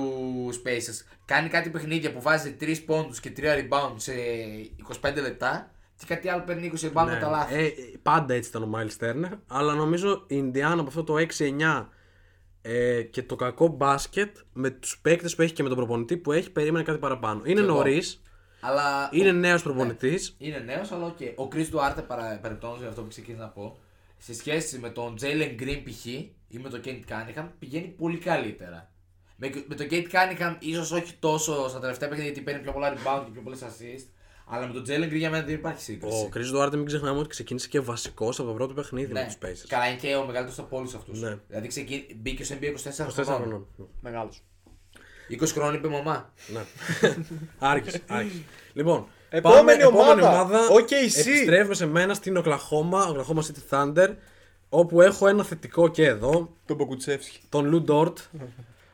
Speaker 6: Spacers. Κάνει κάτι παιχνίδια που βάζει 3 πόντους και 3 rebound σε 25 λεπτά και κάτι άλλο παίρνει 20 rebound με
Speaker 5: Ναι.
Speaker 6: τα λάθη.
Speaker 5: Ε, πάντα έτσι ήταν ο Miles Turner, αλλά νομίζω η Indiana από αυτό το 6-9 ε, και το κακό μπάσκετ με τους παίκτες που έχει και με τον προπονητή που έχει περίμενε κάτι παραπάνω. Είναι
Speaker 6: εγώ. Ε,
Speaker 5: νωρίς,
Speaker 6: Αλλά
Speaker 5: είναι νέος προπονητής.
Speaker 6: Είναι νέος, αλλά οκ. Ο Κρι Ντουάρτε, παρεμπιπτόντω για αυτό που ξεκίνησα να πω, σε σχέση με τον Τζέιλεν Γκριν π.χ. ή με τον Κέντ Κάνιχαμ, πηγαίνει πολύ καλύτερα. Με, με τον Κέντ Κάνιχαμ, ίσως όχι τόσο στα τελευταία παιχνίδια γιατί παίρνει πιο πολλά rebound και πιο πολλές assist. Αλλά με τον Τζέιλεν Γκριν για μένα δεν υπάρχει σύγκριση.
Speaker 5: Ο Κρι Ντουάρτε, μην ξεχνάμε ότι ξεκίνησε και βασικός από το πρώτο παιχνίδι
Speaker 6: Ναι,
Speaker 5: με τους Pacers.
Speaker 6: Καλά, είναι και ο μεγαλύτερος από όλους αυτούς.
Speaker 5: Ναι.
Speaker 6: Δηλαδή ξεκι... μπήκε στο NBA 24
Speaker 5: 24
Speaker 6: χρόνων.
Speaker 5: χρονών.
Speaker 7: Μεγάλος.
Speaker 6: 20 χρόνων είπε μαμά.
Speaker 5: Ναι. άργησε, άργησε. Λοιπόν,
Speaker 7: Επόμενη
Speaker 5: πάμε-
Speaker 7: ομάδα. OKC.
Speaker 5: Επιστρέφουμε σε μένα στην Οκλαχώμα, Οκλαχώμα City Thunder, όπου έχω ένα θετικό και εδώ,
Speaker 7: Τον Μποκουτσεύσκι.
Speaker 5: τον Λου Ντόρτ,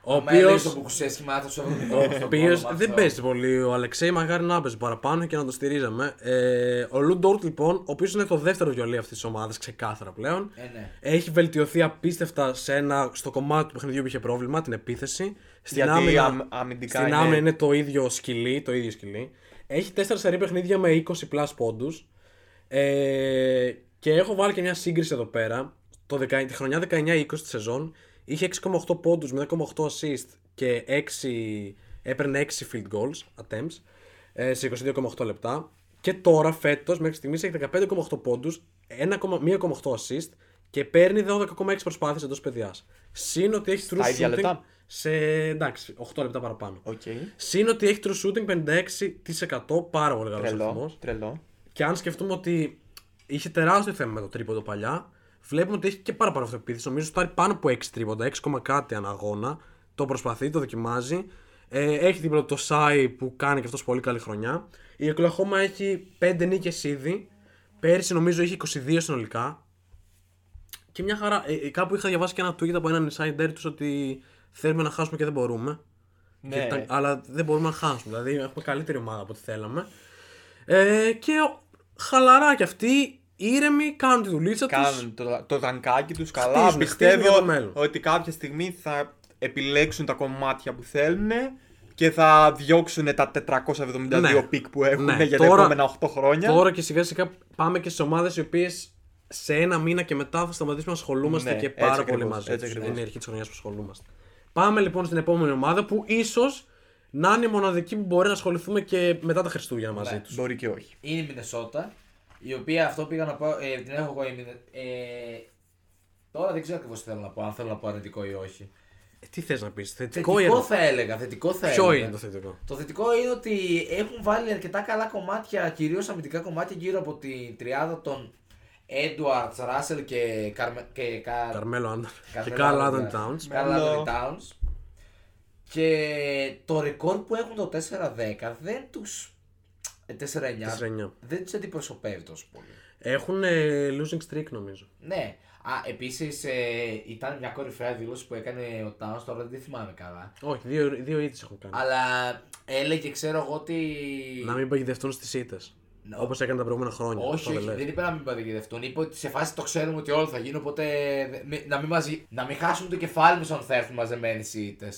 Speaker 5: ο
Speaker 6: Μα έλεγε
Speaker 5: οποίος
Speaker 6: τον Μπουκουσέσκι, μάθε σου
Speaker 5: ο οποίο δεν παίζει πολύ ο Αλεξέη, μαγάρι να παίζει παραπάνω και να το στηρίζαμε. Ε, ο Λου Ντόρτ, λοιπόν, ο οποίος είναι το δεύτερο βιολί αυτής της ομάδας, ξεκάθαρα πλέον.
Speaker 6: Ε, ναι.
Speaker 5: Έχει βελτιωθεί απίστευτα σε ένα, στο κομμάτι του παιχνιδιού που είχε πρόβλημα, την επίθεση. Στην
Speaker 7: Γιατί
Speaker 5: άμυνα,
Speaker 7: αμ- αμυντικά
Speaker 5: στην
Speaker 7: είναι-
Speaker 5: άμυνα είναι το ίδιο σκυλί, το ίδιο σκυλί. Έχει 4 σερή παιχνίδια με 20 plus πόντους. Ε, και έχω βάλει και μια σύγκριση εδώ πέρα. Το 19, τη χρονιά 19-20 της σεζόν είχε 6,8 πόντους, 0,8 assist και 6, έπαιρνε 6 field goals attempts ε, σε 22,8 λεπτά. Και τώρα φέτος μέχρι στιγμής έχει 15,8 πόντους, 1,1,8 assist και παίρνει 12,6 προσπάθειες εντός παιδιάς. Συν ότι έχει true
Speaker 7: Στα ίδια
Speaker 5: shooting
Speaker 7: λεπτά.
Speaker 5: σε εντάξει, 8 λεπτά παραπάνω.
Speaker 7: Οκ.
Speaker 5: Συν ότι έχει true shooting 56% πάρα πολύ καλός αριθμός.
Speaker 7: Τρελό. Τρελό.
Speaker 5: Και αν σκεφτούμε ότι είχε τεράστιο θέμα με το τρίποντο παλιά, βλέπουμε ότι έχει και πάρα πάρα αυτοπεποίθηση. Νομίζω ότι πάνω από 6 τρίποντα, 6, κόμμα κάτι ανά αγώνα. Το προσπαθεί, το δοκιμάζει. Ε, έχει δίπλα του το Σάι που κάνει και αυτός πολύ καλή χρονιά. Η Οκλαχώμα έχει 5 νίκες ήδη. Πέρσι νομίζω είχε 22 συνολικά. Και μια χαρά. Ε, ε, κάπου είχα διαβάσει και ένα tweet από έναν insider τους ότι θέλουμε να χάσουμε και δεν μπορούμε. Και
Speaker 7: Ναι.
Speaker 5: τα- αλλά δεν μπορούμε να χάσουμε. Δηλαδή έχουμε καλύτερη ομάδα από ό,τι θέλαμε. Ε, και ο- χαλαρά κι αυτοί, ήρεμοι, κάνουν τη δουλίτσα τους.
Speaker 7: Κάνουν το, το δανκάκι τους καλά.
Speaker 5: Χτίζουνε, χτίζουνε για το μέλλον.
Speaker 7: πιστεύω ότι κάποια στιγμή θα επιλέξουν τα κομμάτια που θέλουν και θα διώξουν τα 472
Speaker 5: Ναι.
Speaker 7: πικ που έχουν
Speaker 5: Ναι,
Speaker 7: για
Speaker 5: τώρα-
Speaker 7: τα επόμενα 8 χρόνια.
Speaker 5: Τώρα και σιγά σιγά πάμε και στι ομάδες οι οποίες σε ένα μήνα και μετά θα σταματήσουμε να ασχολούμαστε
Speaker 7: Ναι,
Speaker 5: και
Speaker 7: έτσι
Speaker 5: πάρα πολύ
Speaker 7: ακριβώς,
Speaker 5: μαζί.
Speaker 7: έτσι
Speaker 5: τους.
Speaker 7: ακριβώς.
Speaker 5: Είναι η αρχή της χρονιάς που ασχολούμαστε. Πάμε λοιπόν στην επόμενη ομάδα που ίσως να είναι η μοναδική που μπορεί να ασχοληθούμε και μετά τα Χριστούγεννα μαζί τους.
Speaker 7: Μπορεί και όχι.
Speaker 6: είναι η Μινεσότα, η οποία αυτό πήγα να πω, ε, την έχω εγώ η Μινε... ε, Τώρα δεν ξέρω ακριβώς τι θέλω να πω, αν θέλω να πω αρνητικό ή όχι.
Speaker 5: Τι θες να πεις, θετικό
Speaker 6: Θετικό
Speaker 5: ή αρνητικό.
Speaker 6: θα έλεγα, θετικό θα
Speaker 5: Ποιο
Speaker 6: έλεγα.
Speaker 5: είναι το θετικό.
Speaker 6: Το θετικό είναι ότι έχουν βάλει αρκετά καλά κομμάτια, κυρίως αμυντικά κομμάτια γύρω από την τριάδα των Έντουαρτ, Ράσελ και, Καρμε... και Κα-
Speaker 5: Καρμέλο Άντερ και
Speaker 6: Καρμέλο
Speaker 5: Καρλ
Speaker 7: ναι.
Speaker 5: Άντων
Speaker 6: Άντων.
Speaker 5: Τάουνς.
Speaker 6: Καρλ
Speaker 7: Μέλο.
Speaker 6: Άντων Towns. Και το ρεκόρ που έχουν το 4-10 δεν ε, του. 4-9.
Speaker 5: 4-9.
Speaker 6: Δεν τους αντιπροσωπεύει τόσο πολύ.
Speaker 5: Έχουν ε, losing streak νομίζω.
Speaker 6: Ναι. Α, επίσης ήταν μια κορυφαία δήλωση που έκανε ο Τάουν, τώρα δεν τη θυμάμαι καλά.
Speaker 5: Όχι, δύο, δύο ήττε έχουν κάνει.
Speaker 6: Αλλά έλεγε, ξέρω εγώ, ότι.
Speaker 5: Να μην παγιδευτούν στις ήττες.
Speaker 6: Ναι.
Speaker 5: Όπως έκανε τα προηγούμενα χρόνια. Αυτό
Speaker 6: Όχι, όχι,
Speaker 5: λες.
Speaker 6: δεν είπε να μην παντικευτούν. Είπε ότι σε φάση το ξέρουμε ότι όλο θα γίνει, οπότε δε- μη- να μην, μαζί... να μην χάσουν το κεφάλι μας όταν θα έρθουν μαζεμένοι οι ήττε.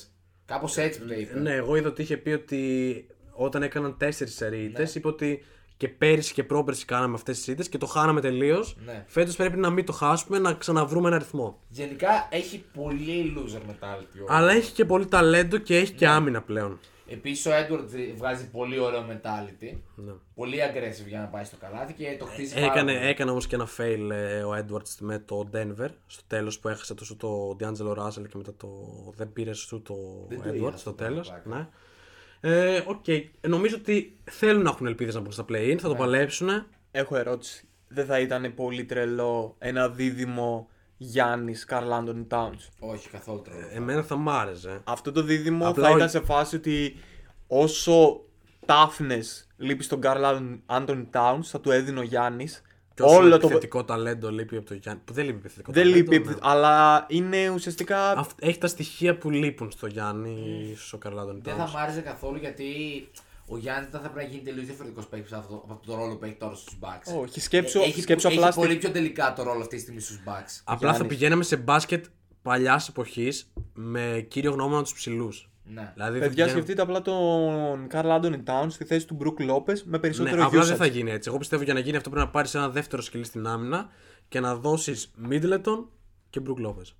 Speaker 6: Κάπως έτσι που το είπε.
Speaker 5: Ναι, εγώ είδα ότι είχε πει ότι όταν έκαναν τέσσερις σερίτε,
Speaker 6: Ναι.
Speaker 5: είπε ότι και πέρυσι και πρόπερσι κάναμε αυτές τις ήττε και το χάναμε τελείως.
Speaker 6: Ναι.
Speaker 5: Φέτος πρέπει να μην το χάσουμε, να ξαναβρούμε ένα αριθμό.
Speaker 6: Γενικά έχει πολύ loser mentality. ο-
Speaker 5: Αλλά έχει και πολύ ταλέντο και έχει
Speaker 6: Ναι.
Speaker 5: και άμυνα πλέον.
Speaker 6: Επίσης ο Edward βγάζει πολύ ωραίο mentality.
Speaker 5: Ναι. Ε,
Speaker 6: Πολύ aggressive για να πάει στο καλάθι και το χτίζει πάρα
Speaker 5: Έκανε,
Speaker 6: πολύ.
Speaker 5: έκανε όμως και ένα fail ε, ο Edwards με το Denver στο τέλος που έχασε τόσο το D'Angelo Russell και μετά το. Δεν πήρε σου το
Speaker 6: Δεν το είδα
Speaker 5: Edwards
Speaker 6: αυτό
Speaker 5: στο
Speaker 6: το
Speaker 5: τέλο.
Speaker 6: πράγμα.
Speaker 5: Ναι. Ε, οκ. Νομίζω ότι θέλουν να έχουν ελπίδες να μπουν στα play-in,
Speaker 6: Ναι.
Speaker 5: θα το παλέψουν.
Speaker 7: Έχω ερώτηση. Δεν θα ήταν πολύ τρελό ένα δίδυμο Γιάννης Καρλάντον Τάουν.
Speaker 6: Όχι, καθόλου τρόπο.
Speaker 7: Ε,
Speaker 5: Εμένα θα μ' άρεσε.
Speaker 7: Αυτό το δίδυμο
Speaker 5: Απλά
Speaker 7: θα
Speaker 5: ο-
Speaker 7: ήταν σε φάση ότι όσο τάφνες λείπει στον Καρλάντον Άντων Τάουν, θα του έδινε ο Γιάννης.
Speaker 5: Και όσο
Speaker 7: Όλο το.
Speaker 5: επιθετικό ταλέντο λείπει από το Γιάννη. Που δεν λείπει επιθετικό
Speaker 7: Δεν
Speaker 5: ταλέντο.
Speaker 7: λείπει,
Speaker 5: ναι.
Speaker 7: αλλά είναι ουσιαστικά.
Speaker 5: Αυτ- Έχει τα στοιχεία που λείπουν στο Γιάννη, στο Καρλάντον
Speaker 6: Ε, Δεν θα μ' άρεσε καθόλου γιατί ο Γιάννη δεν θα πρέπει να γίνει τελείως διαφορετικός παίκτης από, αυτό- από τον ρόλο που έχει τώρα στους Bucks.
Speaker 7: Όχι, σκέψου-
Speaker 6: Ε, έχει,
Speaker 7: σκέψου
Speaker 6: έχει
Speaker 7: απλά στη-
Speaker 6: πολύ πιο τελικά το ρόλο αυτή τη στιγμή στους Bucks.
Speaker 5: Απλά θα
Speaker 7: Γιάννης.
Speaker 5: πηγαίναμε σε μπάσκετ παλιάς εποχής με κύριο γνώμονα τους ψηλούς.
Speaker 6: Ναι.
Speaker 5: Δηλαδή, θα
Speaker 7: Παιδιά,
Speaker 5: πηγαίναμε-
Speaker 7: σκεφτείτε απλά τον Καρλ Άντων Τάουν στη θέση του Μπρουκ Λόπες με
Speaker 5: Ναι,
Speaker 7: περισσότερο
Speaker 5: απλά
Speaker 7: usage.
Speaker 5: δεν θα γίνει έτσι. Εγώ πιστεύω για να γίνει αυτό πρέπει να πάρεις ένα δεύτερο σκυλί στην άμυνα και να δώσεις Middleton και Brook Lopez.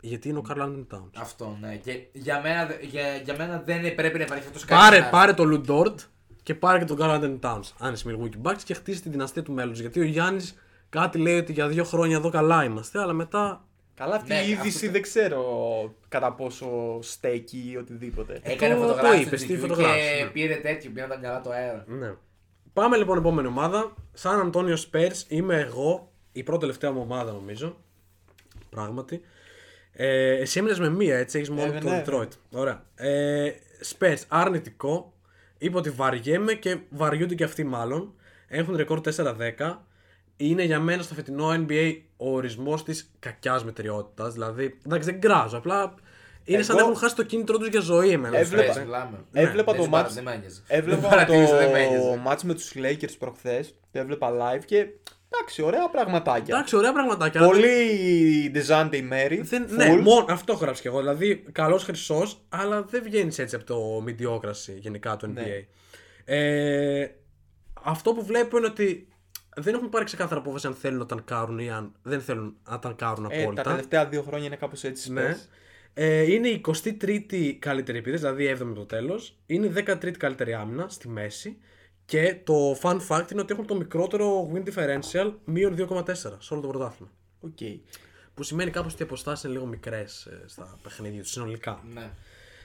Speaker 5: Γιατί είναι ο Καρλ Άντων Τάουν.
Speaker 6: Αυτό, ναι. Και για μένα, δε- για, για μένα δεν πρέπει να υπάρχει αυτός
Speaker 5: Πάρε, πάρε τον Λουντόρτ και πάρε και τον Καρλ Άντων Τάουν. Αν είσαι Milwaukee Bucks και χτίσει τη δυναστεία του μέλλοντος. Γιατί ο Γιάννης κάτι λέει ότι για δύο χρόνια εδώ καλά είμαστε, αλλά μετά.
Speaker 7: Καλά, αυτή
Speaker 6: Ναι,
Speaker 7: η είδηση
Speaker 6: αυτό το-
Speaker 7: δεν ξέρω κατά πόσο στέκει ή οτιδήποτε.
Speaker 6: Έκανε
Speaker 5: Το-
Speaker 6: φωτογράφηση.
Speaker 5: το είπες,
Speaker 6: του
Speaker 5: τι
Speaker 6: GQ
Speaker 5: φωτογράφηση, ναι.
Speaker 6: Και πήρε τέτοιο, πήρε τα μυαλά του αέρα.
Speaker 5: Ναι. Πάμε λοιπόν επόμενη ομάδα. Σαν Αντώνιο Σπέρ είμαι εγώ, η πρώτη τελευταία μου ομάδα νομίζω. Πράγματι. Ε, εσύ έμεινες με μία, έτσι έχεις μόνο
Speaker 7: Ε,
Speaker 5: το
Speaker 7: ναι.
Speaker 5: Detroit. Ωραία. Ε, Spurs, αρνητικό. Είπε ότι βαριέμαι και βαριούνται και αυτοί μάλλον. Έχουν ρεκόρ 4-10. Είναι για μένα στο φετινό NBA ο ορισμός της κακιάς μετριότητας. Δηλαδή, εντάξει, δεν κράζω. Απλά είναι σαν να
Speaker 7: Εγώ-
Speaker 5: έχουν χάσει το κίνητρο τους για ζωή εμένα. τους
Speaker 7: Έβλεπα-
Speaker 5: Spurs.
Speaker 6: Μιλάμε.
Speaker 7: Έβλεπα
Speaker 6: δεν
Speaker 7: το
Speaker 6: σου
Speaker 7: match.
Speaker 6: παρα- δεν μ' ένοιαζε. Δεν
Speaker 7: Έβλεπα
Speaker 6: παρατήρησα, δεν μ'
Speaker 7: το
Speaker 6: ένοιαζε.
Speaker 7: μάτς με τους Lakers προχθές, το έβλεπα live και εντάξει, ωραία πραγματάκια.
Speaker 5: Εντάξει, ωραία πραγματάκια. αλλά δεν-
Speaker 7: Πολύ Ντεζάντε Μέρι,
Speaker 5: Δεν, ναι, μόνο αυτό έχω γράψει κι εγώ. Δηλαδή, καλός χρυσός, αλλά δεν βγαίνεις έτσι από το μηδιόκραση γενικά του NBA.
Speaker 7: Ναι.
Speaker 5: Ε, αυτό που βλέπω είναι ότι δεν έχουν πάρει ξεκάθαρα απόφαση αν θέλουν να τανκάρουν ή αν δεν θέλουν να τανκάρουν
Speaker 7: ε, τα
Speaker 5: απόλυτα.
Speaker 7: τελευταία δύο χρόνια είναι κάπως έτσι
Speaker 5: ναι.
Speaker 7: Spurs.
Speaker 5: Ε, είναι η 23η καλύτερη επίθεση, δηλαδή 7η το τέλος. Είναι η 13η καλύτερη άμυνα στη μέση. Και το fun fact είναι ότι έχουν το μικρότερο win differential μείον 2,4 σε όλο το πρωτάθλημα.
Speaker 7: Οκ.
Speaker 5: Που σημαίνει κάπως ότι οι αποστάσεις είναι λίγο μικρές ε, στα παιχνίδια τους συνολικά.
Speaker 6: Ναι.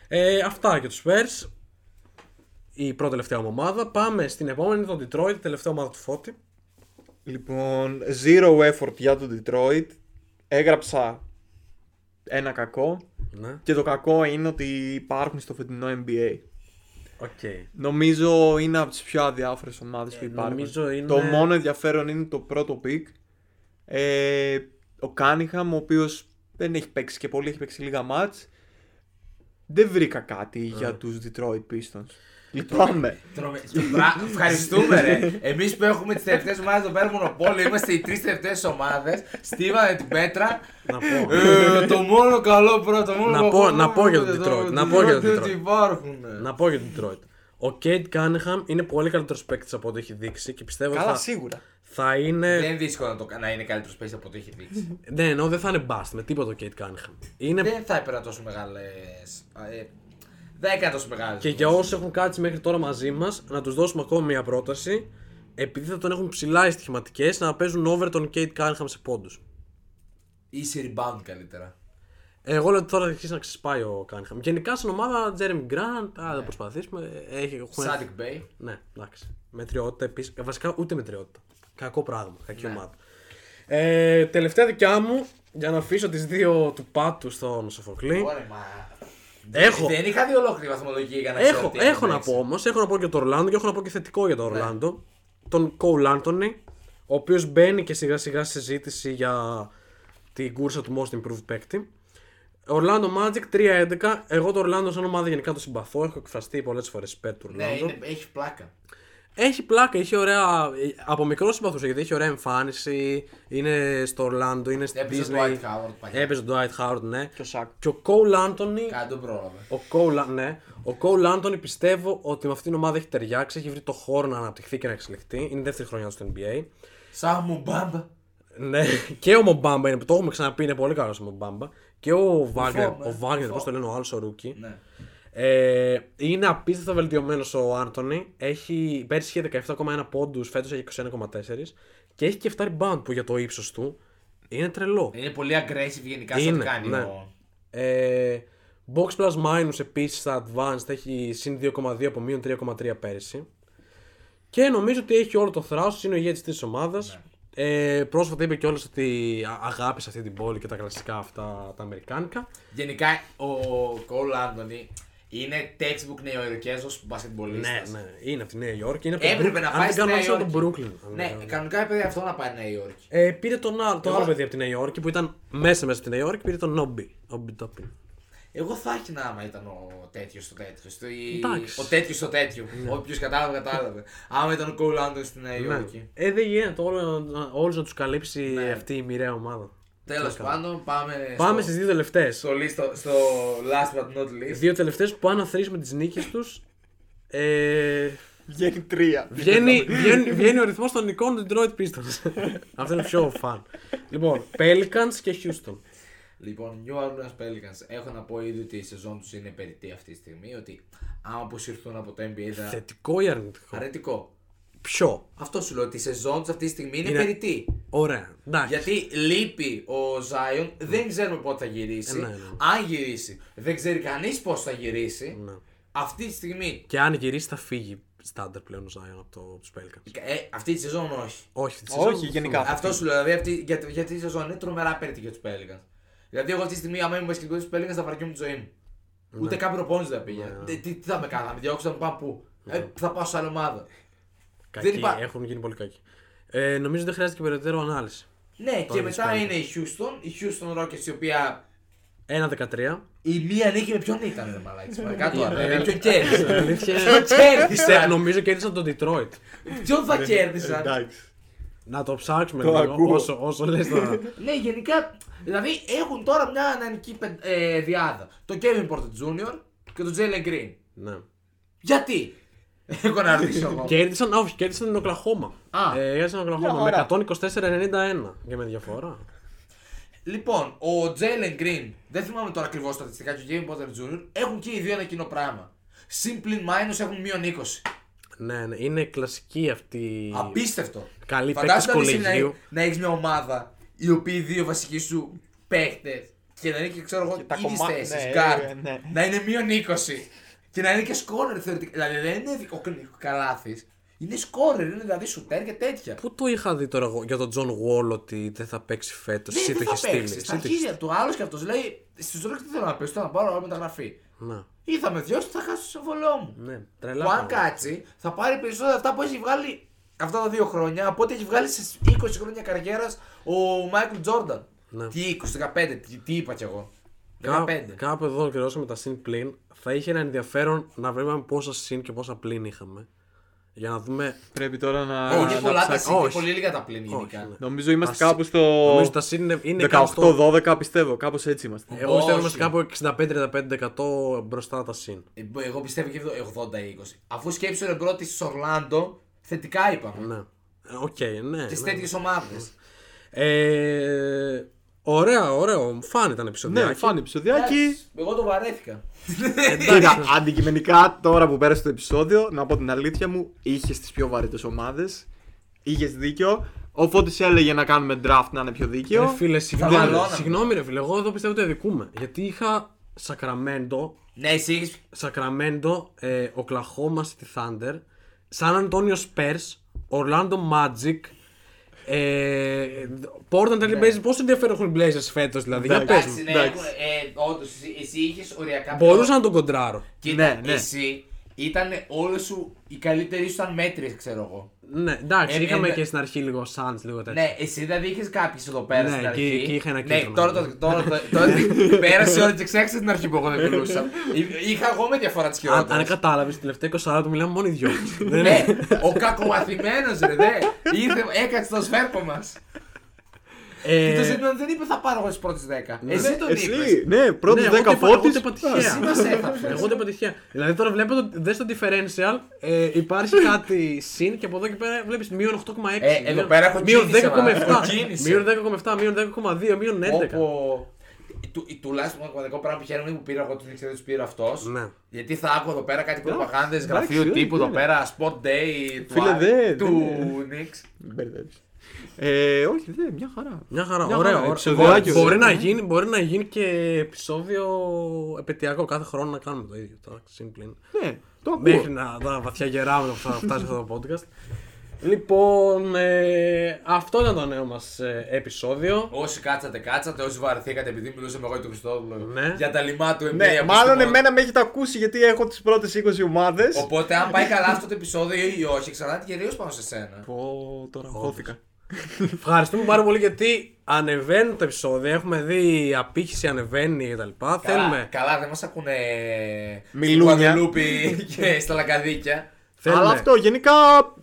Speaker 5: Ε, αυτά για τους Spurs. Η πρώτη τελευταία μου ομάδα. Πάμε στην επόμενη, τον Detroit, τελευταία ομάδα του Φώτη.
Speaker 7: Λοιπόν, zero effort για το Detroit. Έγραψα ένα κακό
Speaker 5: Ναι.
Speaker 7: και το κακό είναι ότι υπάρχουν στο φετινό NBA.
Speaker 5: Οκ.
Speaker 7: Νομίζω είναι από τις πιο αδιάφορες ομάδες που υπάρχουν.
Speaker 5: Ε, νομίζω είναι-
Speaker 7: Το μόνο ενδιαφέρον είναι το πρώτο πικ. Ε, ο Κάνιχαμ, ο οποίος δεν έχει παίξει και πολύ, έχει παίξει λίγα μάτς. Δεν βρήκα κάτι για τους Detroit Pistons. Λυπάμαι.
Speaker 6: Τρώμε- Μπρα- Ευχαριστούμε, ρε. Εμείς που έχουμε τις τελευταίες ομάδες εδώ πέρα μονοπόλιο, είμαστε οι τρεις τελευταίες ομάδες. Στίβανε την πέτρα.
Speaker 5: Να πω.
Speaker 6: Ε, το μόνο καλό πρώτο, το μόνο
Speaker 5: Να
Speaker 6: καλό
Speaker 5: πω-
Speaker 6: πρώτο
Speaker 5: να πω για τον
Speaker 6: είναι
Speaker 5: Detroit, να πω για τον
Speaker 6: ότι
Speaker 5: Detroit.
Speaker 6: υπάρχουν.
Speaker 5: Να πω για τον Detroit. Ο Κέιτ Κάνεχαμ είναι πολύ καλύτερος παίκτης από ό,τι έχει δείξει και πιστεύω
Speaker 7: Καλά,
Speaker 5: θα,
Speaker 7: σίγουρα.
Speaker 5: θα είναι.
Speaker 6: Δεν είναι δύσκολο να, το, κα- να είναι καλύτερος παίκτης από ό,τι έχει δείξει.
Speaker 5: Ναι, εννοώ δεν θα είναι bust με τίποτα ο Κέιτ Κάνεχαμ. Είναι
Speaker 6: δεν θα έπαιρνα τόσο μεγάλες. Δεν έκανε τόσο μεγάλες.
Speaker 5: Και για όσους έχουν κάτσει μέχρι τώρα μαζί μας, να τους δώσουμε ακόμα μία πρόταση. Επειδή θα τον έχουν ψηλά οι στοιχηματικές, να παίζουν over τον Kate Cunningham σε πόντους.
Speaker 6: Είσαι rebound καλύτερα.
Speaker 5: Εγώ λέω ότι τώρα θα αρχίσει να ξεσπάει ο Cunningham. Γενικά στην ομάδα Jeremy Grant, α, θα προσπαθήσουμε. Έχει, έχουν-
Speaker 6: Σάντικ Μπέι.
Speaker 5: Ναι, εντάξει. Μετριότητα επίσης. Βασικά ούτε μετριότητα. Κακό πράγμα. Κακή ομάδα. Ε, τελευταία δικιά μου, για να αφήσω τις δύο του πάτου στον Σοφοκλή.
Speaker 6: Ωραία, μα.
Speaker 5: Έχω.
Speaker 6: Δεν είχα δει ολόκληρη βαθμολογία για να ξέρω
Speaker 5: Έχω,
Speaker 6: τι Ναι. έχει
Speaker 5: έχω να
Speaker 6: παίξει.
Speaker 5: πω όμως, έχω να πω και το Ορλάντο και έχω να πω και θετικό για το Ορλάντο. Τον Κόουλ Άντωνη, ο οποίος μπαίνει και σιγά σιγά στη συζήτηση για την κούρσα του Most Improved παίκτη. Ορλάντο Magic 3-11. Εγώ το Ορλάντο σαν ομάδα γενικά το συμπαθώ. Έχω εκφραστεί πολλές φορές υπέρ του
Speaker 6: Ναι,
Speaker 5: Ορλάντο.
Speaker 6: είναι, έχει πλάκα.
Speaker 5: Έχει πλάκα, έχει ωραία. Από μικρός συμπαθούσα γιατί έχει ωραία εμφάνιση. Είναι στο Ορλάντο, είναι στην
Speaker 6: Έπαιζε
Speaker 5: Disney.
Speaker 6: ο Dwight Howard παλιά.
Speaker 5: Έπαιζε τον Dwight Howard, ναι.
Speaker 7: Το Σακ.
Speaker 5: Και ο Κόουλ Άντωνη.
Speaker 6: Κάτι τον πρόλαβε.
Speaker 5: Ο Κόουλ, ναι. Ο Cole Anthony πιστεύω ότι με αυτήν την ομάδα έχει ταιριάξει, έχει βρει το χώρο να αναπτυχθεί και να εξελιχθεί. Είναι η δεύτερη χρονιά του στο NBA.
Speaker 6: Σαν μου μπάμπα.
Speaker 5: Ναι, και ο Μομπάμπα είναι που το έχουμε ξαναπεί, είναι πολύ καλός ο Μομπάμπα. Και ο Βάγκνερ,
Speaker 6: ε.
Speaker 5: ο Βάγκνερ, πώ το λένε, ο άλλο ο Ρούκι.
Speaker 6: Ναι.
Speaker 5: Ε, είναι απίστευτα βελτιωμένος ο Άντωνη. Έχει, πέρσι είχε 17,1 πόντους, φέτος έχει 21,4 και έχει και 7 rebound που για το ύψος του είναι τρελό.
Speaker 6: Είναι πολύ aggressive γενικά σε ό,τι
Speaker 5: Είναι,
Speaker 6: κάνει.
Speaker 5: ναι.
Speaker 6: ο-
Speaker 5: Ε, box plus minus επίσης στα advanced έχει συν 2,2 από μείον 3,3 πέρυσι. Και νομίζω ότι έχει όλο το θράσος, είναι ο ηγέτης της ομάδας.
Speaker 6: Ναι.
Speaker 5: Ε, πρόσφατα είπε κιόλας ότι α- αγάπησε αυτή την πόλη και τα κλασικά αυτά τα αμερικάνικα.
Speaker 6: Γενικά ο Κόλ Άντωνη είναι textbook νεοειροκέζο μπασκετμπολίστας.
Speaker 5: ναι, είναι από τη Νέα Υόρκη. Είναι από το
Speaker 6: Έπρεπε
Speaker 5: Brooklyn.
Speaker 6: να
Speaker 5: Αν
Speaker 6: πάει
Speaker 5: δεν
Speaker 6: στη
Speaker 5: κάνω
Speaker 6: Νέα
Speaker 5: λάθος,
Speaker 6: Υόρκη.
Speaker 5: είναι από τον Brooklyn.
Speaker 6: Ναι, κανονικά έπρεπε αυτό να πάει Νέα Υόρκη.
Speaker 5: Ε, πήρε τον άλλο, το
Speaker 6: Εγώ-
Speaker 5: άλλο παιδί από τη Νέα Υόρκη που ήταν μέσα μέσα στη Νέα Υόρκη, πήρε τον Νόμπι. Νόμπι Ντόπιν.
Speaker 6: Εγώ θα άρχινα άμα ήταν ο τέτοιος στο τέτοιο. Στο... η-
Speaker 5: Εντάξει.
Speaker 6: Ο τέτοιος στο τέτοιο. Όποιος κατάλαβε, κατάλαβε. άμα ήταν ο Κόλ Άντωνη στη Νέα
Speaker 5: Ναι.
Speaker 6: Υόρκη.
Speaker 5: Ε, δεν γίνεται όλο- όλους να τους καλύψει αυτή η μοιραία ομάδα.
Speaker 6: Τέλος
Speaker 5: Τι να κάνω.
Speaker 6: πάντων, πάμε,
Speaker 5: Πάμε
Speaker 6: Ναι. Ε, στο...
Speaker 5: στις δύο τελευταίες.
Speaker 6: στο, λίστο- στο last but not least.
Speaker 5: Δύο τελευταίες που αν αθροίσουμε τις νίκες τους. Ε,
Speaker 7: Βγαίνει τρία.
Speaker 5: βγαίνει, βγαίνει, βγαίνει ο ρυθμός των νικών του Detroit Pistons. Αυτό είναι πιο fun. λοιπόν, Pelicans και Houston.
Speaker 6: Λοιπόν, New Orleans Pelicans. Έχω να πω ήδη ότι η σεζόν τους είναι περιττή αυτή τη στιγμή. Ότι αν αποσυρθούν από το NBA. Θα...
Speaker 5: Θετικό ή αρνητικό.
Speaker 6: Αρνητικό.
Speaker 5: Ποιο.
Speaker 6: Αυτό σου λέω ότι η σεζόν του αυτή τη στιγμή είναι,
Speaker 5: Είναι-
Speaker 6: περιττή.
Speaker 5: Ωραία. Εντάξει.
Speaker 6: Γιατί λείπει ο Ζάιον, δεν ξέρουμε πότε θα γυρίσει.
Speaker 5: Ε, ναι, ναι.
Speaker 6: Αν γυρίσει, δεν ξέρει κανείς πώς θα γυρίσει.
Speaker 5: Ναι.
Speaker 6: Αυτή τη στιγμή.
Speaker 5: Και αν γυρίσει θα φύγει στάνταρ πλέον ο Zion από, το, από τους Pelicans.
Speaker 6: Ε, αυτή τη σεζόν όχι.
Speaker 5: Όχι, τη
Speaker 7: Όχι,
Speaker 5: σεζόν-
Speaker 7: γενικά.
Speaker 6: Αυτό σου λέω. Δηλαδή, αυτή, γιατί, γιατί η σεζόν είναι τρομερά περιττή για τους Pelicans. Δηλαδή, εγώ αυτή τη στιγμή, άμα ήμουν μπασκετικό του Pelicans, θα βαριόμουν τη ζωή μου.
Speaker 5: Ναι.
Speaker 6: Ούτε κάποιο προπόνηση δεν πήγε. Τι, τι, τι θα με κάνανε, με διώξαν, να πάω πού.
Speaker 5: Ναι.
Speaker 6: Ε, θα πάω σε άλλη ομάδα.
Speaker 5: Κακοί,
Speaker 6: δεν υπά-
Speaker 5: Έχουν γίνει πολύ κακοί. Ε, νομίζω δεν χρειάζεται και περαιτέρω ανάλυση.
Speaker 6: Ναι, και
Speaker 5: Τώρα τις
Speaker 6: μετά
Speaker 5: Pelicans.
Speaker 6: είναι η Houston, η Houston Rockets, η οποία
Speaker 5: 1-13.
Speaker 6: η μία νίκη με ποιον ήταν, ρε μαλάκι. Μαλακά τώρα. ε, Ποιον κέρδισε.
Speaker 5: Αλήθεια.
Speaker 6: Κέρδισαν.
Speaker 5: Νομίζω κέρδισαν τον Detroit.
Speaker 6: Ποιον θα κέρδισαν.
Speaker 7: Εντάξει.
Speaker 5: Να το ψάξουμε
Speaker 7: Το
Speaker 5: λίγο
Speaker 7: ακούω.
Speaker 5: όσο, όσο λες τώρα.
Speaker 6: Ναι, γενικά. Δηλαδή έχουν τώρα μια ανανική πεν- ε, διάδα. Το Kevin Porter Jr. και τον Jalen Green.
Speaker 5: ναι.
Speaker 6: Γιατί. Έχω να ρωτήσω εγώ.
Speaker 5: Κέρδισαν, α, όχι, κέρδισαν την Οκλαχώμα.
Speaker 6: Α.
Speaker 5: Ε, έχασαν την Οκλαχώμα με 124-91 και με διαφορά.
Speaker 6: Λοιπόν, ο Jalen Green, δεν θυμάμαι τώρα ακριβώς στατιστικά, και ο Kevin Porter Jr. έχουν και οι δύο ένα κοινό πράγμα. Συμπλην minus έχουν μείον 20.
Speaker 5: ναι, ναι, είναι κλασική αυτή.
Speaker 6: Απίστευτο.
Speaker 5: Καλή
Speaker 6: Φαντάζεσαι
Speaker 5: παίκτης
Speaker 6: να είσαι
Speaker 5: κολεγίου.
Speaker 6: Να, να έχεις μια ομάδα οι οποίοι οι δύο βασικοί σου παίχτε και να είναι και ξέρω εγώ
Speaker 7: τα
Speaker 6: ίδιες
Speaker 7: κομμά-
Speaker 6: θέσεις,
Speaker 7: ναι,
Speaker 6: guard,
Speaker 7: ε, ναι.
Speaker 6: να είναι μείον 20 και να είναι και σκόρερ θεωρητικά. Δηλαδή δεν είναι ο καλάθι, είναι σκόρερ, είναι δηλαδή σουτέρ και τέτοια.
Speaker 5: Πού το είχα δει τώρα εγώ για τον Τζον Wall ότι δεν θα παίξει φέτος.
Speaker 6: Δεν
Speaker 5: Εσύ το
Speaker 6: δεν
Speaker 5: είχε
Speaker 6: θα
Speaker 5: στείλει.
Speaker 6: παίξει. Στα
Speaker 5: Εσύ το είχες-
Speaker 6: αρχίδια του άλλος και αυτός λέει Στου Ρόκε τι θέλω να πέσει, θέλω να πάρω όλη μεταγραφή.
Speaker 5: Ναι,
Speaker 6: Ή θα με διώξει, θα χάσω το συμβολό μου.
Speaker 5: ναι,
Speaker 6: που αν
Speaker 5: τρελά.
Speaker 6: κάτσει θα πάρει περισσότερα αυτά που έχει βγάλει αυτά τα δύο χρόνια από ό,τι έχει βγάλει σε 20 χρόνια καριέρας ο Μάικλ Τζόρνταν.
Speaker 5: Ναι.
Speaker 6: Τι 20, 15, τι, τι είπα κι εγώ. 15.
Speaker 5: Κά- Κάπου εδώ ολοκληρώσαμε τα συν πλήν. Θα είχε ένα ενδιαφέρον να βλέπαμε πόσα συν και πόσα πλήν είχαμε. Για να δούμε.
Speaker 7: Πρέπει τώρα
Speaker 5: Ε,
Speaker 7: να.
Speaker 6: είναι
Speaker 7: να
Speaker 6: πολλά τα
Speaker 7: ψάξω.
Speaker 6: συν και
Speaker 5: όχι.
Speaker 6: πολύ λίγα τα πλήν γενικά.
Speaker 5: Όχι, ναι.
Speaker 7: Νομίζω είμαστε
Speaker 5: Τα
Speaker 7: κάπου
Speaker 5: συν-
Speaker 7: στο.
Speaker 5: Νομίζω τα συν είναι, είναι κάπου στο- Ε,
Speaker 7: 18-12 πιστεύω, κάπως έτσι είμαστε.
Speaker 5: Εγώ
Speaker 6: Όχι.
Speaker 5: πιστεύω είμαστε κάπου 65-35% μπροστά τα συν.
Speaker 6: Ε, Εγώ πιστεύω και 80-20. Αφού σκέψει ο Ρεμπρό τη Ορλάντο, θετικά είπαμε.
Speaker 5: Ναι. Ε, Οκ, ναι.
Speaker 6: Και στι
Speaker 5: ναι.
Speaker 6: τέτοιες ομάδες.
Speaker 5: Ε, ωραίο, ωραίο. Φαν ήταν επεισοδιάκι.
Speaker 7: Ναι, φάνη επεισοδιάκι.
Speaker 6: Εγώ το βαρέθηκα.
Speaker 7: Κοίτα, αντικειμενικά τώρα που πέρασε το επεισόδιο, να πω την αλήθεια μου, είχες τις πιο βαρύτες ομάδες. Είχες δίκιο. Ο Φώτης έλεγε να κάνουμε draft να είναι πιο
Speaker 5: Ρε
Speaker 7: δίκαιο.
Speaker 5: Ε, φίλε, συγγνώμη,
Speaker 6: μαλώναμε.
Speaker 5: συγγνώμη ρε φίλε, εγώ εδώ πιστεύω ότι αδικούμε. Γιατί είχα Σακραμέντο,
Speaker 6: ναι, εσύ έχεις-
Speaker 5: Σακραμέντο, ε, Οκλαχώμα στη Thunder, Σαν Αντώνιο Spurs, Orlando Magic, ε, Portland Trail Blazers, πόσο ενδιαφέρον έχουν οι Blazers φέτος δηλαδή, για
Speaker 7: Εντάξει.
Speaker 5: πες μου.
Speaker 6: Εντάξει, ναι,
Speaker 7: εντάξει.
Speaker 6: έχουν- ε, όντως, εσύ, εσύ είχες οριακά.
Speaker 5: Μπορούσα να τον κοντράρω.
Speaker 6: Κοίτα,
Speaker 7: Ναι, ναι.
Speaker 6: εσύ ήταν όλε σου οι καλύτεροι σου ήταν μέτρε, ξέρω εγώ.
Speaker 5: Ναι, εντάξει,
Speaker 6: Ε,
Speaker 5: είχαμε
Speaker 6: ε,
Speaker 5: και στην αρχή λίγο Suns, λίγο τέτοιο.
Speaker 6: Ναι, εσύ δηλαδή είχες κάποιες εδώ πέρα
Speaker 5: Ναι,
Speaker 6: στην
Speaker 5: εκεί-
Speaker 6: αρχή.
Speaker 5: εκεί είχα ένα
Speaker 6: ναι,
Speaker 5: κίνητρο,
Speaker 6: τώρα,
Speaker 5: ναι.
Speaker 6: το- τώρα, το- τώρα, πέρασε ώρα και ξέχασα την αρχή που εγώ δεν μιλούσα. Ε, Είχα εγώ με διαφορά τη
Speaker 5: Αν,
Speaker 6: χειρότερη.
Speaker 5: αν κατάλαβες, τα τελευταία 20 του μιλάμε μόνο οι δυο. μας. Δεν
Speaker 6: Ναι,
Speaker 5: είναι.
Speaker 6: ο κακομαθημένος ρε, δε. Ήρθε, έκατσε το σφέρκο μα. Και το
Speaker 5: Ε,
Speaker 6: ζήτημα δεν είπε θα πάρω εγώ τις πρώτες 10. Εσύ τον
Speaker 7: Εσύ,
Speaker 6: είπες.
Speaker 7: ναι, πρώτο
Speaker 5: ναι, εγώ
Speaker 7: 10
Speaker 5: το είπα- εγώ το
Speaker 7: Φώτης.
Speaker 5: είπα
Speaker 6: Εσύ
Speaker 5: τυχαία.
Speaker 6: μα έφαγες.
Speaker 5: Εγώ δεν πετυχία. Δηλαδή τώρα βλέπω ότι δεν στο differential ε, υπάρχει κάτι συν και από εδώ και πέρα βλέπεις μείον 8,6.
Speaker 6: Ε, εδώ
Speaker 5: μείον-
Speaker 6: πέρα έχω
Speaker 5: Μείον
Speaker 6: κίνηση,
Speaker 5: 10,7.
Speaker 6: μάλλον. Κίνηση.
Speaker 5: Μείον 10,7, μείον 10,2, μείον 11.
Speaker 6: Όπου. Του, τουλάχιστον το κωδικό πράγμα που χαίρομαι που πήρα εγώ τους ήξερα του πήρα αυτός.
Speaker 5: Ναι.
Speaker 6: Γιατί θα άκουγα εδώ πέρα κάτι προπαγάνδε,
Speaker 7: Ναι. εντάξει,
Speaker 6: γραφείου τύπου εδώ
Speaker 7: είναι.
Speaker 6: πέρα, spot day του,
Speaker 7: Φίλε,
Speaker 6: Α-
Speaker 7: δεν-
Speaker 6: του
Speaker 7: δεν-
Speaker 6: Νίξ.
Speaker 7: Μην μπερδεύεις. Ε, όχι, δεν, μια χαρά.
Speaker 5: Μια χαρά,
Speaker 7: Μια
Speaker 5: ωραίο.
Speaker 7: χαρά,
Speaker 5: ωραίο.
Speaker 7: επεισοδιάκι,
Speaker 5: Μπορεί, μπορεί
Speaker 7: ωραίο.
Speaker 5: να γίνει, μπορεί να γίνει και επεισόδιο επαιτειακό κάθε χρόνο να κάνουμε το ίδιο. Τώρα, σύμπλην.
Speaker 7: Ναι, το ακούω.
Speaker 5: Μέχρι να τα βαθιά γεράμε που θα φτάσει αυτό το podcast. Λοιπόν, ε, αυτό ήταν το νέο μας ε, επεισόδιο.
Speaker 6: Όσοι κάτσατε, κάτσατε. Όσοι βαρεθήκατε, επειδή μιλούσαμε εγώ ή του Χριστόδουλου
Speaker 5: Ναι.
Speaker 6: για τα λιμά του NBA.
Speaker 7: Ναι,
Speaker 5: Ε,
Speaker 6: όπως
Speaker 7: μάλλον
Speaker 6: θυμόμαστε.
Speaker 7: εμένα με έχετε ακούσει γιατί έχω τις πρώτες 20 ομάδες.
Speaker 6: Οπότε, αν πάει καλά αυτό το επεισόδιο ή όχι, ξανά κυρίως πάνω σε σένα.
Speaker 7: Πω, τώρα αγχώθηκα.
Speaker 5: Ευχαριστούμε πάρα πολύ γιατί ανεβαίνουν τα επεισόδια. Έχουμε δει η απήχηση ανεβαίνει κτλ.
Speaker 6: Καλά,
Speaker 5: Θέλουμε,
Speaker 6: Καλά, δεν μας ακούνε.
Speaker 7: Μιλούνια.
Speaker 6: Στην Γουαδελούπη και στα λαγκαδίκια.
Speaker 5: Θέλουμε.
Speaker 4: Αλλά αυτό γενικά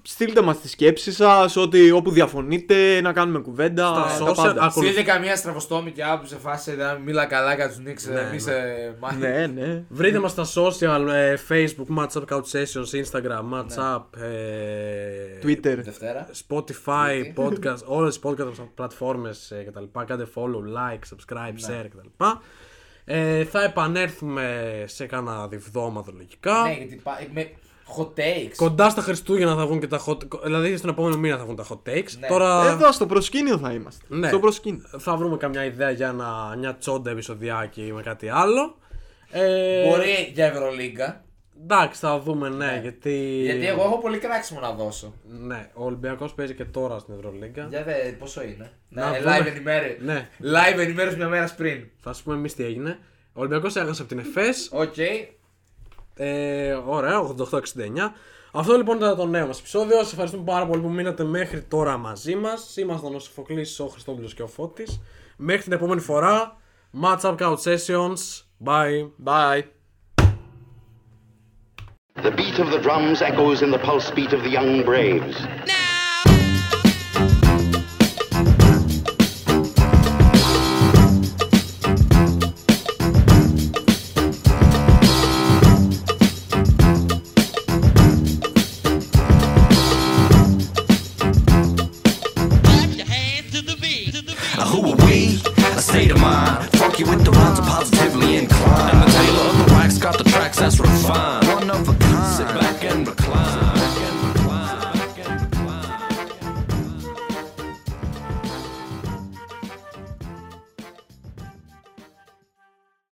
Speaker 4: στείλτε μας τις σκέψεις σας, ότι όπου διαφωνείτε να κάνουμε κουβέντα,
Speaker 5: Στα
Speaker 4: τα
Speaker 5: social,
Speaker 4: πάντα.
Speaker 5: ακολουθ-
Speaker 6: Στείλτε καμία στραβοστόμικη άποψη σε φάση να μίλα καλά για τους Νίξ, να μην
Speaker 5: ναι.
Speaker 6: σε μάθει.
Speaker 4: Ναι, ναι.
Speaker 5: Βρείτε μας στα social, ε, facebook, matchup couch sessions, instagram, matchup, ε,
Speaker 4: Ναι. Twitter.
Speaker 6: Δευτέρα.
Speaker 5: Spotify, podcast, όλες τις podcast πλατφόρμες ε, κτλ. Κάντε follow, like, subscribe,
Speaker 6: Ναι.
Speaker 5: share κτλ. Ε, θα επανέλθουμε σε κάνα διβδόματο λογικά.
Speaker 6: Ναι, γιατί πα- με hot takes.
Speaker 5: Κοντά στα Χριστούγεννα θα βγουν και τα hot... Δηλαδή στον επόμενο μήνα θα βγουν τα hot takes.
Speaker 6: Ναι.
Speaker 5: Τώρα
Speaker 4: Εδώ στο προσκήνιο θα είμαστε.
Speaker 5: Ναι.
Speaker 4: Στο προσκήνιο.
Speaker 5: θα βρούμε καμιά ιδέα για ένα, μια τσόντα επεισοδιάκι ή με κάτι άλλο. Ε,
Speaker 6: Μπορεί για Ευρωλίγκα.
Speaker 5: Εντάξει, θα δούμε, ναι, γιατί...
Speaker 6: Γιατί εγώ έχω πολύ κράξιμο να δώσω.
Speaker 5: Ναι, ο Ολυμπιακός παίζει και τώρα στην Ευρωλίγκα.
Speaker 6: Για δε, πόσο είναι.
Speaker 5: Να
Speaker 6: Ναι,
Speaker 5: δούμε.
Speaker 6: live ενημέρωση.
Speaker 5: Ναι.
Speaker 6: Live ενημέρωση μια μέρα πριν.
Speaker 5: Θα σου πούμε εμείς τι έγινε. Ο Ολυμπιακός έχασε από την ΕΦΕΣ.
Speaker 6: Οκ.
Speaker 5: Ε, ωραία, 88-69. Αυτό λοιπόν ήταν το νέο μας επεισόδιο. Σας ευχαριστούμε πάρα πολύ που μείνατε μέχρι τώρα μαζί μας. Ήμασταν ο Σοφοκλής, ο Χριστόπουλος και ο Φώτης. Μέχρι την επόμενη φορά, Match Up Couch Sessions. Bye.
Speaker 4: Bye.
Speaker 1: The beat of the drums echoes in the pulse beat of the young braves.
Speaker 2: Now